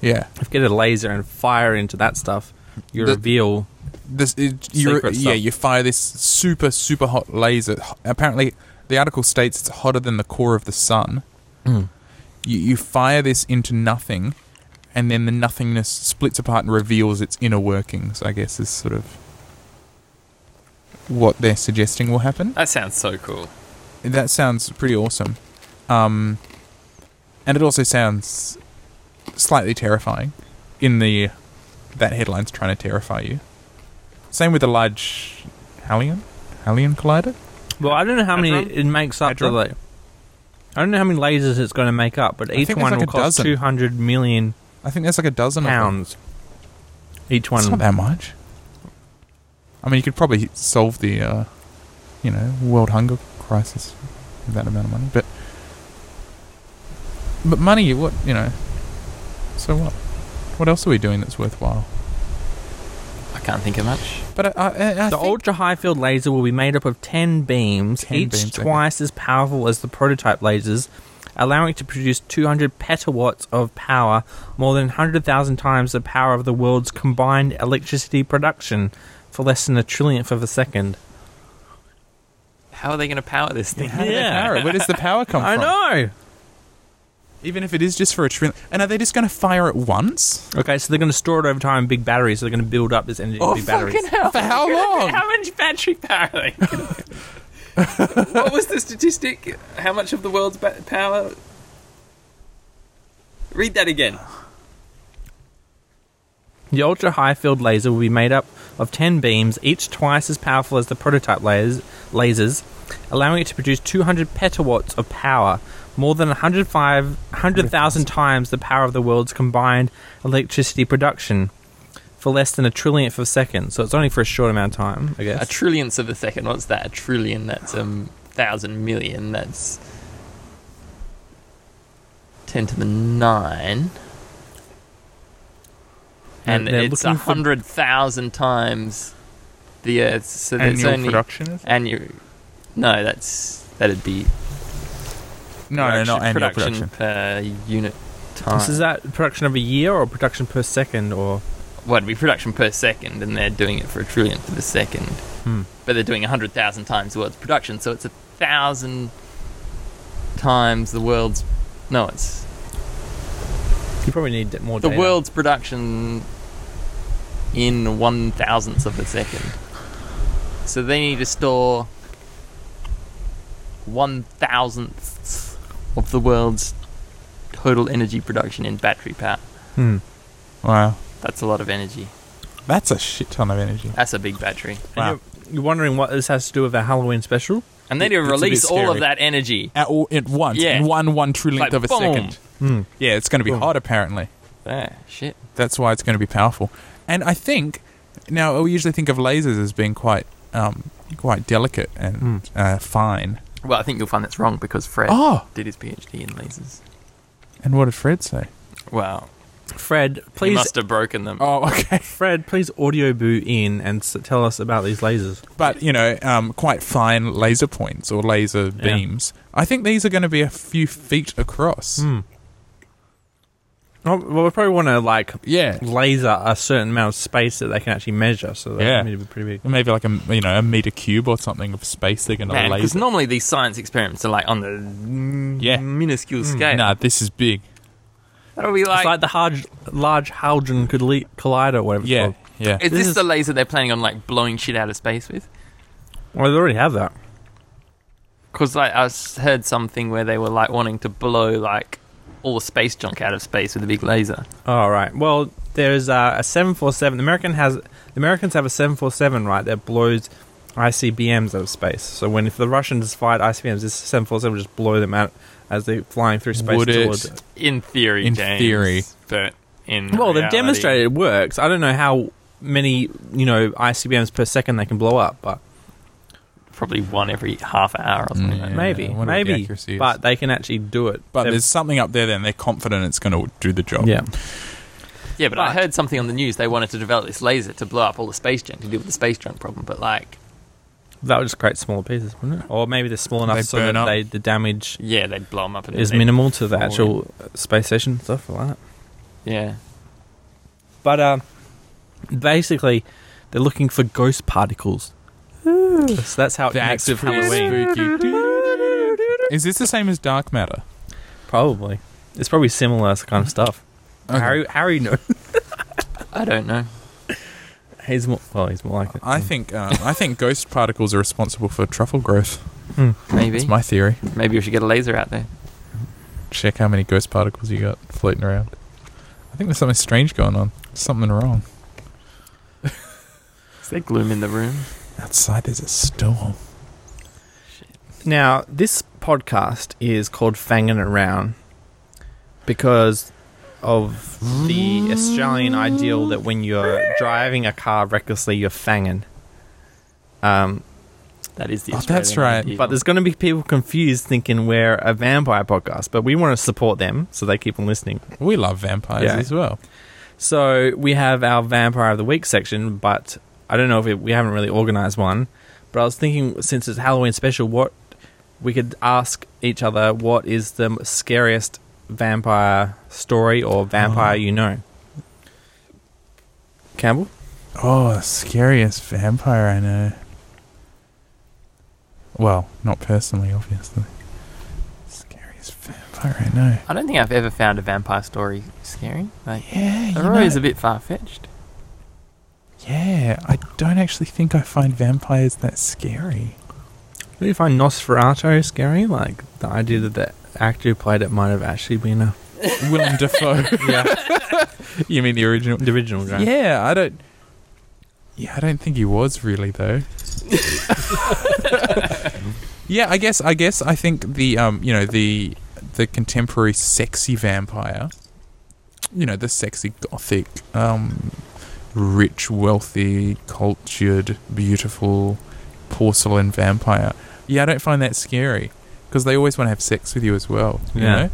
Speaker 2: Yeah,
Speaker 3: If you get a laser and fire into that stuff, you
Speaker 2: The-
Speaker 3: reveal.
Speaker 2: this it, you
Speaker 3: Secret
Speaker 2: yeah
Speaker 3: stuff.
Speaker 2: you fire this super super hot laser. H- Apparently, the article states it's hotter than the core of the sun.
Speaker 3: Hmm.
Speaker 2: You you fire this into nothing, and then the nothingness splits apart and reveals its inner workings. I guess is sort of what they're suggesting will happen.
Speaker 1: That sounds so cool.
Speaker 2: That sounds pretty awesome. Um, and it also sounds slightly terrifying in the that headline's trying to terrify you. Same with the large Hallion? Hallion collider?
Speaker 3: Well, I don't know how many
Speaker 1: Hadron?
Speaker 3: it makes up. To,
Speaker 2: Hadron?
Speaker 3: like, I don't know how many lasers it's going to make up, but each
Speaker 2: think there's
Speaker 3: one
Speaker 2: like
Speaker 3: will
Speaker 2: a
Speaker 3: cost
Speaker 2: dozen.
Speaker 3: two hundred million
Speaker 2: I think there's like a dozen of them.
Speaker 3: pounds. Each
Speaker 2: It's not
Speaker 3: one.
Speaker 2: that much. I mean, you could probably solve the, uh, you know, world hunger crisis with that amount of money. But, but money, what you know? So what? What else are we doing that's worthwhile?
Speaker 1: I can't think of much.
Speaker 2: But I, I, I
Speaker 3: The
Speaker 2: think-
Speaker 3: ultra high field laser will be made up of ten beams,
Speaker 2: 10
Speaker 3: each
Speaker 2: beams, okay.
Speaker 3: twice as powerful as the prototype lasers, allowing it to produce two hundred petawatts of power, more than hundred thousand times the power of the world's combined electricity production, for less than a trillionth of a second.
Speaker 1: How are they going to power this thing?
Speaker 2: How do they
Speaker 3: Yeah.
Speaker 2: power it? Where does the power come
Speaker 3: I
Speaker 2: from?
Speaker 3: know.
Speaker 2: Even if it is just for a trillion. And are they just going to fire it once?
Speaker 3: Okay, so they're going to store it over time in big batteries. So they're going to build up this energy
Speaker 1: Oh,
Speaker 3: in big batteries.
Speaker 1: hell.
Speaker 2: For how long?
Speaker 1: How much battery power are they gonna- What was the statistic? How much of the world's ba- power? Read that again.
Speaker 3: The ultra high field laser will be made up of 10 beams, each twice as powerful as the prototype lasers, lasers allowing it to produce 200 petawatts of power, more than 105 100,000 times the power of the world's combined electricity production. For less than a trillionth of a second, so it's only for a short amount of time, I
Speaker 1: A
Speaker 3: guess.
Speaker 1: trillionth of a second. What's that? A trillion. That's um thousand million. That's ten to the nine. And,
Speaker 3: And they're
Speaker 1: it's a
Speaker 3: looking for-
Speaker 1: hundred thousand times the Earth's. So there's
Speaker 2: Annual
Speaker 1: only
Speaker 2: production? Is it?
Speaker 1: And you, no, that's that'd be
Speaker 2: No, no, not annual production.
Speaker 1: per unit time.
Speaker 3: This is that production of a year or production per second or
Speaker 1: well, it'd be production per second, and they're doing it for a trillionth of a second.
Speaker 3: Hmm.
Speaker 1: But they're doing hundred thousand times the world's production, so it's a thousand times the world's. No, it's
Speaker 3: you probably need more
Speaker 1: the
Speaker 3: data.
Speaker 1: world's production in one thousandth of a second. So they need to store one thousandth of the world's total energy production in battery power.
Speaker 3: Hmm.
Speaker 2: Wow.
Speaker 1: That's a lot of energy.
Speaker 2: That's a shit ton of energy.
Speaker 1: That's a big battery.
Speaker 2: Wow.
Speaker 3: And you're, you're wondering what this has to do with our Halloween special?
Speaker 1: And they need to
Speaker 2: It's a bit
Speaker 1: release all of
Speaker 2: scary.
Speaker 1: that energy.
Speaker 2: At, all, at once.
Speaker 1: Yeah.
Speaker 2: In one one trillionth
Speaker 1: Like,
Speaker 2: of a
Speaker 1: boom.
Speaker 2: second.
Speaker 3: Hmm.
Speaker 2: Yeah, it's going to be
Speaker 3: Boom.
Speaker 2: hot, apparently.
Speaker 1: Ah, shit.
Speaker 2: That's why it's going to be powerful. And I think, now, we usually think of lasers as being quite um, quite delicate and
Speaker 1: Hmm.
Speaker 3: Mm.
Speaker 2: uh, fine.
Speaker 1: Well, I think you'll find that's wrong because Fred
Speaker 2: Oh,
Speaker 1: did his PhD in lasers.
Speaker 2: and what did Fred say?
Speaker 1: Wow.
Speaker 3: Fred,
Speaker 1: Please.
Speaker 3: please,
Speaker 1: must have broken them.
Speaker 2: Oh, okay.
Speaker 3: Fred, please audio boo in and s- tell us about these lasers.
Speaker 2: But you know, um, quite fine laser points or laser
Speaker 3: Yeah.
Speaker 2: beams. I think these are going to be a few feet across.
Speaker 3: Hmm. Oh, well, we probably want to like
Speaker 2: Yeah,
Speaker 3: laser a certain amount of space that they can actually measure. So that
Speaker 2: Yeah.
Speaker 3: yeah. be pretty big.
Speaker 2: maybe like a you know a meter cube or something of space they're going to
Speaker 1: Man, because
Speaker 2: laser.
Speaker 1: normally these science experiments are like on the mm,
Speaker 2: Yeah.
Speaker 1: minuscule scale.
Speaker 2: Nah, this is big.
Speaker 1: That'll be like,
Speaker 3: it's like the large, large halogen coll- collider, whatever. It's
Speaker 2: Yeah,
Speaker 3: called.
Speaker 2: yeah.
Speaker 1: is
Speaker 3: this
Speaker 1: this,
Speaker 3: is-
Speaker 1: the laser they're planning on like blowing shit out of space with?
Speaker 3: Well, they already have that.
Speaker 1: Because like I s- heard something where they were like wanting to blow like all the space junk out of space with a big laser.
Speaker 3: All right. Well, there's uh, a 747. The American has the Americans have a 747, right? That blows ICBMs out of space. So when if the Russians fired ICBMs, this 747 would just blow them out as they're flying through space
Speaker 2: Would it?
Speaker 3: towards.
Speaker 1: In theory,
Speaker 2: In
Speaker 1: James,
Speaker 2: theory.
Speaker 1: but in
Speaker 3: Well, they've
Speaker 1: reality-
Speaker 3: demonstrated it works. I don't know how many you know ICBMs per second they can blow up, but
Speaker 1: probably one every half hour or something.
Speaker 2: Mm,
Speaker 1: like
Speaker 2: yeah.
Speaker 1: that.
Speaker 3: maybe,
Speaker 2: I wonder what the
Speaker 3: maybe.
Speaker 2: accuracy is.
Speaker 3: but they can actually do it.
Speaker 2: But
Speaker 3: They've-
Speaker 2: there's something up there. Then they're confident it's going to do the job.
Speaker 3: yeah.
Speaker 1: Yeah, but, I
Speaker 3: But-
Speaker 1: heard something on the news. They wanted to develop this laser to blow up all the space junk to deal with the space junk problem. But like,
Speaker 3: That would just create smaller pieces, wouldn't it? Or maybe they're small enough
Speaker 2: They
Speaker 3: so
Speaker 2: burn
Speaker 3: that
Speaker 2: up.
Speaker 3: they, the damage
Speaker 1: yeah, they'd blow them up. And
Speaker 3: is
Speaker 1: they'd-
Speaker 3: minimal to the
Speaker 1: fall in.
Speaker 3: actual uh, space station and stuff like that.
Speaker 1: Yeah,
Speaker 3: But um, basically, they're looking for ghost particles. so that's how it
Speaker 2: That's
Speaker 3: connects with
Speaker 2: pretty
Speaker 3: Halloween.
Speaker 2: spooky. Is this the same as dark matter?
Speaker 3: Probably. It's probably similar kind of stuff.
Speaker 2: Okay.
Speaker 3: Harry, Harry knows.
Speaker 1: I don't know.
Speaker 3: He's more, well, he's more like it.
Speaker 2: I think um, I think ghost particles are responsible for truffle growth.
Speaker 1: Maybe,
Speaker 2: It's my theory.
Speaker 1: maybe we should get a laser out there.
Speaker 2: Check how many ghost particles you got floating around. I think there's something strange going on. Something wrong.
Speaker 1: Is there gloom in the room?
Speaker 2: Outside there's a storm.
Speaker 3: Now, this podcast is called Fangin' Around because of the Australian ideal that when you're driving a car recklessly, you're fangin'. Um,
Speaker 1: That is the.
Speaker 2: Oh, that's
Speaker 1: Australian
Speaker 2: right.
Speaker 1: ideal.
Speaker 3: but there's going to be people confused thinking we're a vampire podcast, but we want to support them so they keep on listening.
Speaker 2: We love vampires
Speaker 3: Yeah.
Speaker 2: as well.
Speaker 3: So we have our Vampire of the Week section, but I don't know if it, we haven't really organized one. But I was thinking, since it's Halloween special, what we could ask each other what is the scariest vampire story or vampire you know? Campbell?
Speaker 2: Oh, the scariest vampire I know. Well, not personally, obviously. Scariest vampire I know.
Speaker 1: I don't think I've ever found a vampire story scary. Like,
Speaker 2: Yeah, you
Speaker 1: they're
Speaker 2: know,
Speaker 1: always a bit far fetched.
Speaker 2: yeah. I don't actually think I find vampires that scary.
Speaker 3: Do you find Nosferatu scary? Like the idea that the actor who played it might have actually been a
Speaker 2: Willem Dafoe.
Speaker 3: yeah,
Speaker 2: you mean the original?
Speaker 3: the original guy.
Speaker 2: Yeah, I don't. Yeah, I don't think he was really though. yeah, I guess. I guess. I think the um, you know, the the contemporary sexy vampire. You know, the sexy gothic, um, rich, wealthy, cultured, beautiful, porcelain vampire. Yeah, I don't find that scary because they always want to have sex with you as well. You
Speaker 3: Yeah.
Speaker 2: know,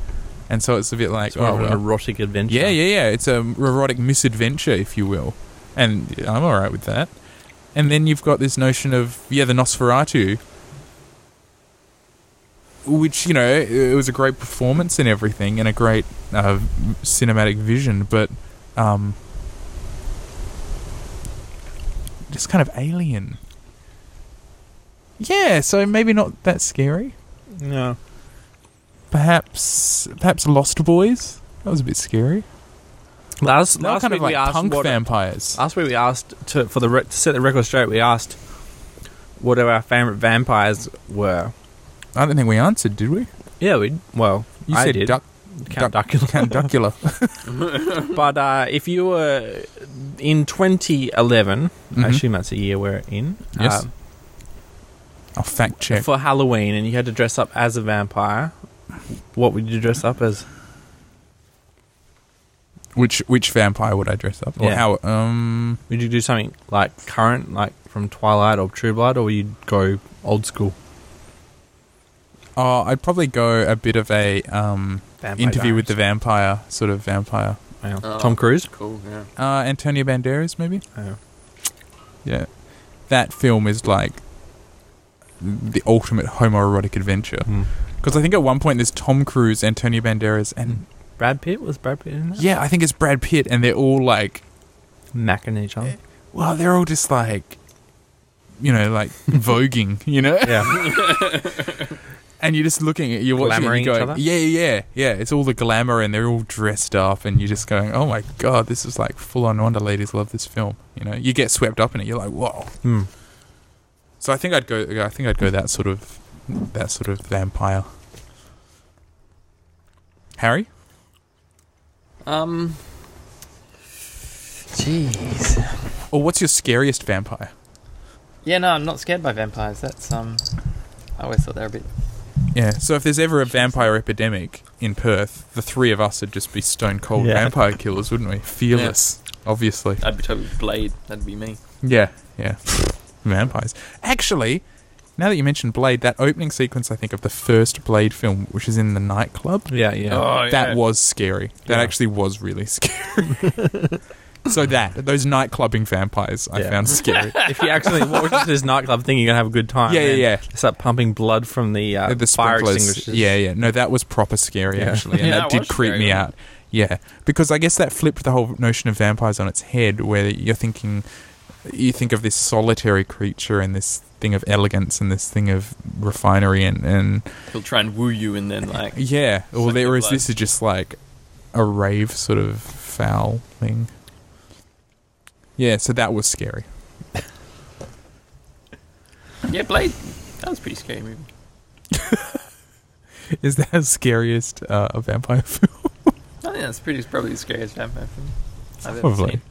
Speaker 2: and so it's a bit like
Speaker 3: It's more
Speaker 2: oh
Speaker 3: of an
Speaker 2: well.
Speaker 3: erotic adventure.
Speaker 2: Yeah, yeah, yeah. It's a erotic misadventure, if you will, and I'm all right with that. And then you've got this notion of yeah, the Nosferatu, which you know it was a great performance and everything, and a great uh, cinematic vision, but um, just kind of alien. Yeah, so maybe not that scary.
Speaker 3: No.
Speaker 2: Perhaps, perhaps Lost Boys. That was a bit scary.
Speaker 3: Last,
Speaker 2: They were
Speaker 3: last
Speaker 2: kind
Speaker 3: week
Speaker 2: of like
Speaker 3: we asked
Speaker 2: punk
Speaker 3: what-
Speaker 2: vampires.
Speaker 3: Last week we asked to for the re- to set the record straight. We asked what our favorite vampires were.
Speaker 2: I don't think we answered, did we?
Speaker 3: Yeah, we well
Speaker 2: You
Speaker 3: I
Speaker 2: said
Speaker 3: did.
Speaker 2: duck,
Speaker 3: Count Duckula.
Speaker 2: Candacula.
Speaker 3: but uh, if you were in 2011, I
Speaker 2: Mhm.
Speaker 3: assume that's a year we're in.
Speaker 2: Yes.
Speaker 3: uh,
Speaker 2: I'll fact check.
Speaker 3: for Halloween, and you had to dress up as a vampire. What would you dress up as?
Speaker 2: Which which vampire would I dress up? Or
Speaker 3: Yeah.
Speaker 2: how? Um,
Speaker 3: Would you do something like current, like from Twilight or True Blood, or you'd go old school
Speaker 2: Oh, I'd probably go a bit of a um,
Speaker 3: Vampire
Speaker 2: interview with the vampire sort of vampire.
Speaker 3: Diaries. Yeah.
Speaker 1: Oh.
Speaker 3: Tom Cruise.
Speaker 1: Cool, yeah.
Speaker 2: Uh, Antonio Banderas, maybe.
Speaker 3: Yeah.
Speaker 2: Yeah, that film is like the ultimate homoerotic adventure. Because I think at one point there's Tom Cruise, Antonio Banderas, and
Speaker 3: Brad Pitt was Brad Pitt in that?
Speaker 2: yeah, I think it's Brad Pitt, and they're all like,
Speaker 3: Macking each other.
Speaker 2: well, they're all just like, you know, like voguing, you know.
Speaker 3: Yeah,
Speaker 2: and you're just looking at you're watching it and
Speaker 3: Glamoring each
Speaker 2: you're
Speaker 3: other?
Speaker 2: going, yeah, yeah, yeah. It's all the glamour, and they're all dressed up, and you're just going, oh my god, this is like full on Wonder Ladies love this film. You know, you get swept up in it. You're like, whoa.
Speaker 3: Hmm.
Speaker 2: So I think I'd go. I think I'd go that sort of that sort of vampire. Harry,
Speaker 1: Um. Jeez.
Speaker 2: or what's your scariest vampire?
Speaker 1: Yeah, no, I'm not scared by vampires. That's um. I always thought they were a bit.
Speaker 2: Yeah. So if there's ever a vampire epidemic in Perth, the three of us would just be stone cold
Speaker 3: Yeah.
Speaker 2: vampire killers, wouldn't we? Fearless, obviously.
Speaker 1: I'd be totally Blade. That'd be me.
Speaker 2: Yeah, yeah. Vampires. Actually, now that you mentioned Blade, that opening sequence, I think, of the first Blade film, which is in the nightclub,
Speaker 3: yeah, yeah.
Speaker 1: Oh, yeah.
Speaker 2: that was scary. That
Speaker 3: Yeah.
Speaker 2: actually was really scary. so that, those nightclubbing vampires, I
Speaker 3: Yeah.
Speaker 2: found scary.
Speaker 3: if you actually walk into this nightclub thing, you're gonna have a good time.
Speaker 2: Yeah, yeah,
Speaker 3: man.
Speaker 2: yeah.
Speaker 3: Start pumping blood from the, uh,
Speaker 2: the
Speaker 3: fire
Speaker 2: sprinklers.
Speaker 3: extinguishers.
Speaker 2: Yeah, yeah. No, that was proper scary
Speaker 3: Yeah.
Speaker 2: actually, and
Speaker 1: Yeah,
Speaker 2: that
Speaker 1: that
Speaker 2: did
Speaker 1: was
Speaker 2: creep
Speaker 1: scary,
Speaker 2: me
Speaker 1: wasn't
Speaker 2: out. Yeah, because I guess that flipped the whole notion of vampires on its head, where you're thinking, you think of this solitary creature and this thing of elegance and this thing of refinery and and
Speaker 1: He'll try and woo you and then like.
Speaker 2: yeah. Well,
Speaker 1: Suck your
Speaker 2: there is
Speaker 1: blood.
Speaker 2: this is just like a rave sort of foul thing. Yeah, so that was scary.
Speaker 1: Yeah, Blade. That was a pretty scary movie.
Speaker 2: Is that the scariest uh, vampire film?
Speaker 1: I think that's pretty probably the scariest vampire film I've ever
Speaker 2: Probably.
Speaker 1: seen.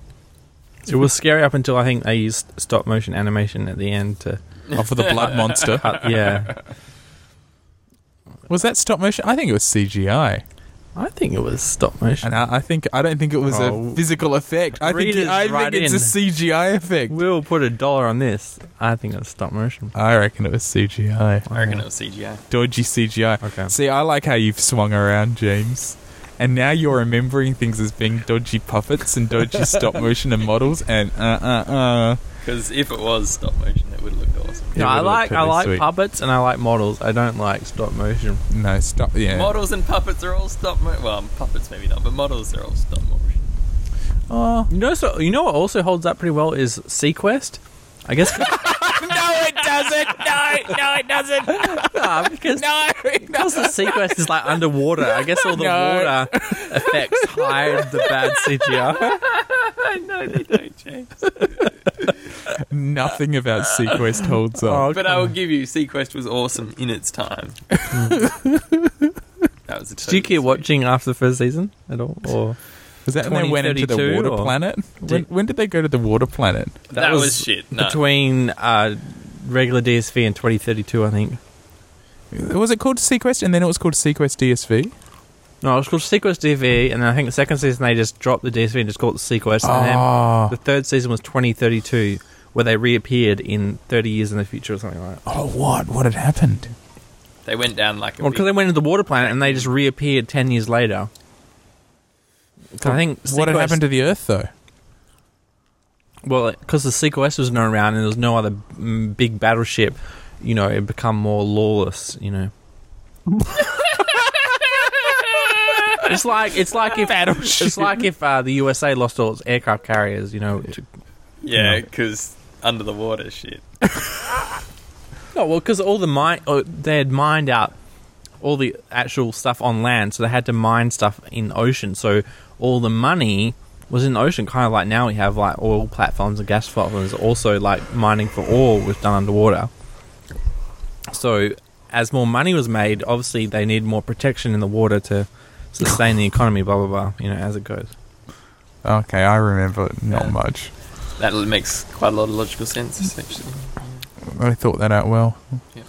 Speaker 3: It was scary up until I think they used stop motion animation at the end to
Speaker 2: Oh, for the blood monster.
Speaker 3: cut. Yeah,
Speaker 2: Was that stop motion? I think it was CGI.
Speaker 3: I think it was stop motion.
Speaker 2: And I, I think I don't think it was
Speaker 3: Oh.
Speaker 2: a physical effect. I think
Speaker 3: Readers
Speaker 2: I think
Speaker 3: write
Speaker 2: it's a
Speaker 3: in.
Speaker 2: CGI effect.
Speaker 3: We'll put a dollar on this. I think it was stop motion.
Speaker 2: I reckon it was CGI.
Speaker 1: I reckon it was CGI.
Speaker 2: Dodgy CGI.
Speaker 3: Okay.
Speaker 2: See, I like how you've swung around, James. And now you're remembering things as being dodgy puppets and dodgy stop motion and models and uh uh uh.
Speaker 1: Because if it was stop motion, it would have looked awesome.
Speaker 2: Yeah,
Speaker 3: no, I
Speaker 2: it would
Speaker 3: like
Speaker 2: look
Speaker 3: I
Speaker 2: totally
Speaker 3: like
Speaker 2: sweet.
Speaker 3: puppets and I like models. I don't like stop motion.
Speaker 2: No stop. Yeah.
Speaker 1: Models and puppets are all stop motion. Well, puppets maybe not, but models are all stop motion.
Speaker 2: Oh.
Speaker 3: You know, so you know what also holds up pretty well is Sequest. I guess
Speaker 2: No, it doesn't. No, no, it doesn't.
Speaker 3: Ah, because
Speaker 2: No.
Speaker 3: because the Sequest is like underwater. I guess all the
Speaker 2: No.
Speaker 3: water effects hide the bad CGI.
Speaker 1: I know they don't change.
Speaker 2: Nothing about Sequest holds up.
Speaker 1: But I will give you, Sequest was awesome in its time. that was a
Speaker 3: Did
Speaker 1: total
Speaker 3: you keep watching after the first season at all? Or
Speaker 2: Was that when they went into the
Speaker 3: 2032
Speaker 2: water
Speaker 3: or-
Speaker 2: planet? When, when did they go to the water planet?
Speaker 1: That, was, shit. No.
Speaker 3: between uh, regular DSV and 2032, I think.
Speaker 2: Was it called Sequest and then it was called Sequest DSV?
Speaker 3: No, it was called Sequest DV, and then I think the second season they just dropped the DSV and just called it Sequest. And then
Speaker 2: Oh.
Speaker 3: the third season was 2032, where they reappeared in 30 years in the future or something like that.
Speaker 2: oh, what? What had happened?
Speaker 1: they went down like a
Speaker 3: Well, because
Speaker 1: big-
Speaker 3: they went into the water planet and they just reappeared ten years later. 'Cause I think
Speaker 2: What had
Speaker 3: Sequest-
Speaker 2: happened to the Earth, though?
Speaker 3: well, because the Sequest was not around and there was no other mm, big battleship, you know, it become more lawless. You know, it's like it's like if battleship. it's like if uh, the USA lost all its aircraft carriers. You know, to,
Speaker 1: Yeah, because under the water shit.
Speaker 3: no, well, because all the mine oh, they had mined out all the actual stuff on land, so they had to mine stuff in ocean. So all the money was in the ocean, kind of like now we have like oil platforms and gas platforms. Also, like mining for oil was done underwater. So as more money was made, obviously they need more protection in the water to sustain the economy. Blah blah blah. You know, as it goes.
Speaker 2: Okay, I remember not
Speaker 1: Yeah.
Speaker 2: much.
Speaker 1: That l- makes quite a lot of logical sense, actually.
Speaker 2: I thought that out well.
Speaker 1: Yeah.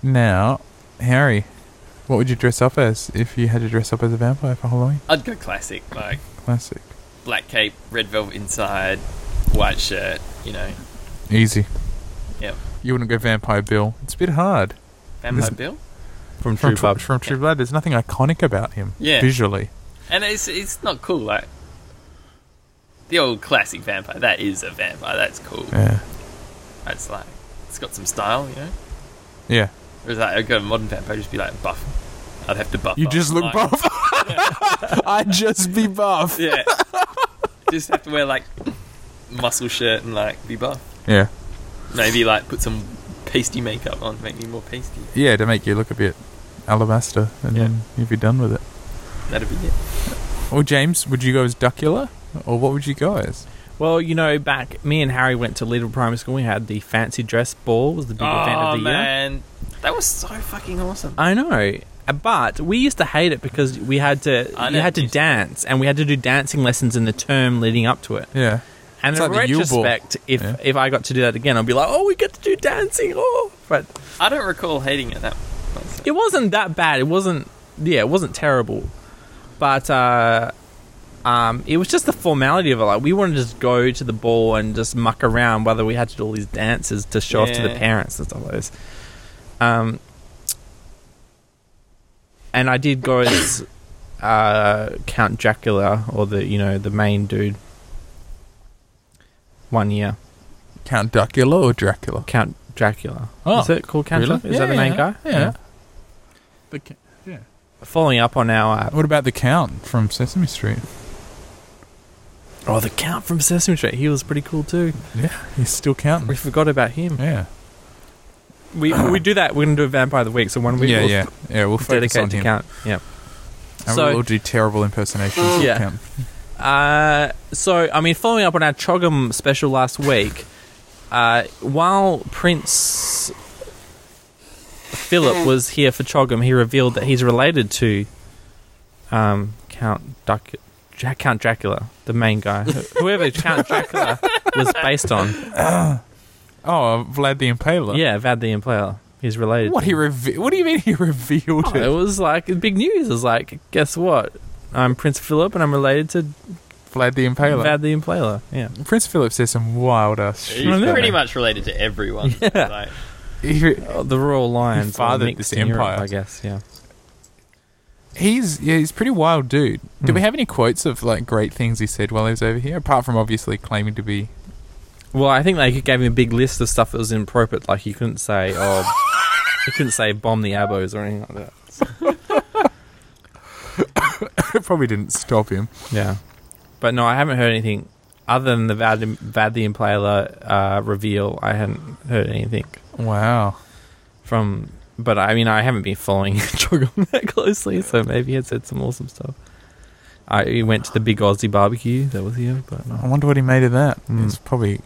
Speaker 2: Now, Harry, what would you dress up as if you had to dress up as a vampire for Halloween?
Speaker 1: I'd go classic, like
Speaker 2: Classic.
Speaker 1: black cape, red velvet inside, white shirt, you know,
Speaker 2: Easy.
Speaker 1: Yep.
Speaker 2: You wouldn't go Vampire Bill. It's a bit hard.
Speaker 1: Vampire
Speaker 2: This-
Speaker 1: Bill.
Speaker 3: From
Speaker 2: From
Speaker 3: True
Speaker 2: True,
Speaker 3: Pub.
Speaker 2: from True Blood, there's nothing iconic about him
Speaker 1: Yeah.
Speaker 2: visually.
Speaker 1: And it's it's not cool. Like the old classic vampire. That is a vampire. That's cool.
Speaker 2: Yeah.
Speaker 1: That's like it's got some style, you know.
Speaker 2: Yeah.
Speaker 1: Whereas like, I go to modern vampire, I'd just be like buff. I'd have to buff.
Speaker 2: You
Speaker 1: up,
Speaker 2: just look
Speaker 1: like-
Speaker 2: buff. I'd just be buff.
Speaker 1: Yeah. just have to wear like muscle shirt and like be buff.
Speaker 5: Yeah.
Speaker 1: Maybe like put some pasty makeup on, make me more pasty.
Speaker 5: Yeah, to make you look a bit.
Speaker 2: Alabaster, and
Speaker 5: Yeah.
Speaker 2: then you'd be done with it.
Speaker 1: That'd be it.
Speaker 2: Or James, would you go as Duckula? Or what would you go as?
Speaker 3: Well, you know, back me and Harry went to Little Primary School. We had the fancy dress ball was the big event
Speaker 1: Oh
Speaker 3: of the year.
Speaker 1: man, that was so fucking awesome.
Speaker 3: I know, but we used to hate it because we had to
Speaker 1: I
Speaker 3: you
Speaker 1: know,
Speaker 3: had to
Speaker 1: you-
Speaker 3: dance and we had to do dancing lessons in the term leading up to it.
Speaker 2: Yeah.
Speaker 3: And
Speaker 2: It's
Speaker 3: in
Speaker 2: like the U-ball.
Speaker 3: retrospect, if
Speaker 2: Yeah.
Speaker 3: if I got to do that again, I'd be like, oh, we get to do dancing. Oh, but
Speaker 1: I don't recall hating it that much.
Speaker 3: it wasn't that bad. It wasn't. Yeah, it wasn't terrible, but uh, um, it was just the formality of it. Like we wanted to just go to the ball and just muck around, whether we had to do all these dances to show off to the
Speaker 1: Yeah.
Speaker 3: parents and stuff like this. Um, and I did go as uh, Count Dracula or the you know the main dude. One year,
Speaker 2: Count Duckula or Dracula?
Speaker 3: Count Dracula.
Speaker 2: Oh,
Speaker 3: is it called Count?
Speaker 2: really?
Speaker 3: Dracula? Is that the main guy?
Speaker 2: Yeah. The ca-
Speaker 3: Following up on our uh,
Speaker 2: what about the Count from Sesame Street?
Speaker 3: Oh, the Count from Sesame Street. He was pretty cool too.
Speaker 2: He's still counting.
Speaker 3: We forgot about him.
Speaker 2: Yeah.
Speaker 3: We we do that. We're gonna do a Vampire of the Week. So one week
Speaker 2: yeah,
Speaker 3: we'll
Speaker 2: yeah, yeah. We'll focus
Speaker 3: dedicate
Speaker 2: on
Speaker 3: to
Speaker 2: him,
Speaker 3: Count. Yeah.
Speaker 2: and
Speaker 3: So-
Speaker 2: we'll all do terrible impersonations.
Speaker 3: Yeah.
Speaker 2: of him.
Speaker 3: Uh, so I mean, following up on our Chogum special last week, uh, while Prince Philip was here for Chogum, he revealed that he's related to um, Count Duck. Ja- Count Dracula, the main guy, whoever Count Dracula was based on,
Speaker 2: Oh, Vlad the Impaler.
Speaker 3: yeah, Vad the Impaler, he's related.
Speaker 2: What
Speaker 3: to
Speaker 2: he
Speaker 3: him.
Speaker 2: reve- What do you mean he revealed
Speaker 3: Oh,
Speaker 2: it?
Speaker 3: it was like big news. It was like, guess what? I'm Prince Philip and I'm related to
Speaker 2: Vlad the Impaler.
Speaker 3: Vad the Impaler. Yeah.
Speaker 2: Prince Philip says some wild ass
Speaker 1: He's
Speaker 2: shit.
Speaker 3: I know.
Speaker 1: pretty much related to everyone.
Speaker 3: Yeah.
Speaker 1: Like,
Speaker 2: He re-
Speaker 3: Oh, the royal lions. are
Speaker 2: fathered
Speaker 3: mixed
Speaker 2: this
Speaker 3: in Europe,
Speaker 2: empire.
Speaker 3: I guess, yeah.
Speaker 2: he's yeah, he's a pretty wild dude. Do
Speaker 3: Hmm.
Speaker 2: we have any quotes of like great things he said while he was over here? Apart from obviously claiming to be
Speaker 3: Well, I think they gave him a big list of stuff that was inappropriate. Like, you couldn't say, oh, you couldn't say bomb the abos or anything like that.
Speaker 2: probably didn't stop him.
Speaker 3: Yeah. But no, I haven't heard anything other than the Vad, Vad the Impaler uh, reveal. I hadn't heard anything
Speaker 2: Wow.
Speaker 3: from. But I mean, I haven't been following Chogum that closely, so maybe he had said some awesome stuff. I he went to the Big Aussie Barbecue. That was here, but
Speaker 2: I
Speaker 3: no.
Speaker 2: wonder what he made of that.
Speaker 3: Hmm.
Speaker 2: It's probably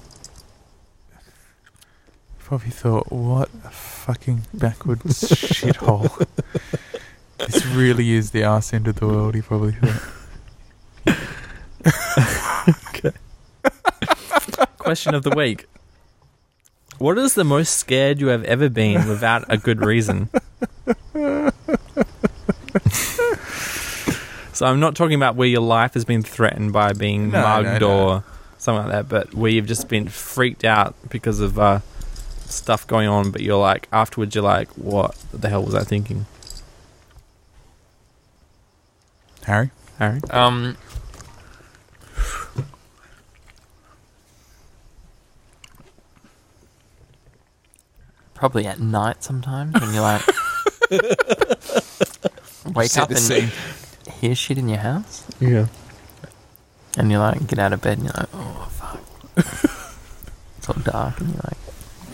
Speaker 2: probably thought, what a fucking backwards shithole. This really is the arse end of the world. He probably thought.
Speaker 3: Question of the week: What is the most scared you have ever been without a good reason? so I'm not talking about where your life has been threatened by being
Speaker 2: No,
Speaker 3: mugged
Speaker 2: no, no.
Speaker 3: or something like that, but where you've just been freaked out because of uh, stuff going on. But you're like, afterwards, you're like, what the hell was I thinking,
Speaker 2: Harry,
Speaker 3: Harry?
Speaker 1: um, probably at night sometimes when you're like wake
Speaker 2: Set
Speaker 1: up
Speaker 2: the
Speaker 1: and
Speaker 2: scene.
Speaker 1: hear shit in your house,
Speaker 3: Yeah.
Speaker 1: and you're like get out of bed and you're like oh fuck, it's all dark and you're like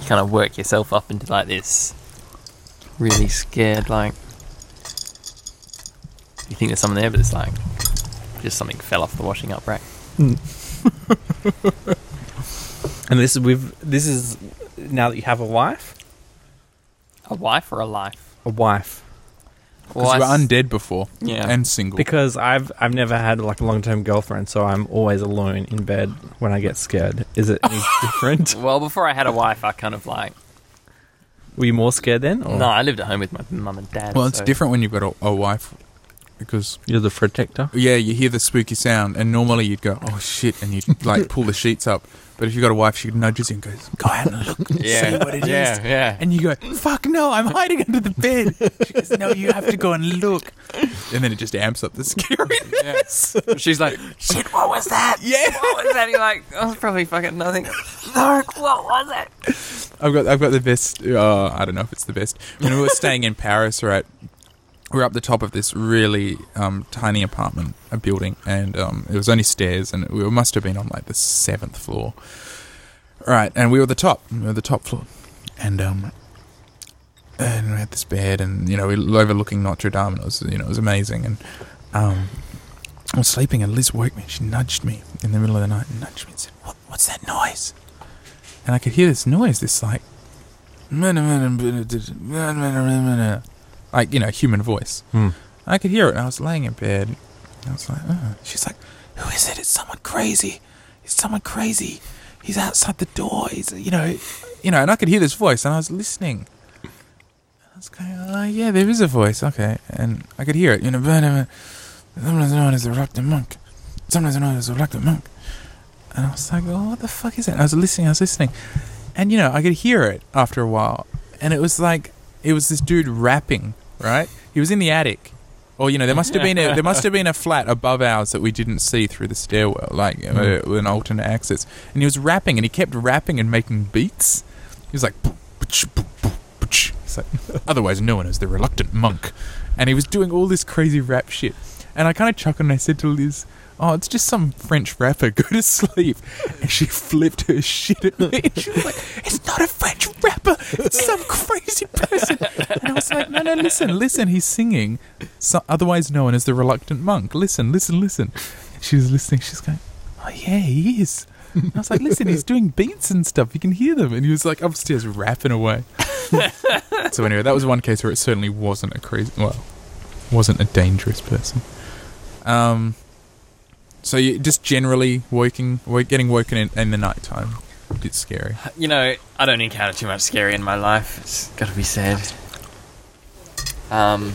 Speaker 1: you kind of work yourself up into like this really scared like you think there's something there but it's like just something fell off the washing up rack.
Speaker 3: And this is we've this is now that you have a wife,
Speaker 1: A wife or a life?
Speaker 3: a wife.
Speaker 2: because you were
Speaker 1: I s-
Speaker 2: undead before,
Speaker 1: Yeah.
Speaker 2: and single.
Speaker 3: Because I've I've never had like a long term girlfriend, so I'm always alone in bed when I get scared. Is it any different?
Speaker 1: Well, before I had a wife, I kind of like.
Speaker 3: Were you more scared then? Or?
Speaker 1: No, I lived at home with my mum and dad.
Speaker 2: Oh. well, it's
Speaker 1: so-
Speaker 2: different when you've got a, a wife because
Speaker 3: You're the protector.
Speaker 2: yeah, you hear the spooky sound, and normally you'd go, "Oh shit," and you would like pull the sheets up. But if you have got a wife, she nudges you and goes, "Go out and look, and see what it is."
Speaker 1: yeah, yeah.
Speaker 2: And you go, "Fuck no, I'm hiding under the bed." She goes, "No, you have to go and look." And then it just amps up the scariness.
Speaker 1: She's like, shit, what was that?
Speaker 2: Yeah.
Speaker 1: What was that? And you're like, oh, it's probably fucking nothing. No, what was it?
Speaker 2: I've got I've got the best. Uh, I don't know if it's the best. When we were staying in Paris, right, we were up the top of this really um, tiny apartment, a building, and um, it was only stairs, and we must have been on like the seventh floor, right? And we were the top, we were the top floor, and um, and we had this bed, and you know, we were overlooking Notre Dame, and it was you know, it was amazing, and um, I was sleeping, and Liz woke me, she nudged me in the middle of the night, and nudged me and said, "What? What's that noise?" and I could hear this noise, this like, like you know, human voice.
Speaker 3: Hmm.
Speaker 2: I could hear it. And I was laying in bed. And I was like, oh. she's like, who is it? It's someone crazy. It's someone crazy. He's outside the door. He's you know, you know. And I could hear this voice, and I was listening. I was going, oh yeah, there is a voice. Okay, and I could hear it. You know, sometimes known as the reluctant monk. Sometimes known as the reluctant monk. And I was like, oh, what the fuck is that? And I was listening, I was listening. And, you know, I could hear it after a while. And it was like, it was this dude rapping, right? He was in the attic. Or, you know, there must have been a, there must have been a flat above ours that we didn't see through the stairwell, like uh,
Speaker 3: Mm.
Speaker 2: with an alternate access. And he was rapping and he kept rapping and making beats. He was like, "Boop, bootch, boop, boop, bootch." It's like, otherwise known as the reluctant monk. And he was doing all this crazy rap shit. And I kind of chuckled and I said to Liz, Oh, it's just some French rapper. Go to sleep. And she flipped her shit at me. And she was like, It's not a French rapper. It's some crazy person. And I was like, No, no, listen, listen. He's singing, so, otherwise known as the reluctant monk. Listen, listen, listen. She was listening. She's going, Oh, yeah, he is. And I was like, Listen, he's doing beats and stuff. You can hear them. And he was like upstairs rapping away. so, anyway, that was one case where it certainly wasn't a crazy, well, wasn't a dangerous person. Um, so you just generally waking, wa- getting woken in, in the night time. A bit scary.
Speaker 1: You know, I don't encounter too much scary in my life. It's got to be said. Um.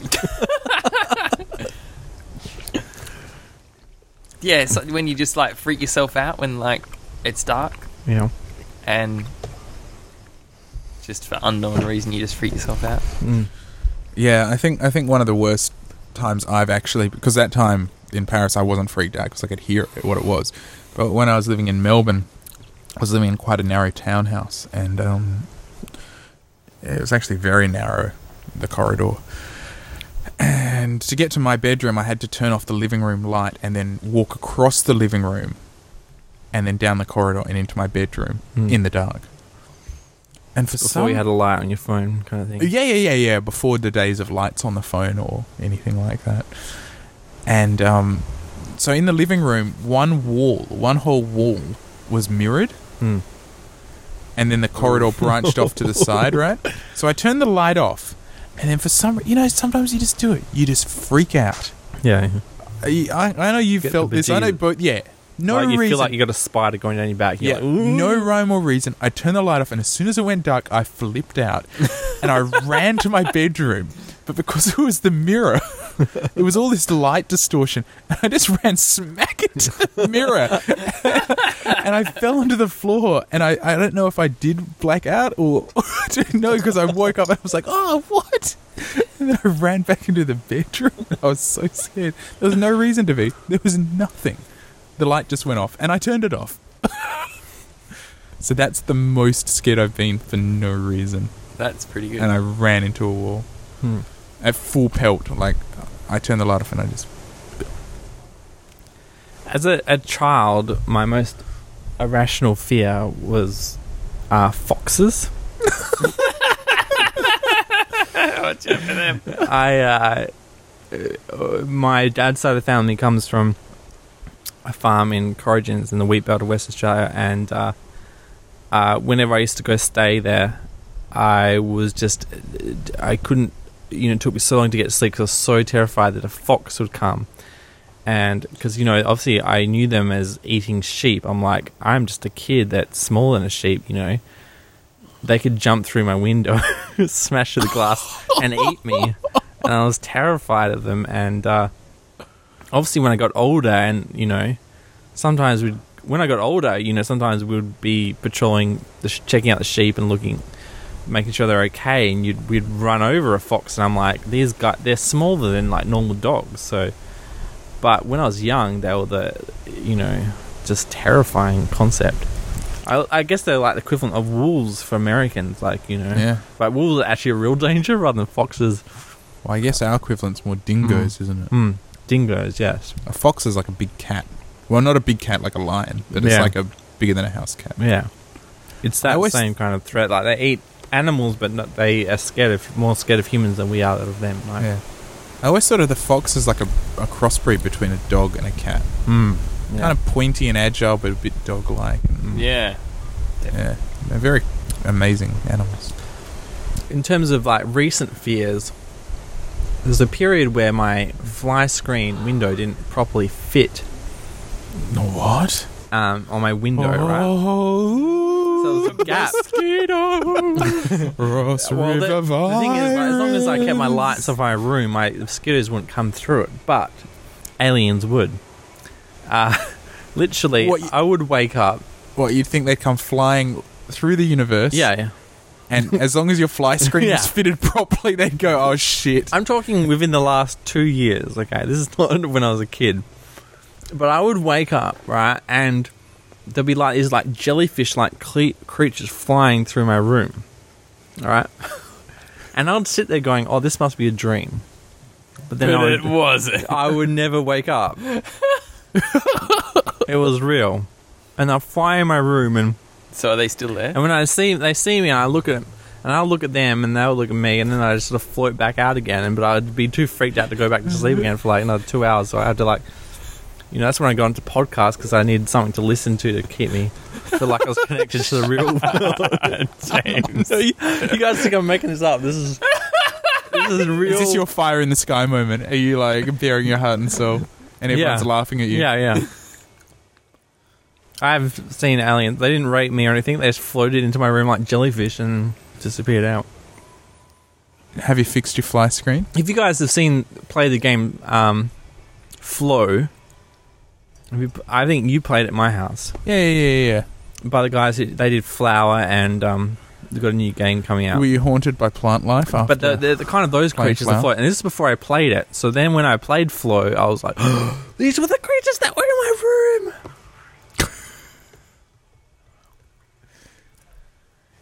Speaker 1: yeah, it's like when you just like freak yourself out when like it's dark
Speaker 3: Yeah.
Speaker 1: and just for unknown reason you just freak yourself out.
Speaker 3: Mm.
Speaker 2: Yeah, I think I think one of the worst times I've actually because that time in Paris I wasn't freaked out because I could hear it, what it was. But when I was living in Melbourne, I was living in quite a narrow townhouse, and um, it was actually very narrow, the corridor. And to get to my bedroom, I had to turn off the living room light and then walk across the living room, and then down the corridor and into my bedroom
Speaker 3: Mm.
Speaker 2: in the dark. Hmm. And for
Speaker 3: Before
Speaker 2: some
Speaker 3: you had a light on your phone, kind of thing.
Speaker 2: yeah, yeah, yeah, yeah. Before the days of lights on the phone or anything like that. And um, so in the living room, one wall, one whole wall was mirrored,
Speaker 3: Mm.
Speaker 2: and then the
Speaker 3: Oh.
Speaker 2: corridor branched off to the side, right? So I turned the light off, and then for some, you know, sometimes you just do it. You just freak out.
Speaker 3: Yeah.
Speaker 2: I, I, I know you've
Speaker 3: Get the
Speaker 2: felt this. I know,
Speaker 3: bejesus.
Speaker 2: but yeah, no
Speaker 3: like you
Speaker 2: reason.
Speaker 3: feel like you got a spider going down your back. You're
Speaker 2: Yeah,
Speaker 3: like, "Ooh."
Speaker 2: no rhyme or reason. I turned the light off, and as soon as it went dark, I flipped out and I ran to my bedroom. But because it was the mirror, it was all this light distortion, and I just ran smack into the mirror, and I fell onto the floor. And I, I don't know if I did black out or I didn't know because I woke up and I was like, oh, what? And then I ran back into the bedroom. I was so scared. There was no reason to be. There was nothing. The light just went off, and I turned it off. So that's the most scared I've been for no reason.
Speaker 1: That's pretty good.
Speaker 2: And I ran into a wall
Speaker 3: Hmm.
Speaker 2: at full pelt. Like, I turned the light off and I just.
Speaker 3: As a, a child, my most irrational fear was uh, foxes. I, uh, uh, my dad's side of the family comes from a farm in Corrigans in the wheat belt of West Australia, and uh, uh, whenever I used to go stay there, I was just, I couldn't, you know, it took me so long to get to sleep because I was so terrified that a fox would come. And because, you know, obviously I knew them as eating sheep. I'm like, I'm just a kid that's smaller than a sheep, you know. They could jump through my window. smash the glass and eat me. And I was terrified of them. And uh, obviously, when I got older, and you know, sometimes we, would when I got older, you know, sometimes we'd be patrolling, the sh- checking out the sheep and looking, making sure they're okay. And you'd we'd run over a fox, and I'm like, these guys, they're smaller than like normal dogs. So, but when I was young, they were the, you know, just terrifying concept. I, I guess they're like the equivalent of wolves for Americans, like you know,
Speaker 2: Yeah.
Speaker 3: like wolves are actually a real danger rather than foxes.
Speaker 2: Well, I guess our equivalent's more dingoes, isn't it?
Speaker 3: Mm, dingoes, yes,
Speaker 2: A fox is like a big cat. Well, not a big cat like a lion, but it's
Speaker 3: Yeah.
Speaker 2: like a bigger than a house cat.
Speaker 3: yeah. It's
Speaker 2: I
Speaker 3: that
Speaker 2: always-
Speaker 3: same kind of threat. Like they eat animals, but not, they are scared of more scared of humans than we are of them. Like,
Speaker 2: Yeah. I always thought of the fox as like a, a crossbreed between a dog and a cat.
Speaker 3: mm, yeah. Mm.
Speaker 2: Kind of pointy and agile, but a bit dog like.
Speaker 1: Yeah.
Speaker 2: Yeah. They're very amazing animals.
Speaker 3: Hmm. in terms of like recent fears, there's a period where my fly screen window didn't properly fit
Speaker 2: What?
Speaker 3: um, on my window, right?
Speaker 2: Oh.
Speaker 3: So there was a gap.
Speaker 2: Mosquito. Ross
Speaker 3: Well, the,
Speaker 2: River
Speaker 3: the thing is, like, as long as I kept my
Speaker 2: virus.
Speaker 3: lights off my room, my mosquitoes wouldn't come through it, but aliens would. Uh, literally,
Speaker 2: What you-
Speaker 3: I would wake up.
Speaker 2: What, you'd think they'd come flying through the universe?
Speaker 3: Yeah, yeah.
Speaker 2: And as long as your fly screen
Speaker 3: Yeah.
Speaker 2: was fitted properly, they'd go, oh shit.
Speaker 3: I'm talking within the last two years, okay? This is not when I was a kid. But I would wake up, right? And there'd be like these like jellyfish like cle- creatures flying through my room, all right? and I'd sit there going, oh, this must be a dream. But then I would,
Speaker 1: wasn't.
Speaker 3: I would never wake up. it was real. And I fly in my room, and,
Speaker 1: So are they still there?
Speaker 3: and when I see they see me, I look at them, and I look at them, and they'll look at me, and then I just sort of float back out again. And but I'd be too freaked out to go back to sleep again for like another two hours, so I had to like, you know, that's when I got into podcasts because I needed something to listen to to keep me. feel like I was connected to the real world. James, you, you guys think I'm making this up? This is this is real.
Speaker 2: Is this your fire in the sky moment? Are you like bearing your heart and soul? And everyone's
Speaker 3: Yeah.
Speaker 2: laughing at you.
Speaker 3: Yeah, yeah. I've seen aliens. They didn't rate me or anything. They just floated into my room like jellyfish and disappeared out.
Speaker 2: Have you fixed your fly screen?
Speaker 3: If you guys have seen play the game um, Flow, have you- I think you played at my house
Speaker 2: Yeah, yeah, yeah, yeah.
Speaker 3: by the guys. who- They did Flower and um, they got a new game coming out.
Speaker 2: Were you haunted by plant life after?
Speaker 3: but the, the, the kind of those
Speaker 2: Playing
Speaker 3: creatures that
Speaker 2: Flower?
Speaker 3: float, and this is before I played it. So then when I played Flow, I was like, "These were the creatures that were in my room."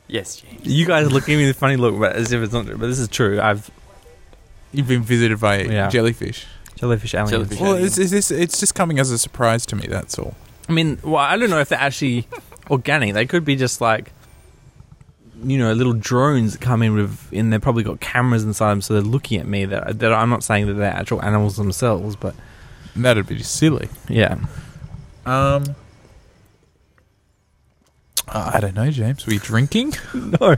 Speaker 1: Yes, James.
Speaker 3: You guys are looking at me with a funny look, but as if it's not. But this is true. I've
Speaker 2: You've been visited by
Speaker 3: Yeah.
Speaker 2: jellyfish.
Speaker 3: jellyfish aliens.
Speaker 1: Jellyfish.
Speaker 2: Well, it's, it's, it's, it's just coming as a surprise to me, that's all.
Speaker 3: I mean, well, I don't know if they're actually organic. They could be just like, you know, little drones that come in with, and they've probably got cameras inside them, so they're looking at me. That, that I'm not saying that they're actual animals themselves, but
Speaker 2: And That'd be silly.
Speaker 3: yeah,
Speaker 2: Um, Uh, I don't know, James. Were you drinking?
Speaker 3: no.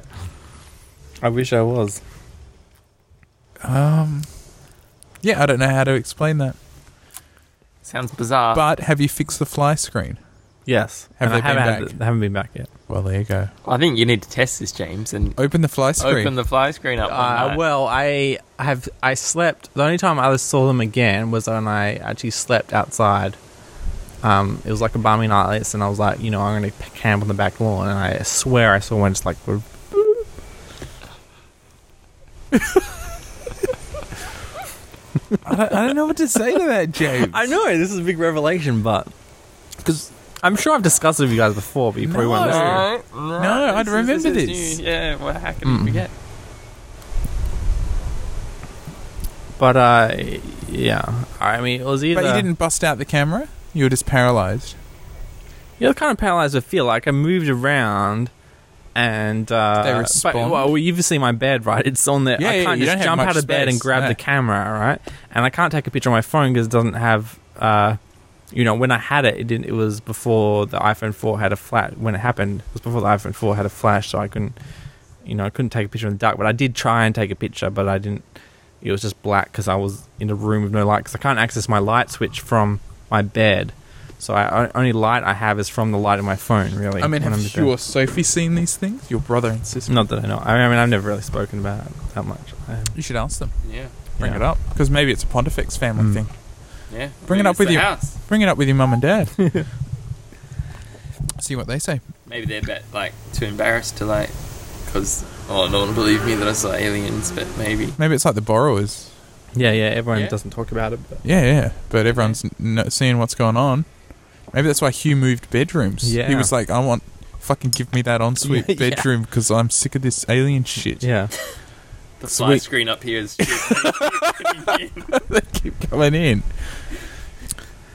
Speaker 3: I wish I was.
Speaker 2: Um, yeah, I don't know how to explain that.
Speaker 1: Sounds bizarre.
Speaker 2: But have you fixed the fly screen?
Speaker 3: Yes,
Speaker 2: Have
Speaker 3: And
Speaker 2: they
Speaker 3: I
Speaker 2: been
Speaker 3: haven't had
Speaker 2: back?
Speaker 3: the- they haven't been back yet.
Speaker 2: Well, there you go.
Speaker 1: I think you need to test this, James, and
Speaker 2: Open the fly screen.
Speaker 1: open the fly screen up. one
Speaker 2: Ah,
Speaker 3: Uh,
Speaker 1: night.
Speaker 3: well, I have I slept. The only time I saw them again was when I actually slept outside. Um, it was like a balmy night, like this, and I was like, you know, I'm going to camp on the back lawn, and I swear I saw one just like. boop.
Speaker 2: I, don't, I don't know what to say to that, James.
Speaker 3: I know this is a big revelation, but because I'm sure I've discussed it with you guys before, but you probably weren't
Speaker 2: No.
Speaker 3: listening.
Speaker 1: no, no,
Speaker 2: No, I'd
Speaker 1: is-
Speaker 2: remember
Speaker 1: is
Speaker 2: this. Hmm.
Speaker 1: new. Yeah, well, how can you
Speaker 3: Mm.
Speaker 1: forget?
Speaker 3: But uh, yeah, I mean, it was either
Speaker 2: But you didn't bust out the camera. You were just paralyzed.
Speaker 3: You're kind of paralyzed with fear. Like I moved around, and uh,
Speaker 2: They
Speaker 3: But,
Speaker 2: respond?
Speaker 3: well, you've seen my bed, right? It's on there.
Speaker 2: Yeah,
Speaker 3: I
Speaker 2: yeah,
Speaker 3: can't
Speaker 2: you don't
Speaker 3: just
Speaker 2: have
Speaker 3: jump
Speaker 2: much
Speaker 3: out of bed and
Speaker 2: space,
Speaker 3: grab
Speaker 2: no.
Speaker 3: the camera, right? And I can't take a picture on my phone because it doesn't have. Uh, you know, when I had it, it didn't. It was before the iPhone 4 had a flash. When it happened, it was before the iPhone 4 had a flash, so I couldn't. You know, I couldn't take a picture in the dark. But I did try and take a picture, but I didn't. It was just black because I was in a room with no light. Because I can't access my light switch from my bed. So I, I only light I have is from the light of my phone. Really,
Speaker 4: I mean, have
Speaker 3: when I'm
Speaker 4: you
Speaker 3: with them.
Speaker 4: or Sophie seen these things? Your brother and sister.
Speaker 3: Not that I know. I mean, I've never really spoken about it that much. Um,
Speaker 2: You should ask them.
Speaker 6: Yeah.
Speaker 2: Bring
Speaker 3: Yeah.
Speaker 2: it up because maybe it's a Pontifex family
Speaker 3: Mm.
Speaker 2: thing.
Speaker 6: Yeah.
Speaker 2: Bring it
Speaker 6: Maybe
Speaker 2: up
Speaker 6: it's
Speaker 2: with
Speaker 6: the
Speaker 2: you.
Speaker 6: House.
Speaker 2: Bring it up with your mum and dad. See what they say.
Speaker 6: Maybe they're bet, like too embarrassed to like, because oh, no one believed me that I saw aliens, but maybe.
Speaker 2: Maybe it's like the borrowers.
Speaker 3: yeah, yeah. Everyone
Speaker 6: Yeah?
Speaker 3: doesn't talk about it. But
Speaker 2: Yeah, yeah. But everyone's n- n- seeing what's going on. Maybe that's why Hugh moved bedrooms.
Speaker 3: Yeah.
Speaker 2: He was like, I want fucking give me that ensuite
Speaker 3: Yeah.
Speaker 2: bedroom because I'm sick of this alien shit.
Speaker 3: yeah,
Speaker 6: The fly
Speaker 2: Sweet.
Speaker 6: screen up here is.
Speaker 2: they keep coming in.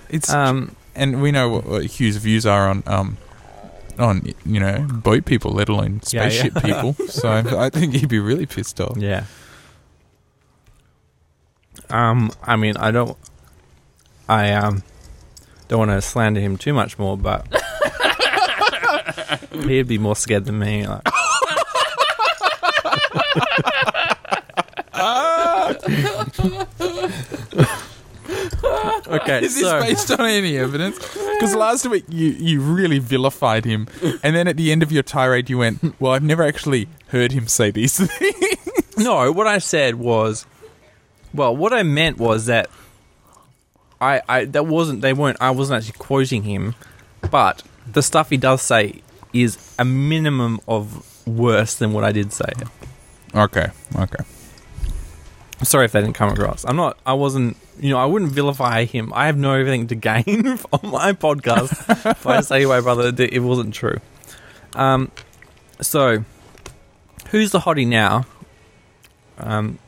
Speaker 2: It's
Speaker 3: um,
Speaker 2: and we know what, what Hugh's views are on um on you know boat people, let alone
Speaker 3: Yeah, yeah.
Speaker 2: spaceship people. So I think he'd be really pissed off.
Speaker 3: yeah. Um, I mean, I don't, I um, don't want to slander him too much more, but he'd be more scared than me. Like, okay,
Speaker 2: Is this based on any evidence? Because last week you, you really vilified him, and then at the end of your tirade you went, "Hmm, "Well, I've never actually heard him say these things."
Speaker 3: No, what I said was, well, what I meant was that I, I that wasn't they weren't I wasn't actually quoting him, but the stuff he does say is a minimum of worse than what I did say.
Speaker 2: Okay, okay.
Speaker 3: I'm sorry if that didn't come across. I'm not. I wasn't. You know, I wouldn't vilify him. I have no everything to gain on my podcast if I say to my brother that it wasn't true. Um, so who's the hottie now? Um,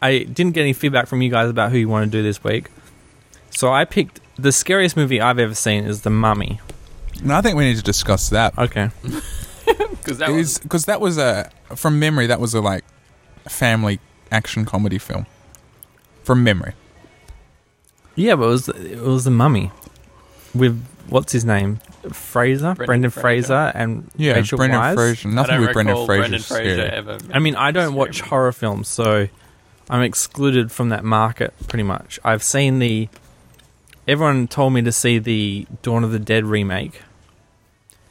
Speaker 3: I didn't get any feedback from you guys about who you want to do this week, so I picked the scariest movie I've ever seen is The Mummy.
Speaker 2: No, I think we need to discuss that
Speaker 3: Okay.
Speaker 6: Because that was
Speaker 2: because that was a from memory that was a like family action comedy film from memory.
Speaker 3: Yeah, but it was it was The Mummy with what's his name Fraser, Brendan, Fraser,
Speaker 6: Fraser.
Speaker 3: and
Speaker 2: Yeah,
Speaker 3: Rachel
Speaker 2: Brendan
Speaker 3: Weisz.
Speaker 2: Fraser.
Speaker 6: I
Speaker 2: Nothing
Speaker 6: don't
Speaker 2: with Brendan
Speaker 6: recall
Speaker 2: Fraser.
Speaker 6: Brendan Fraser ever.
Speaker 3: I mean, I don't
Speaker 6: Scary
Speaker 3: watch
Speaker 6: movie.
Speaker 3: horror films, so I'm excluded from that market pretty much. I've seen the. Everyone told me to see the Dawn of the Dead remake,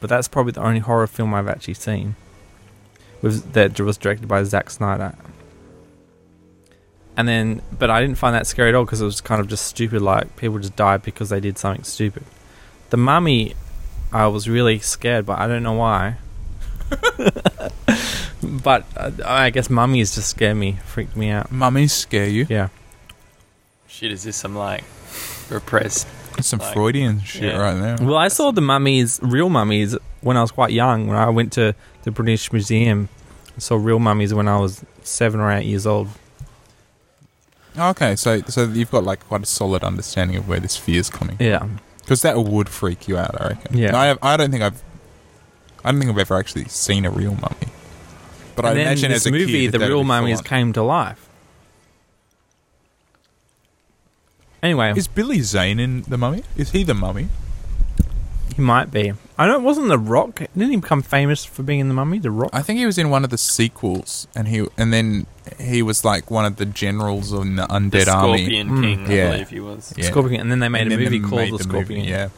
Speaker 3: but that's probably the only horror film I've actually seen. With that was directed by Zack Snyder. And then, but I didn't find that scary at all because it was kind of just stupid. Like people just died because they did something stupid. The Mummy, I was really scared, but I don't know why. But uh, I guess mummies just scare me, freaked me out.
Speaker 2: Mummies scare you.
Speaker 3: Yeah.
Speaker 6: Shit, is this some like repressed?
Speaker 2: That's some
Speaker 6: Like,
Speaker 2: Freudian shit
Speaker 6: yeah.
Speaker 2: right there.
Speaker 3: Well, I saw the mummies, real mummies, when I was quite young. When I went to the British Museum, I saw real mummies when I was seven or eight years old.
Speaker 2: Okay, so so you've got like quite a solid understanding of where this fear's coming
Speaker 3: Yeah.
Speaker 2: because that would freak you out. I reckon.
Speaker 3: Yeah.
Speaker 2: I, have, I don't think I've. I don't think I've ever actually seen a real mummy. But I
Speaker 3: and then
Speaker 2: imagine
Speaker 3: this
Speaker 2: as a
Speaker 3: movie,
Speaker 2: kid,
Speaker 3: the
Speaker 2: that'd
Speaker 3: real
Speaker 2: be
Speaker 3: mummies
Speaker 2: full
Speaker 3: came to life. Anyway,
Speaker 2: on. Is Billy Zane in the mummy? Is he the mummy?
Speaker 3: he might be. I know it wasn't The Rock. Didn't he become famous for being in The Mummy? The Rock.
Speaker 2: I think he was in one of the sequels, and he and then he was like one of the generals in the undead
Speaker 6: The
Speaker 2: army. Hmm.
Speaker 6: Scorpion
Speaker 3: Mm,
Speaker 6: King,
Speaker 2: yeah.
Speaker 6: I believe he was.
Speaker 2: Yeah.
Speaker 3: Scorpion. And then they made
Speaker 2: And
Speaker 3: a
Speaker 2: then they
Speaker 3: movie called
Speaker 2: made
Speaker 3: The
Speaker 2: movie,
Speaker 3: Scorpion.
Speaker 2: yeah,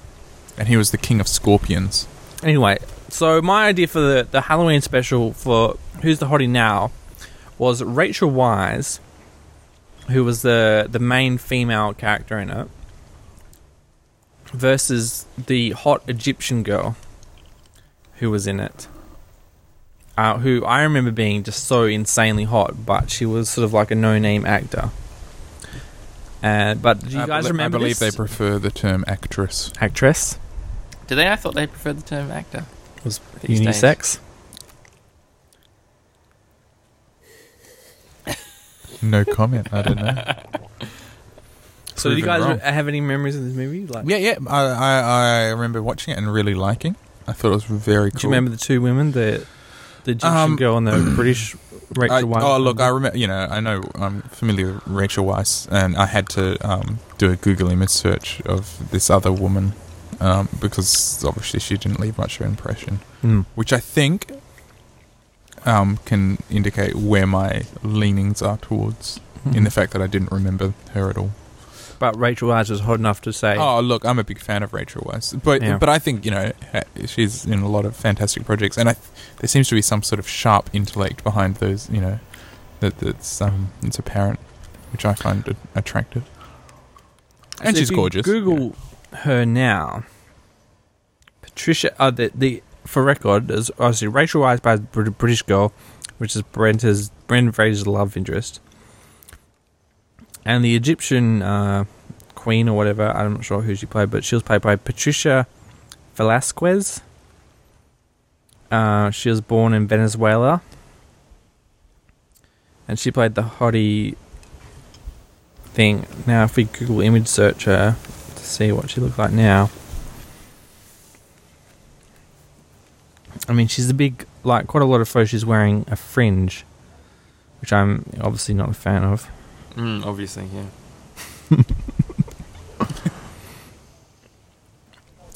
Speaker 2: and he was the king of scorpions.
Speaker 3: Anyway, so my idea for the, the Halloween special for Who's the Hottie Now was Rachel Wise, who was the, the main female character in it, versus the hot Egyptian girl who was in it. Uh, who I remember being just so insanely hot, but she was sort of like a no name actor. Uh, but do you
Speaker 2: I
Speaker 3: guys
Speaker 2: belie- I
Speaker 3: remember
Speaker 2: believe
Speaker 3: this
Speaker 2: they prefer the term actress.
Speaker 3: actress?
Speaker 6: Do they? I thought they preferred the term actor.
Speaker 3: Was
Speaker 6: These days.
Speaker 3: unisex?
Speaker 2: No comment. I don't know.
Speaker 3: So, do you
Speaker 2: Proven
Speaker 3: guys
Speaker 2: wrong.
Speaker 3: have any memories of this movie? Like,
Speaker 2: Yeah, yeah. I, I, I remember watching it and really liking. I thought it was very cool.
Speaker 3: Do you remember the two women, the the Egyptian
Speaker 2: Um,
Speaker 3: girl and the British Rachel
Speaker 2: I-
Speaker 3: White?
Speaker 2: oh, look, I remember. You know, I know. I'm familiar with Rachel Weisz, and I had to um, do a Google image search of this other woman um, because obviously she didn't leave much of an impression,
Speaker 3: Mm.
Speaker 2: which I think um, can
Speaker 3: Mm-hmm.
Speaker 2: indicate where my leanings are towards in the fact that I didn't remember her at all.
Speaker 3: But Rachel Wise was hot enough to say,
Speaker 2: Oh, look, I'm a big fan of Rachel Weisz, but
Speaker 3: Yeah.
Speaker 2: but I think you know ha- she's in a lot of fantastic projects, and I th- there seems to be some sort of sharp intellect behind those. You know, that that's um it's apparent, which I find a- attractive. And
Speaker 3: So if
Speaker 2: she's
Speaker 3: you
Speaker 2: gorgeous.
Speaker 3: Google her now. Patricia, uh, the, the for record, is obviously Rachel Wise by Br- British girl, which is Brenta's Brendan Fraser's love interest, and the Egyptian uh, queen or whatever. I'm not sure who she played, but she was played by Patricia Velasquez. Uh, she was born in Venezuela, and she played the hottie thing. Now, if we Google image search her to see what she looked like now, I mean, she's a big, like, quite a lot of photos. She's wearing a fringe, which I'm obviously not a fan of.
Speaker 6: Mm, obviously, yeah.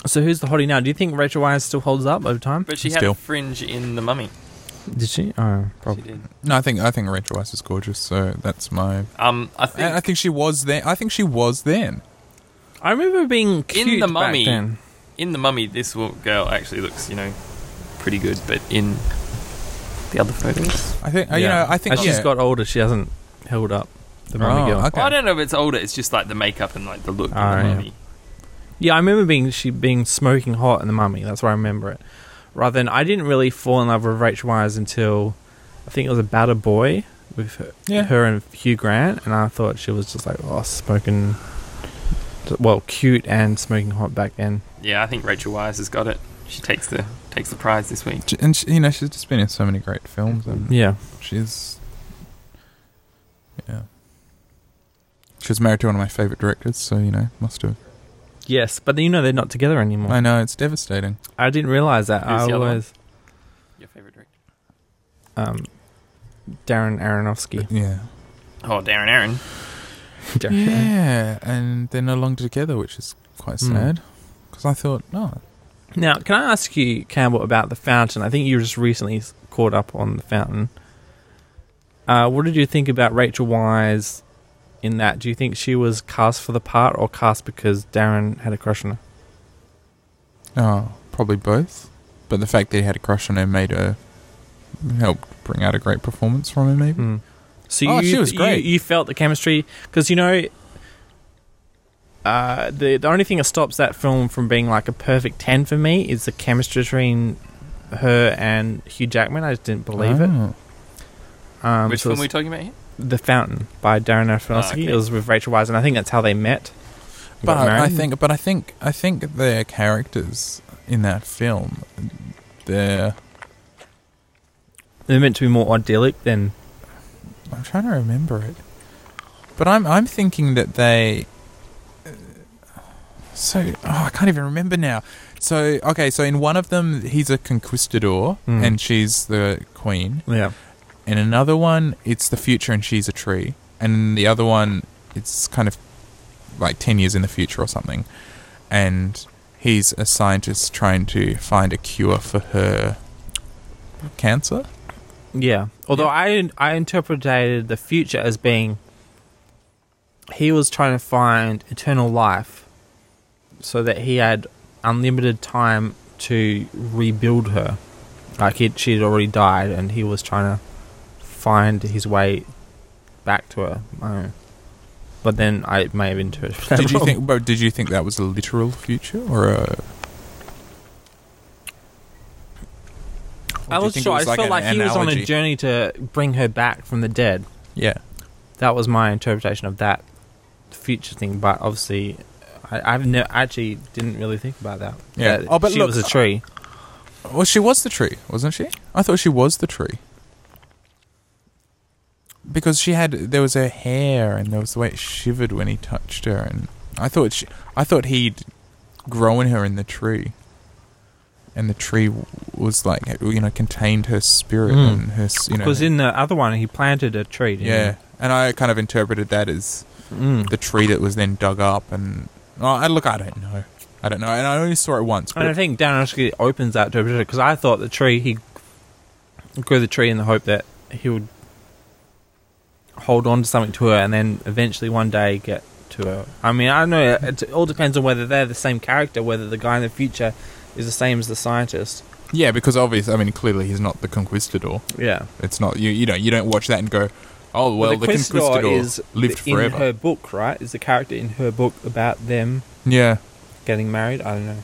Speaker 3: So, who's the hottie now? Do you think Rachel Wise still holds up over time?
Speaker 6: But she
Speaker 2: Still.
Speaker 6: had fringe in the mummy.
Speaker 3: Did she? Oh,
Speaker 6: She
Speaker 3: probably.
Speaker 6: did.
Speaker 2: No, I think I think Rachel Weisz is gorgeous. So that's my.
Speaker 6: Um, I
Speaker 2: I,
Speaker 6: think
Speaker 2: I think she was there. I think she was then.
Speaker 3: I remember being cute
Speaker 6: the
Speaker 3: back
Speaker 6: Mummy.
Speaker 3: then.
Speaker 6: in the mummy, this wo- girl actually looks, you know, pretty good. But in the other photos,
Speaker 2: I think uh, you know. I think
Speaker 3: as
Speaker 2: yeah.
Speaker 3: she's got older, she hasn't held up. The mummy
Speaker 2: Oh,
Speaker 3: girl.
Speaker 2: okay.
Speaker 6: well, I don't know if it's older. It's just like the makeup and like the look.
Speaker 3: Ah,
Speaker 6: of
Speaker 3: yeah.
Speaker 6: the mummy.
Speaker 3: Yeah, I remember being she being smoking hot in the Mummy. That's why I remember it. Rather than I didn't really fall in love with Rachel Wise until I think it was about a boy with her,
Speaker 2: Yeah.
Speaker 3: her and Hugh Grant, and I thought she was just like oh smoking, well cute and smoking hot back then.
Speaker 6: yeah. I think Rachel Wise has got it. She takes the takes the prize this week.
Speaker 2: J- and she, you know she's just been in so many great films, and
Speaker 3: Yeah,
Speaker 2: she's yeah. She was married to one of my favorite directors, so you know must have.
Speaker 3: yes, but then you know they're not together anymore.
Speaker 2: I know it's devastating.
Speaker 3: I, didn't realize that.
Speaker 6: Who's
Speaker 3: I
Speaker 6: the other one?
Speaker 3: always
Speaker 6: Your favorite director?
Speaker 3: um, Darren Aronofsky.
Speaker 2: Yeah.
Speaker 6: Oh, Darren Aaron.
Speaker 3: Darren.
Speaker 2: Yeah, and they're no longer together, which is quite
Speaker 3: Mm.
Speaker 2: sad. Because I thought, oh, no,
Speaker 3: Now, can I ask you, Campbell, about the fountain? I think you just recently s- caught up on the fountain. Uh, what did you think about Rachel Wise in that? Do you think she was cast for the part or cast because Darren had a crush on her?
Speaker 2: oh, probably both. But the fact that he had a crush on her made her helped bring out a great performance from her. Maybe
Speaker 3: Mm. So
Speaker 2: Oh,
Speaker 3: you,
Speaker 2: she was
Speaker 3: you-
Speaker 2: great.
Speaker 3: You, felt the chemistry because you know, uh, the the only thing that stops that film from being like a perfect ten for me is the chemistry between her and Hugh Jackman. I just didn't Hmm. believe it.
Speaker 2: Oh.
Speaker 3: Um,
Speaker 6: Which
Speaker 3: so
Speaker 6: film
Speaker 3: it's-
Speaker 6: are we talking about here?
Speaker 3: The Fountain by Darren Aronofsky.
Speaker 6: Ah, okay.
Speaker 3: It was with Rachel Wise, and I think that's how they met. They
Speaker 2: But
Speaker 3: got
Speaker 2: I, I
Speaker 3: married.
Speaker 2: think, but I think, I think their characters in that film, they're.
Speaker 3: they're meant to be more idyllic than.
Speaker 2: I'm trying to remember it, but I'm I'm thinking that they. So oh, I can't even remember now. So okay, so in one of them, he's a conquistador
Speaker 3: Mm.
Speaker 2: and she's the queen.
Speaker 3: Yeah,
Speaker 2: In another one, it's the future and she's a tree. And in the other one, it's kind of like ten years in the future or something. And he's a scientist trying to find a cure for her cancer.
Speaker 3: yeah. Although
Speaker 2: Yeah.
Speaker 3: I I interpreted the future as being he was trying to find eternal life, so that he had unlimited time to rebuild her. Like he, she'd already died, and he was trying to find his way back to her. I don't know. But then I may have interpreted. that
Speaker 2: did you
Speaker 3: wrong.
Speaker 2: think? But did you think that was a literal future or a? or
Speaker 3: I
Speaker 2: do you
Speaker 3: was
Speaker 2: think it
Speaker 3: sure. I felt
Speaker 2: an
Speaker 3: like he was on a
Speaker 2: analogy?
Speaker 3: journey to bring her back from the dead.
Speaker 2: Yeah,
Speaker 3: That was my interpretation of that future thing. But obviously, I, I've ne- actually didn't really think about that.
Speaker 2: Yeah.
Speaker 3: That
Speaker 2: Oh, but
Speaker 3: she
Speaker 2: look,
Speaker 3: was a tree.
Speaker 2: well, she was the tree, wasn't she? I thought she was the tree because she had there was her hair and there was the way it shivered when he touched her, and I thought she, I thought he'd grown her in the tree, and the tree w- was like you know contained her spirit
Speaker 3: Mm.
Speaker 2: and her s- you know
Speaker 3: Because in the other one, he planted a tree. Didn't
Speaker 2: yeah, and I kind of interpreted that as.
Speaker 3: He? Mm.
Speaker 2: the tree that was then dug up and oh, I look I don't know. I don't know. And I only saw it once.
Speaker 3: And I
Speaker 2: But
Speaker 3: think Dan actually opens that interpretation because I thought the tree he grew the tree in the hope that he would hold on to something to her and then eventually one day get to her. I mean, I don't know. It all depends on whether they're the same character, whether the guy in the future is the same as the scientist.
Speaker 2: Yeah, because obviously, I mean, clearly he's not the conquistador.
Speaker 3: Yeah.
Speaker 2: It's not you. You know, you don't watch that and go, "Oh, well, the, conquistador,
Speaker 3: is
Speaker 2: lived
Speaker 3: in
Speaker 2: forever."
Speaker 3: her book, right? Is the character in her book about them
Speaker 2: Yeah,
Speaker 3: getting married? I don't know.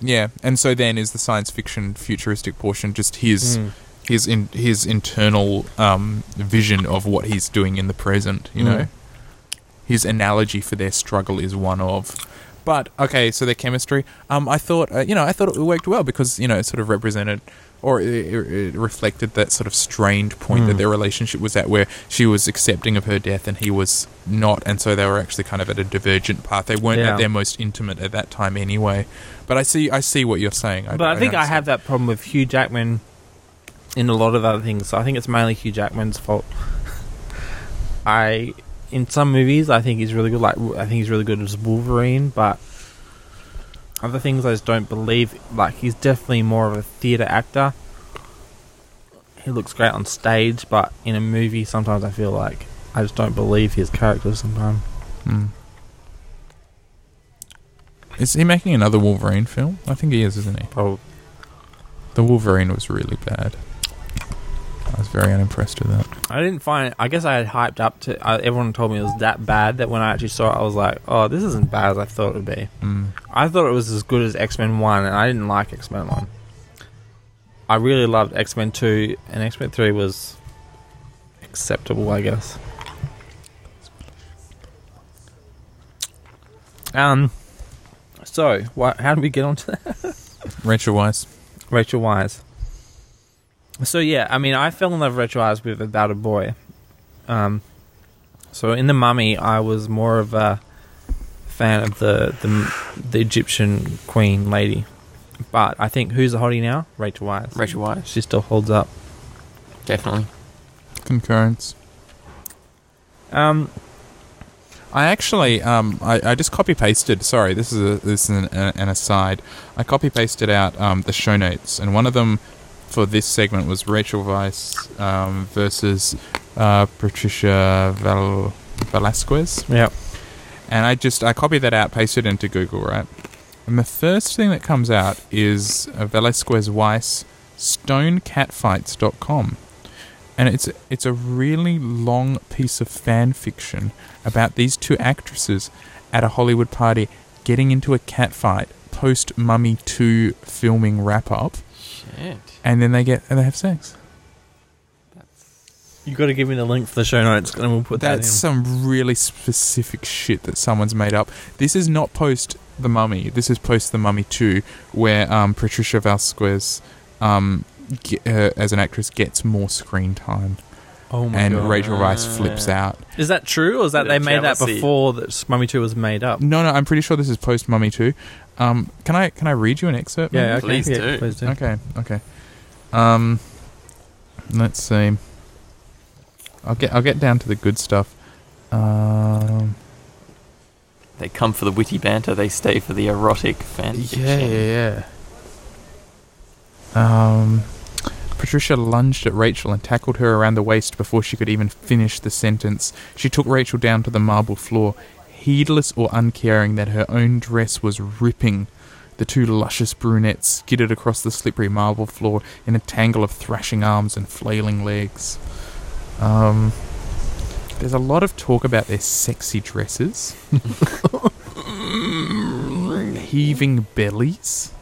Speaker 2: yeah. And so then is the science fiction futuristic portion just his his in, his internal um, vision of what he's doing in the present. You know,
Speaker 3: Mm.
Speaker 2: his analogy for their struggle is one of. But okay, so their chemistry. Um, I thought uh, you know I thought it worked well because you know it sort of represented or it, it it reflected that sort of strained point that
Speaker 3: Mm.
Speaker 2: their relationship was at, where she was accepting of her death and he was not, and so they were actually kind of at a divergent path. They weren't
Speaker 3: Yeah.
Speaker 2: at their most intimate at that time anyway. But I see I see what you're saying.
Speaker 3: But I think I have that problem with Hugh Jackman in a lot of other things. So I think it's mainly Hugh Jackman's fault. I in some movies I think he's really good. Like I think he's really good as Wolverine, but other things I just don't believe. Like he's definitely more of a theater actor. He looks great on stage, but in a movie sometimes I feel like I just don't believe his character sometimes.
Speaker 2: Hmm. Is he making another Wolverine film? I think he is, isn't he?
Speaker 3: Oh,
Speaker 2: The Wolverine was really bad. I was very unimpressed with that.
Speaker 3: I didn't find. I guess I had hyped up to. I, everyone told me it was that bad that when I actually saw it, I was like, "Oh, this isn't bad as I thought it would be."
Speaker 2: Mm.
Speaker 3: I thought it was as good as X Men One, and I didn't like X Men One. I really loved X Men Two, and X Men Three was acceptable, I guess. Um. So, wha how did we get onto that?
Speaker 2: Rachel Weisz.
Speaker 3: Rachel Wise. So yeah, I mean, I fell in love with Rachel Wise with about a boy. Um, so in the Mummy, I was more of a fan of the the, the Egyptian queen lady, but I think who's the hottie now? Rachel Wise.
Speaker 1: Rachel Wise,
Speaker 3: She still holds up.
Speaker 1: definitely.
Speaker 2: Concurrence.
Speaker 3: Um,
Speaker 2: I actually, um, I, I just copy pasted. Sorry, this is a, this is an, an aside. I copy pasted out um, the show notes, and one of them for this segment was Rachel Weisz um, versus uh, Patricia Val- Velasquez.
Speaker 3: yeah.
Speaker 2: And I just I copied that out, pasted it into Google, right? And the first thing that comes out is uh, Velasquez Weiss stonecatfights.com. And it's it's a really long piece of fan fiction about these two actresses at a Hollywood party getting into a catfight post Mummy 2 filming wrap up
Speaker 1: Shit.
Speaker 2: and then they get and they have sex.
Speaker 3: You got to give me the link for the show notes, and we'll put that
Speaker 2: That's
Speaker 3: in.
Speaker 2: some really specific shit that someone's made up. This is not post The Mummy. This is post The Mummy 2, where um, Patricia Vasquez, um, ge- uh, as an actress, gets more screen time.
Speaker 3: Oh my
Speaker 2: and
Speaker 3: god!
Speaker 2: Rachel Rice flips out.
Speaker 3: Is that true, or is that they
Speaker 6: Yeah,
Speaker 3: made that
Speaker 6: jealousy.
Speaker 3: before that Mummy Two was made up?
Speaker 2: No, no, I'm pretty sure this is post Mummy 2. Um, can I can I read you an excerpt?
Speaker 3: Yeah. Okay.
Speaker 6: Please
Speaker 3: yeah,
Speaker 6: do.
Speaker 3: Please do.
Speaker 2: Okay, okay. Um, let's see. I'll get I'll get down to the good stuff. Um,
Speaker 1: They come for the witty banter. They stay for the erotic fan fiction.
Speaker 2: Yeah, yeah, yeah. Um, Patricia lunged at Rachel and tackled her around the waist before she could even finish the sentence. She took Rachel down to the marble floor, heedless or uncaring that her own dress was ripping. The two luscious brunettes skidded across the slippery marble floor in a tangle of thrashing arms and flailing legs. Um, there's a lot of talk about their sexy dresses, heaving bellies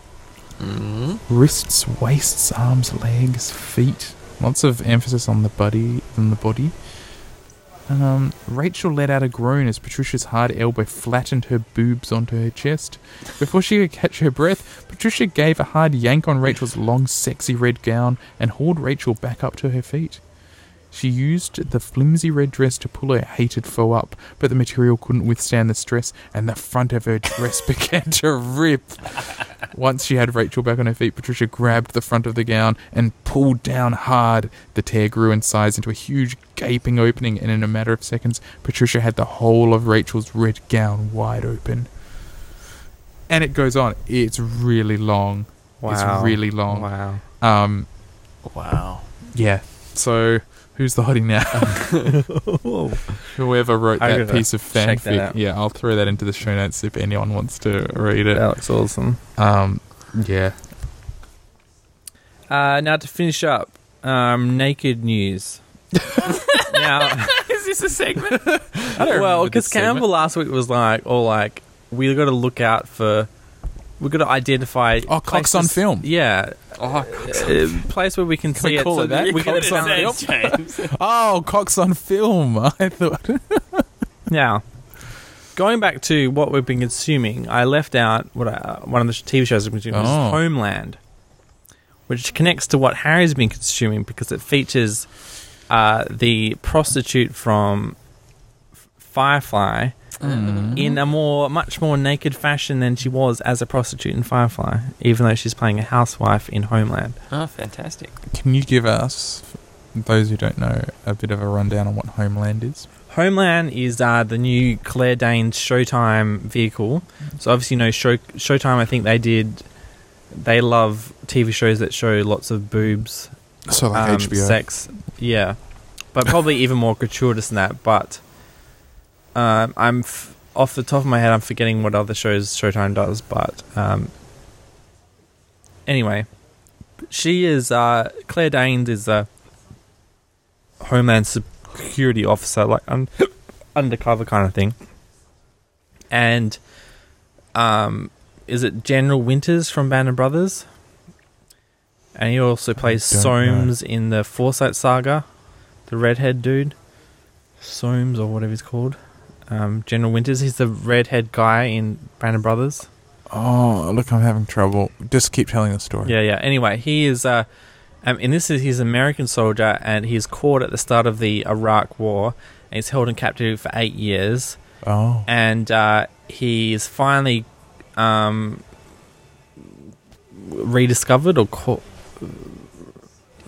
Speaker 6: Mm-hmm.
Speaker 1: Mm.
Speaker 2: wrists, waists, arms, legs, feet. Lots of emphasis on the body than the body. Um, Rachel let out a groan as Patricia's hard elbow flattened her boobs onto her chest. Before she could catch her breath, Patricia gave a hard yank on Rachel's long, sexy red gown and hauled Rachel back up to her feet. She used the flimsy red dress to pull her hated foe up, but the material couldn't withstand the stress, and the front of her dress began to rip. Once she had Rachel back on her feet, Patricia grabbed the front of the gown and pulled down hard. The tear grew in size into a huge gaping opening, and in a matter of seconds, Patricia had the whole of Rachel's red gown wide open. And it goes on. It's really long.
Speaker 3: Wow.
Speaker 2: It's really long.
Speaker 3: Wow.
Speaker 2: Um,
Speaker 1: Wow.
Speaker 2: yeah.
Speaker 4: So who's the hottie now? Whoever wrote
Speaker 3: I'm
Speaker 4: that
Speaker 3: gonna
Speaker 4: piece of
Speaker 3: check that
Speaker 4: fanfic.
Speaker 3: out.
Speaker 4: Yeah, I'll throw that into the show notes if anyone wants to read it.
Speaker 3: Alex Olsen.
Speaker 4: Um, yeah.
Speaker 3: Uh, now to finish up, um, naked news. now,
Speaker 1: Is this a segment?
Speaker 3: well,
Speaker 4: remember this
Speaker 3: because Campbell last week was like, "Oh, like we got to look out for, we got to identify
Speaker 4: Oh, cocks on
Speaker 3: places-
Speaker 4: film.
Speaker 3: Yeah,
Speaker 4: Oh,
Speaker 3: a place where we can, see
Speaker 4: we
Speaker 3: it.
Speaker 4: call it that?
Speaker 3: We
Speaker 4: Cocks
Speaker 3: can
Speaker 4: on
Speaker 3: balance-
Speaker 4: film?
Speaker 6: James.
Speaker 4: oh, cocks on film. I thought.
Speaker 3: Now, going back to what we've been consuming, I left out what I, one of the TV shows I've been consuming, which
Speaker 4: Oh.
Speaker 3: is Homeland, which connects to what Harry's been consuming because it features uh, the prostitute from F- Firefly
Speaker 2: Mm-hmm.
Speaker 3: in a more, much more naked fashion than she was as a prostitute in Firefly, even though she's playing a housewife in Homeland.
Speaker 1: oh, fantastic.
Speaker 2: Can you give us, those who don't know, a bit of a rundown on what Homeland is?
Speaker 3: Homeland is uh, the new Claire Danes Showtime vehicle. So obviously, you know, show, Showtime. I think they did. They love TV shows that show lots of boobs,
Speaker 2: So like
Speaker 3: um,
Speaker 2: HBO.
Speaker 3: sex. Yeah, but probably even more gratuitous than that. But um, I'm f- off the top of my head. I'm forgetting what other shows Showtime does. But um, anyway, she is uh, Claire Danes is a Homeland Security officer, like un- undercover kind of thing. And um, is it General Winters from Band of Brothers? And he also plays
Speaker 2: don't know.
Speaker 3: Soames in the Foresight Saga, the redhead dude, Soames or whatever he's called. Um, General Winters, he's the redhead guy in Band of Brothers.
Speaker 2: oh, look, I'm having trouble. Just keep telling the story.
Speaker 3: Yeah, yeah. Anyway, he is, uh, um, and this is he's an American soldier, and he's caught at the start of the Iraq War, and he's held in captivity for eight years,
Speaker 2: Oh.
Speaker 3: and uh, he is finally um, rediscovered or caught,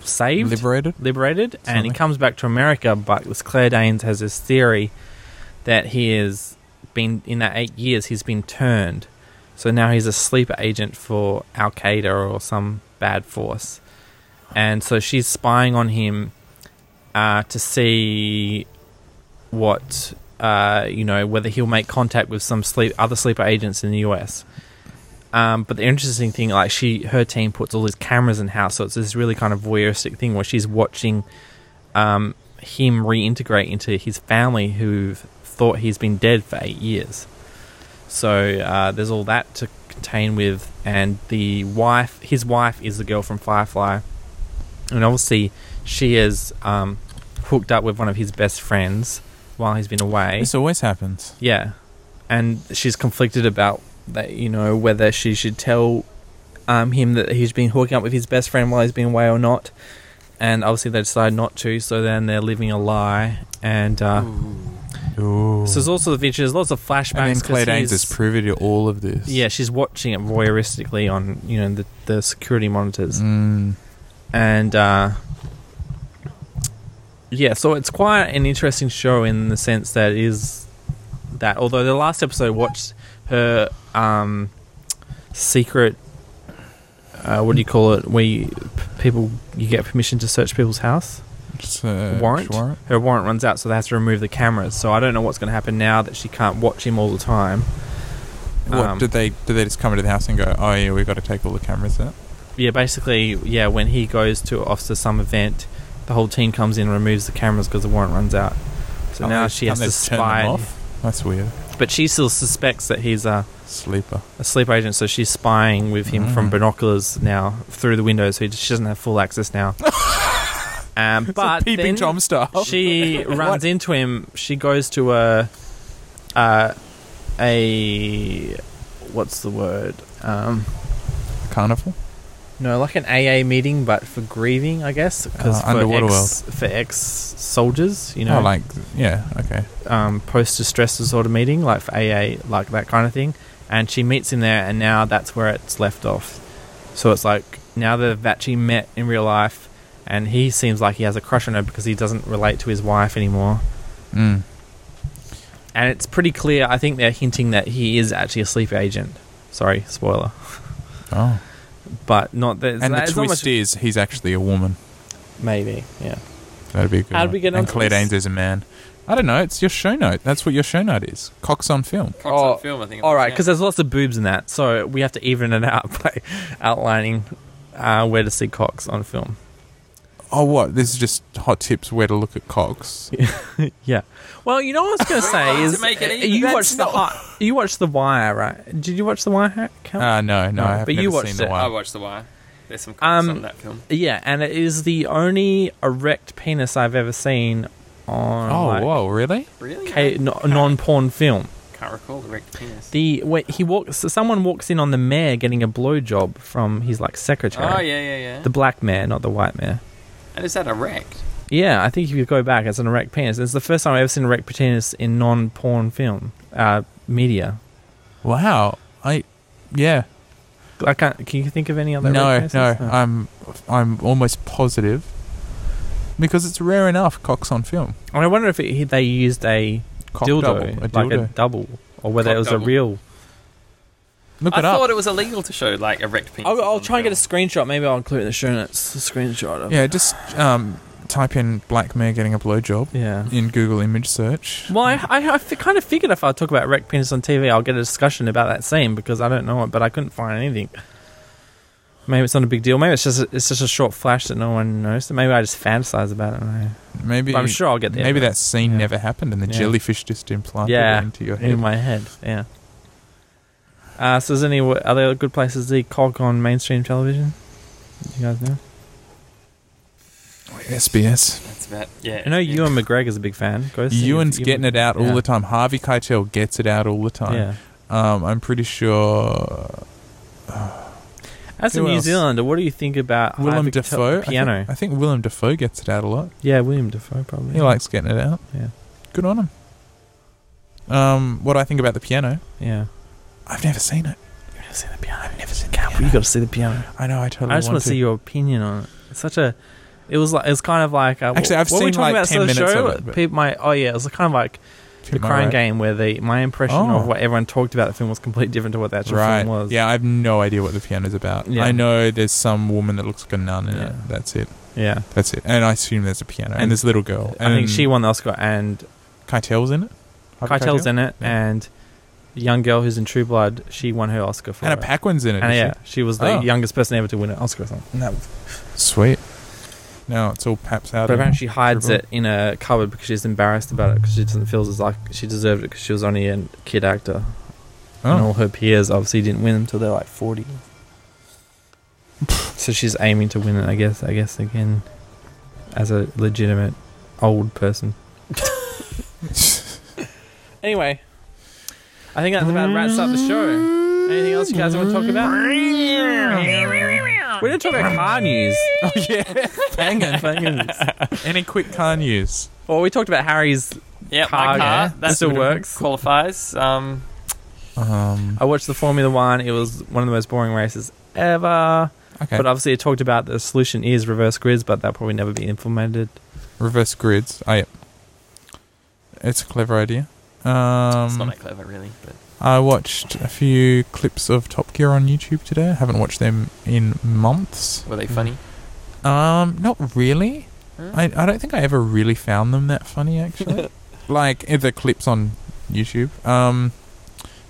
Speaker 3: saved,
Speaker 2: Liberated?
Speaker 3: liberated, and he
Speaker 2: Something.
Speaker 3: comes back to America. But this Claire Danes has this theory that he has been in that eight years he's been turned, so now he's a sleeper agent for Al Qaeda or some bad force, and so she's spying on him uh, to see what uh, you know whether he'll make contact with some sleep other sleeper agents in the U.S. Um, but the interesting thing, like she, her team puts all these cameras in house, so it's this really kind of voyeuristic thing where she's watching um, him reintegrate into his family who thought he's been dead for eight years. So uh, there's all that to contain with, and the wife, his wife, is the girl from Firefly, and obviously she is um, hooked up with one of his best friends while he's been away.
Speaker 2: This always happens.
Speaker 3: Yeah, and she's conflicted about that. You know whether she should tell um, him that he's been hooking up with his best friend while he's been away or not. And obviously they decide not to, so then they're living a lie. And uh,
Speaker 2: Ooh.
Speaker 3: so there's also the feature. There's lots of flashbacks.
Speaker 2: and then
Speaker 3: 'cause
Speaker 2: Claire Danes
Speaker 3: he's-
Speaker 2: is privy to all of this.
Speaker 3: Yeah, she's watching it voyeuristically on you know the the security monitors.
Speaker 2: Mm.
Speaker 3: and uh, yeah, so it's quite an interesting show in the sense that it is that although the last episode I watched her um, secret, uh, what do you call it, where you, p- people you get permission to search people's house.
Speaker 2: It's, uh,
Speaker 3: Warrant?
Speaker 2: warrant.
Speaker 3: Her warrant runs out, so they have to remove the cameras. So I don't know what's going to happen now that she can't watch him all the time.
Speaker 2: What
Speaker 3: Um,
Speaker 2: did they? Did they just come into the house and go? Oh yeah, we got to take all the cameras out.
Speaker 3: yeah, basically, yeah, when he goes to off to some event, the whole team comes in and removes the cameras because the warrant runs out. So
Speaker 2: Can't
Speaker 3: now
Speaker 2: they-
Speaker 3: she
Speaker 2: can't
Speaker 3: has
Speaker 2: they
Speaker 3: to
Speaker 2: just turn them
Speaker 3: spy,
Speaker 2: off? That's weird.
Speaker 3: but she still suspects that he's a,
Speaker 2: Sleeper.
Speaker 3: a sleep agent, so she's spying with him from
Speaker 2: Mm.
Speaker 3: binoculars now through the window, so she doesn't have full access now. um, but
Speaker 2: peeping
Speaker 3: then
Speaker 2: tom Oh. style.
Speaker 3: she runs into him. She goes to a, uh, a, what's the word? Um,
Speaker 2: Carnival.
Speaker 3: No, like an AA meeting, but for grieving, I guess, because
Speaker 2: Uh, Underwater
Speaker 3: ex, for ex soldiers, you
Speaker 2: You know,
Speaker 3: know,
Speaker 2: oh, like yeah. Okay.
Speaker 3: um, post distress disorder meeting, like for AA, like that kind of thing. And she meets him there, and now that's where it's left off. So it's like now they've actually met in real life, and he seems like he has a crush on her because he doesn't relate to his wife anymore.
Speaker 2: Mm.
Speaker 3: And it's pretty clear. I think they're hinting that he is actually a sleep agent. Sorry, spoiler,
Speaker 2: Oh.
Speaker 3: but not that.
Speaker 2: And the
Speaker 3: it's
Speaker 2: twist
Speaker 3: almost-
Speaker 2: is he's actually a woman.
Speaker 3: maybe, yeah.
Speaker 2: That'd be a good.
Speaker 7: How'd we
Speaker 2: one.
Speaker 7: get
Speaker 2: And
Speaker 7: onto
Speaker 2: Claire
Speaker 7: this?
Speaker 2: Danes is a man. I don't know. It's your show note. That's what your show note is. Cox on film.
Speaker 6: Cox on
Speaker 3: Oh,
Speaker 6: film, I think. it
Speaker 3: All
Speaker 6: was,
Speaker 3: right,
Speaker 6: yeah.
Speaker 3: because there's lots of boobs in that, so we have to even it out by outlining uh, where to see cocks on film.
Speaker 2: Oh, what? This is just hot tips where to look at Cox.
Speaker 3: Yeah. Well, you know what I was going to say is
Speaker 6: To make it even,
Speaker 3: you
Speaker 6: that's
Speaker 3: watched the Hi- you watched the Wire, right? Did you watch the Wire? Hack?
Speaker 6: Uh.
Speaker 2: Ah, no, no.
Speaker 3: No,
Speaker 2: I have
Speaker 3: but
Speaker 2: never
Speaker 3: you watched
Speaker 2: seen the
Speaker 3: it.
Speaker 6: I
Speaker 2: Wire.
Speaker 6: watched The Wire. There's some comments
Speaker 3: Um,
Speaker 6: on that film.
Speaker 3: yeah, and it is the only erect penis I've ever seen on
Speaker 2: Oh,
Speaker 3: like,
Speaker 2: whoa, really?
Speaker 6: Really?
Speaker 3: ca- no- non-porn film.
Speaker 6: Can't recall the erect penis.
Speaker 3: The wait, he walks. So someone walks in on the mayor getting a blowjob from his like secretary.
Speaker 6: oh, yeah, yeah, yeah.
Speaker 3: The black mayor, not the white mayor.
Speaker 6: and is that erect?
Speaker 3: Yeah, I think if you go back, it's an erect penis. It's the first time I've ever seen an erect penis in non-porn film uh, media.
Speaker 2: Wow. I. Yeah.
Speaker 3: I can't. Can you think of any other?
Speaker 2: No,
Speaker 3: erect
Speaker 2: no.
Speaker 3: penises?
Speaker 2: I'm. I'm almost positive. Because it's rare enough. Cox on film.
Speaker 3: I wonder if it, they used a
Speaker 2: Cock
Speaker 3: dildo,
Speaker 2: double. A
Speaker 3: like
Speaker 2: dildo.
Speaker 3: a double, or whether
Speaker 6: Cock
Speaker 3: it was
Speaker 6: double.
Speaker 3: a real.
Speaker 2: Look
Speaker 6: I
Speaker 2: it up.
Speaker 6: thought it was illegal to show like erect penis.
Speaker 7: I'll, I'll try and get a
Speaker 6: film.
Speaker 7: screenshot. Maybe I'll include it in the show notes. A screenshot of
Speaker 2: Yeah, just um, type in black mare getting a blowjob
Speaker 3: Yeah.
Speaker 2: in Google image search.
Speaker 3: Well, I, I, I f- kind of figured if I talk about erect penis on TV, I'll get a discussion about that scene because I don't know it, but I couldn't find anything. Maybe it's not a big deal. Maybe it's just a, it's just a short flash that no one noticed. Maybe I just fantasize about it. and I-
Speaker 2: Maybe
Speaker 3: but I'm sure I'll get there.
Speaker 2: Maybe
Speaker 3: but
Speaker 2: that scene
Speaker 3: yeah.
Speaker 2: never happened, and the
Speaker 3: Yeah.
Speaker 2: jellyfish just implanted
Speaker 3: Yeah.
Speaker 2: it into your head.
Speaker 3: in my head. Yeah. Uh, so, is any are there good places to see cock on mainstream television? You guys know.
Speaker 2: SBS.
Speaker 6: That's about yeah.
Speaker 3: I know
Speaker 6: yeah.
Speaker 3: Ewan McGregor's a big fan. Go see
Speaker 2: Ewan's
Speaker 3: Ewan-
Speaker 2: getting it out all
Speaker 3: Yeah.
Speaker 2: the time. Harvey Keitel gets it out all the time.
Speaker 3: Yeah.
Speaker 2: Um, I'm pretty sure
Speaker 3: As a
Speaker 2: Who
Speaker 3: New
Speaker 2: else?
Speaker 3: Zealander, what do you think about
Speaker 2: Willem
Speaker 3: Harvey Keitel-
Speaker 2: Dafoe. I
Speaker 3: piano?
Speaker 2: think, I think Willem Dafoe gets it out a lot.
Speaker 3: yeah, William Defoe probably.
Speaker 2: He likes getting it out.
Speaker 3: Yeah.
Speaker 2: Good on him. Um, what I think about the piano,
Speaker 3: Yeah.
Speaker 2: I've never seen it.
Speaker 7: I've never seen the piano. I've never seen
Speaker 2: the piano.
Speaker 7: You got to see the piano.
Speaker 2: I know. I totally
Speaker 3: I just
Speaker 2: want
Speaker 3: want to see your opinion on it. It's such a. It was like it's kind of like uh,
Speaker 2: Actually, I've
Speaker 3: what were we
Speaker 2: seen, like,
Speaker 3: talking about
Speaker 2: 10
Speaker 3: the
Speaker 2: minutes
Speaker 3: show?
Speaker 2: of it, but-
Speaker 3: People, my oh yeah, it was kind of like the
Speaker 2: Am I
Speaker 3: Crying
Speaker 2: right?
Speaker 3: Game, where the my impression
Speaker 2: Oh.
Speaker 3: of what everyone talked about the film was completely different to what the actual
Speaker 2: right.
Speaker 3: film was.
Speaker 2: Yeah, I have no idea what the piano's about.
Speaker 3: Yeah.
Speaker 2: I know there's some woman that looks like a nun in
Speaker 3: Yeah.
Speaker 2: it. That's it.
Speaker 3: yeah.
Speaker 2: That's it. And I assume there's a piano. And,
Speaker 3: And
Speaker 2: there's a little girl.
Speaker 3: I think
Speaker 2: And
Speaker 3: she won the Oscar, and
Speaker 2: Keitel's in it. Harvey
Speaker 3: Keitel's in it,
Speaker 2: Yeah.
Speaker 3: and the young girl who's in True Blood, she won her Oscar for
Speaker 2: Hannah
Speaker 3: it.
Speaker 2: Paquin's in it.
Speaker 3: And
Speaker 2: is
Speaker 3: yeah, she was the
Speaker 2: Oh.
Speaker 3: youngest person ever to win an Oscar or something.
Speaker 2: she? No. Sweet. No, it's all paps out.
Speaker 3: But apparently she hides
Speaker 2: True
Speaker 3: it in a cupboard because she's embarrassed about it because she doesn't feel as like she deserved it because she was only a kid actor and
Speaker 2: Oh.
Speaker 3: all her peers obviously didn't win until they're like forty. so she's aiming to win it, I guess. I guess again, as a legitimate old person. anyway, I think that's about wraps up the show. Anything else you guys want to talk about? We didn't talk about car news.
Speaker 2: Oh, yeah.
Speaker 3: Banging, banging.
Speaker 2: Any quick car news?
Speaker 3: Well, we talked about Harry's
Speaker 6: Yeah,
Speaker 3: car,
Speaker 6: my car.
Speaker 3: yeah.
Speaker 6: That
Speaker 3: This still works.
Speaker 6: Qualifies. Um,
Speaker 2: Um,
Speaker 3: I watched the Formula One. It was one of the most boring races ever.
Speaker 2: okay.
Speaker 3: But uh, obviously, it talked about the solution is reverse grids, but that'll probably never be implemented.
Speaker 2: Reverse grids. Oh, yeah. It's a clever idea. Um,
Speaker 6: it's not that clever, really. But
Speaker 2: I watched a few clips of Top Gear on YouTube today. I haven't watched them in months.
Speaker 6: were they funny?
Speaker 2: Um, not really.
Speaker 6: Hmm?
Speaker 2: I, I don't think I ever really found them that funny, actually. like eh, the clips on YouTube. Um,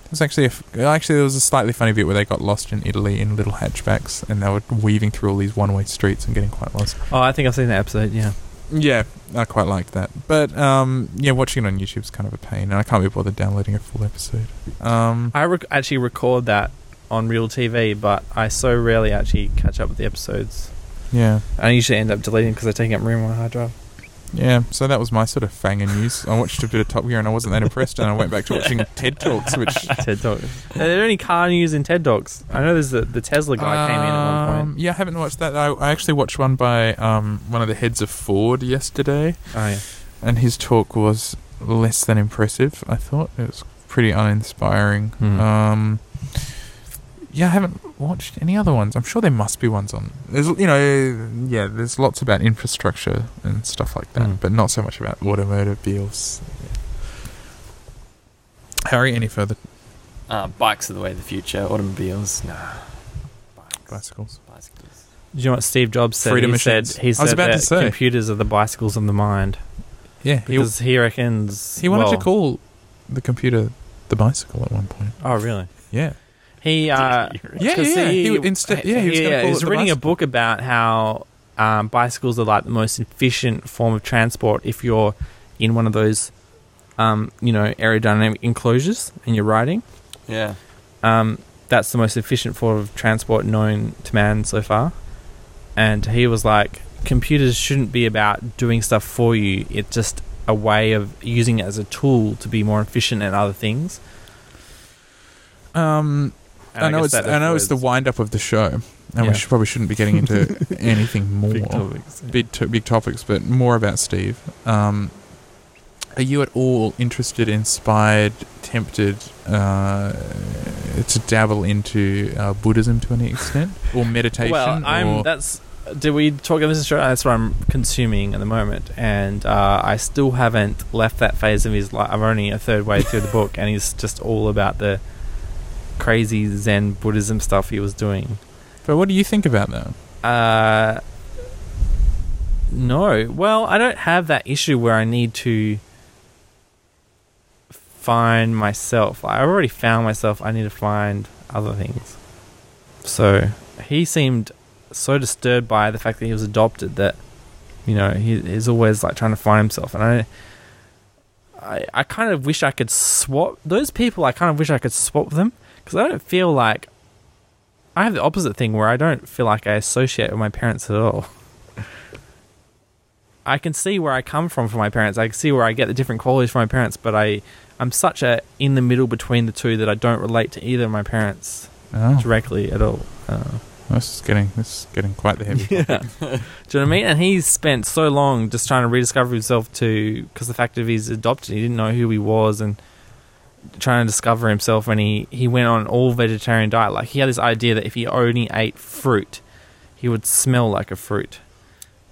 Speaker 2: there's actually a f- actually there was a slightly funny bit where they got lost in Italy in little hatchbacks, and they were weaving through all these one-way streets and getting quite lost.
Speaker 3: Oh, I think I've seen that episode. Yeah,
Speaker 2: Yeah, I quite liked that. But um, yeah, watching it on YouTube's kind of a pain, and I can't be bothered downloading a full episode. Um,
Speaker 3: I rec- actually record that on real TV, but I so rarely actually catch up with the episodes.
Speaker 2: yeah.
Speaker 3: I usually end up deleting because they're taking up room on my hard drive.
Speaker 2: Yeah, so that was my sort of fanger news. I watched a bit of Top Gear and I wasn't that impressed, and I went back to watching TED Talks, which
Speaker 3: TED Talks. Are there any car news in TED Talks? I know there's the, the Tesla guy came in at one
Speaker 2: Um,
Speaker 3: point.
Speaker 2: Yeah, I haven't watched that. I, I actually watched one by um, one of the heads of Ford yesterday,
Speaker 3: Oh yeah.
Speaker 2: and his talk was less than impressive. I thought it was pretty uninspiring.
Speaker 3: Hmm.
Speaker 2: Um, yeah, I haven't watched any other ones. I'm sure there must be ones on. There's, you know, yeah, there's lots about infrastructure and stuff like that,
Speaker 3: Hmm.
Speaker 2: but not so much about automobiles. Harry, any further
Speaker 6: Uh, bikes are the way of the future. Automobiles, nah. Bikes,
Speaker 2: bicycles?
Speaker 6: bicycles.
Speaker 3: Do you know what Steve Jobs said?
Speaker 2: Freedom
Speaker 3: he
Speaker 2: machines.
Speaker 3: said
Speaker 2: I
Speaker 3: he
Speaker 2: was
Speaker 3: said
Speaker 2: about to
Speaker 3: that
Speaker 2: say.
Speaker 3: computers are the bicycles of the mind
Speaker 2: Yeah, he,
Speaker 3: because he, reckons
Speaker 2: he wanted
Speaker 3: well-
Speaker 2: to call the computer the bicycle at one point.
Speaker 3: Oh, really?
Speaker 2: Yeah,
Speaker 3: He uh,
Speaker 2: Yeah,
Speaker 3: 'cause
Speaker 2: yeah, he would instead- yeah, he was gonna call
Speaker 3: he
Speaker 2: it
Speaker 3: was
Speaker 2: the
Speaker 3: reading a
Speaker 2: bicycle.
Speaker 3: book about how um, bicycles are like the most efficient form of transport if you're in one of those, um, you know, aerodynamic enclosures and you're riding.
Speaker 6: Yeah.
Speaker 3: Um, that's the most efficient form of transport known to man so far. And he was like, computers shouldn't be about doing stuff for you. It's just a way of using it as a tool to be more efficient at other things.
Speaker 2: um,
Speaker 3: And
Speaker 2: I know
Speaker 3: guess
Speaker 2: it's
Speaker 3: that
Speaker 2: I know it's the
Speaker 3: afterwards-
Speaker 2: wind up of the show, and
Speaker 3: Yeah.
Speaker 2: we should, probably shouldn't be getting into anything more
Speaker 3: big topics.
Speaker 2: big, to- big topics, but more about Steve. Um, are you at all interested, inspired, tempted uh, to dabble into uh, Buddhism to any extent, or meditation?
Speaker 3: Well, I'm.
Speaker 2: or-
Speaker 3: That's. Did we talk about this? Show? That's what I'm consuming at the moment, and uh, I still haven't left that phase of his life. I'm only a third way through the book, and he's just all about the crazy Zen Buddhism stuff he was doing.
Speaker 2: but what do you think about that?
Speaker 3: Uh, no. Well, I don't have that issue where I need to find myself. I already found myself. I need to find other things. So he seemed so disturbed by the fact that he was adopted that you know he is always like trying to find himself, and I. I, I kind of wish I could swap those people. I kind of wish I could swap them because I don't feel like I have the opposite thing where I don't feel like I associate with my parents at all. I can see where I come from from my parents. I can see where I get the different qualities from my parents, but I I'm such a in the middle between the two that I don't relate to either of my parents
Speaker 2: Oh,
Speaker 3: directly at all. Uh,
Speaker 2: this is getting this is getting quite the heavy.
Speaker 3: yeah. Do you know what I mean? And he spent so long just trying to rediscover himself to because the fact of he's adopted, he didn't know who he was and trying to discover himself. And he he went on an all vegetarian diet. Like he had this idea that if he only ate fruit, he would smell like a fruit.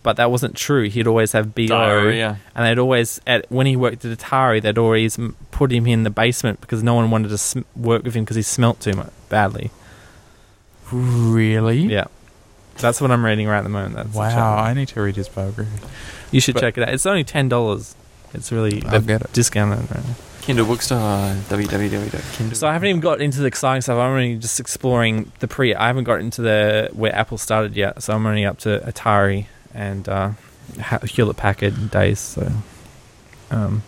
Speaker 3: But that wasn't true. He'd always have bo,
Speaker 6: Diarrhea.
Speaker 3: and they'd always at when he worked at Atari, they'd always m- put him in the basement because no one wanted to sm- work with him because he smelt too much badly.
Speaker 2: really?
Speaker 3: Yeah, that's what I'm reading right at the moment. That's the
Speaker 2: Wow,
Speaker 3: challenge.
Speaker 2: I need to read his biography.
Speaker 3: You should
Speaker 2: But-
Speaker 3: check it out. It's only ten dollars. It's really
Speaker 2: I'll get it.
Speaker 3: discounted. Right
Speaker 6: Kindle Bookstore. www.kindle.
Speaker 3: So I haven't even got into the exciting stuff. I'm only just exploring the pre. I haven't got into the where Apple started yet. So I'm only up to Atari and uh, Ha- Hewlett Packard days. So um,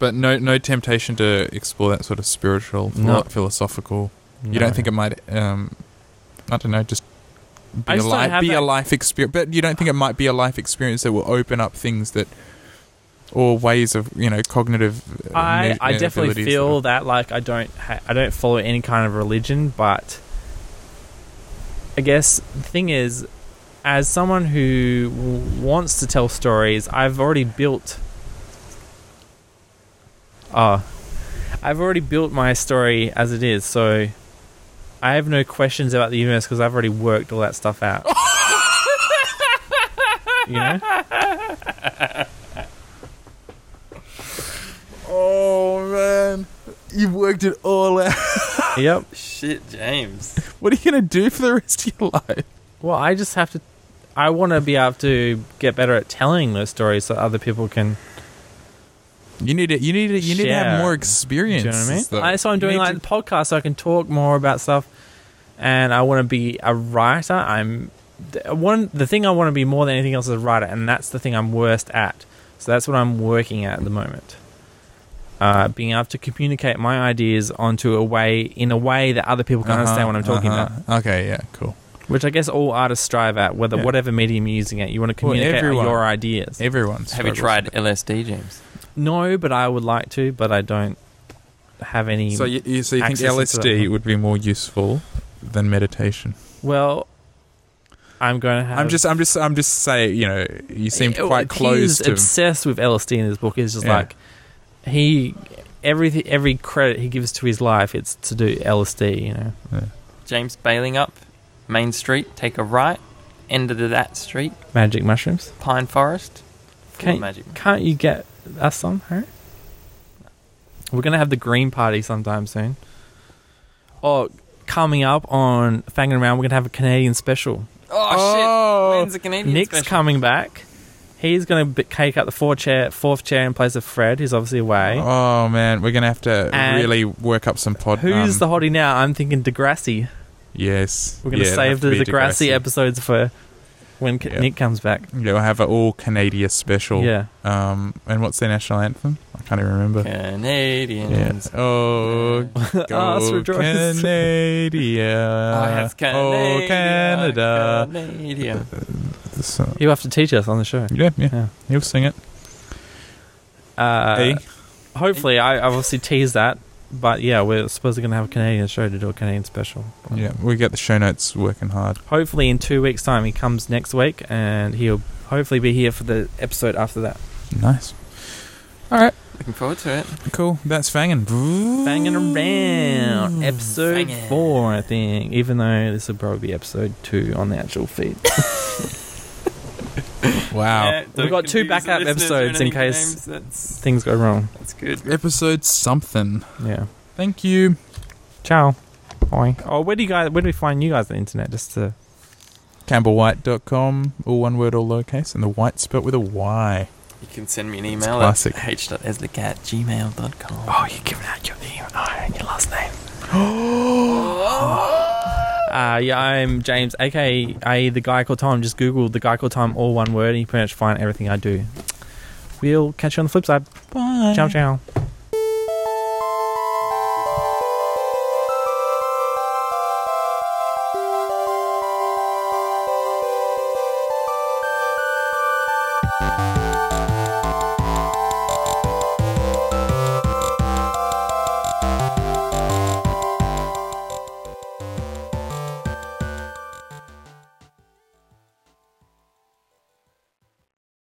Speaker 2: But no, no temptation to explore that sort of spiritual,
Speaker 3: No.
Speaker 2: or philosophical. You don't think it might? Um, I don't know. Just be
Speaker 3: I
Speaker 2: a
Speaker 3: just don't
Speaker 2: life,
Speaker 3: have
Speaker 2: be a
Speaker 3: that-
Speaker 2: life experience. But you don't think it might be a life experience that will open up things that, or ways of you know cognitive. uh,
Speaker 3: I,
Speaker 2: me-
Speaker 3: I
Speaker 2: uh,
Speaker 3: definitely
Speaker 2: abilities
Speaker 3: feel
Speaker 2: that
Speaker 3: that like I don't ha- I don't follow any kind of religion, but I guess the thing is, as someone who w- wants to tell stories, I've already built. Ah, I've already built my story as it is, so I have no questions about the universe because I've already worked all that stuff out. you know.
Speaker 2: are- Oh man, you've worked it all out.
Speaker 3: Yep.
Speaker 6: Shit, James.
Speaker 2: What are you gonna do for the rest of your life?
Speaker 3: Well, I just have to. I want to be able to get better at telling those stories so other people can.
Speaker 2: You need it. You need it. You need to
Speaker 3: Share.
Speaker 2: have more
Speaker 3: Do you
Speaker 2: experience.
Speaker 3: know what I mean? I, so I'm doing like the podcast, so I can talk more about stuff. And I want to be a writer. I'm th- one. The thing I want to be more than anything else is a writer, and that's the thing I'm worst at. So that's what I'm working at at the moment. Uh, being able to communicate my ideas onto a way in a way that other people can
Speaker 2: Uh-huh,
Speaker 3: understand what I'm talking about,
Speaker 2: about. Okay, yeah, cool.
Speaker 3: which I guess all artists strive at. Whether
Speaker 2: Yeah.
Speaker 3: whatever medium you're using at, you want to
Speaker 2: Well,
Speaker 3: communicate
Speaker 2: everyone-
Speaker 3: your ideas.
Speaker 2: Everyone's.
Speaker 6: Have you
Speaker 2: struggles.
Speaker 6: tried LSD, James?
Speaker 3: No, but I would like to, but I don't have any.
Speaker 2: So you, you, so you think
Speaker 3: access into
Speaker 2: LSD
Speaker 3: that.
Speaker 2: would be more useful than meditation?
Speaker 3: well, I'm going to have.
Speaker 2: I'm just, I'm just, I'm just saying. You know, you seemed
Speaker 3: It-
Speaker 2: quite
Speaker 3: he's
Speaker 2: close to.
Speaker 3: obsessed with LSD in this book. It's just
Speaker 2: Yeah.
Speaker 3: like he every every credit he gives to his life, it's to do LSD. You know,
Speaker 6: James bailing up Main Street. Take a right. End of that street.
Speaker 3: magic mushrooms.
Speaker 6: Pine Forest. Full of
Speaker 3: Can't
Speaker 6: magic.
Speaker 3: can't you get us some? Harry? We're gonna have the green party sometime soon. Oh, coming up on Fanging Around, we're gonna have a Canadian special.
Speaker 6: Oh, shit! When's the Canadian
Speaker 3: Nick's
Speaker 6: special?
Speaker 3: coming back. He's going to cake up the four chair, fourth chair in place of Fred. He's obviously away.
Speaker 2: Oh man, we're gonna have to
Speaker 3: And
Speaker 2: really work up some pod.
Speaker 3: Who's
Speaker 2: um,
Speaker 3: the hottie now? I'm thinking Degrassi.
Speaker 2: Yes,
Speaker 3: We're going to
Speaker 2: Yeah, it'll
Speaker 3: save
Speaker 2: have
Speaker 3: the
Speaker 2: be
Speaker 3: Degrassi, episodes for when K-
Speaker 2: Yeah.
Speaker 3: Nick comes back.
Speaker 2: Yeah, we'll have an all Canada special.
Speaker 3: Yeah.
Speaker 2: Um, and what's their national anthem? I can't even remember.
Speaker 6: Canadians.
Speaker 2: Yeah. Oh,
Speaker 3: Us
Speaker 2: go
Speaker 3: rejoice.
Speaker 6: Oh,
Speaker 2: Canada.
Speaker 6: yes,
Speaker 2: oh, Canada.
Speaker 6: Canadian.
Speaker 2: The song.
Speaker 3: He'll have to teach us on the show.
Speaker 2: Yeah, yeah,
Speaker 3: Yeah.
Speaker 2: He'll sing it.
Speaker 3: Uh,
Speaker 2: Hey.
Speaker 3: Hopefully, I, I've obviously teased that. But yeah, we're supposedly going to have a Canadian show to do a Canadian special.
Speaker 2: Yeah, we get the show notes working hard.
Speaker 3: Hopefully, in two weeks' time, he comes next week and he'll hopefully be here for the episode after that.
Speaker 2: Nice.
Speaker 6: Looking forward to it.
Speaker 2: Cool. That's fanging.
Speaker 3: Banging around. Episode
Speaker 6: Banging.
Speaker 3: four, I think. Even though this will probably be episode two on the actual feed.
Speaker 2: Wow.
Speaker 6: Yeah, don't
Speaker 3: We've got two
Speaker 6: confuse the
Speaker 3: backup
Speaker 6: listeners
Speaker 3: episodes
Speaker 6: or
Speaker 3: in
Speaker 6: anything,
Speaker 3: case-
Speaker 6: James. That's,
Speaker 3: Things go wrong.
Speaker 6: that's good.
Speaker 2: Episode something.
Speaker 3: Yeah.
Speaker 2: Thank you.
Speaker 3: Ciao. Bye. Oh, where do you guys? Where do we find you guys on the internet? Just to
Speaker 2: CampbellWhite.com. All one word, all lowercase. And the white spelt with a Y.
Speaker 6: You can send me an email at
Speaker 2: classic.
Speaker 6: h.eslick at gmail.com.
Speaker 3: Oh, you're giving out your name and your last name. uh, yeah, I'm James, aka I, the guy called Tom. Just Google the guy called Tom, all one word, and you can pretty much find everything I do. We'll catch you on the flip side.
Speaker 2: Bye.
Speaker 3: Ciao, ciao.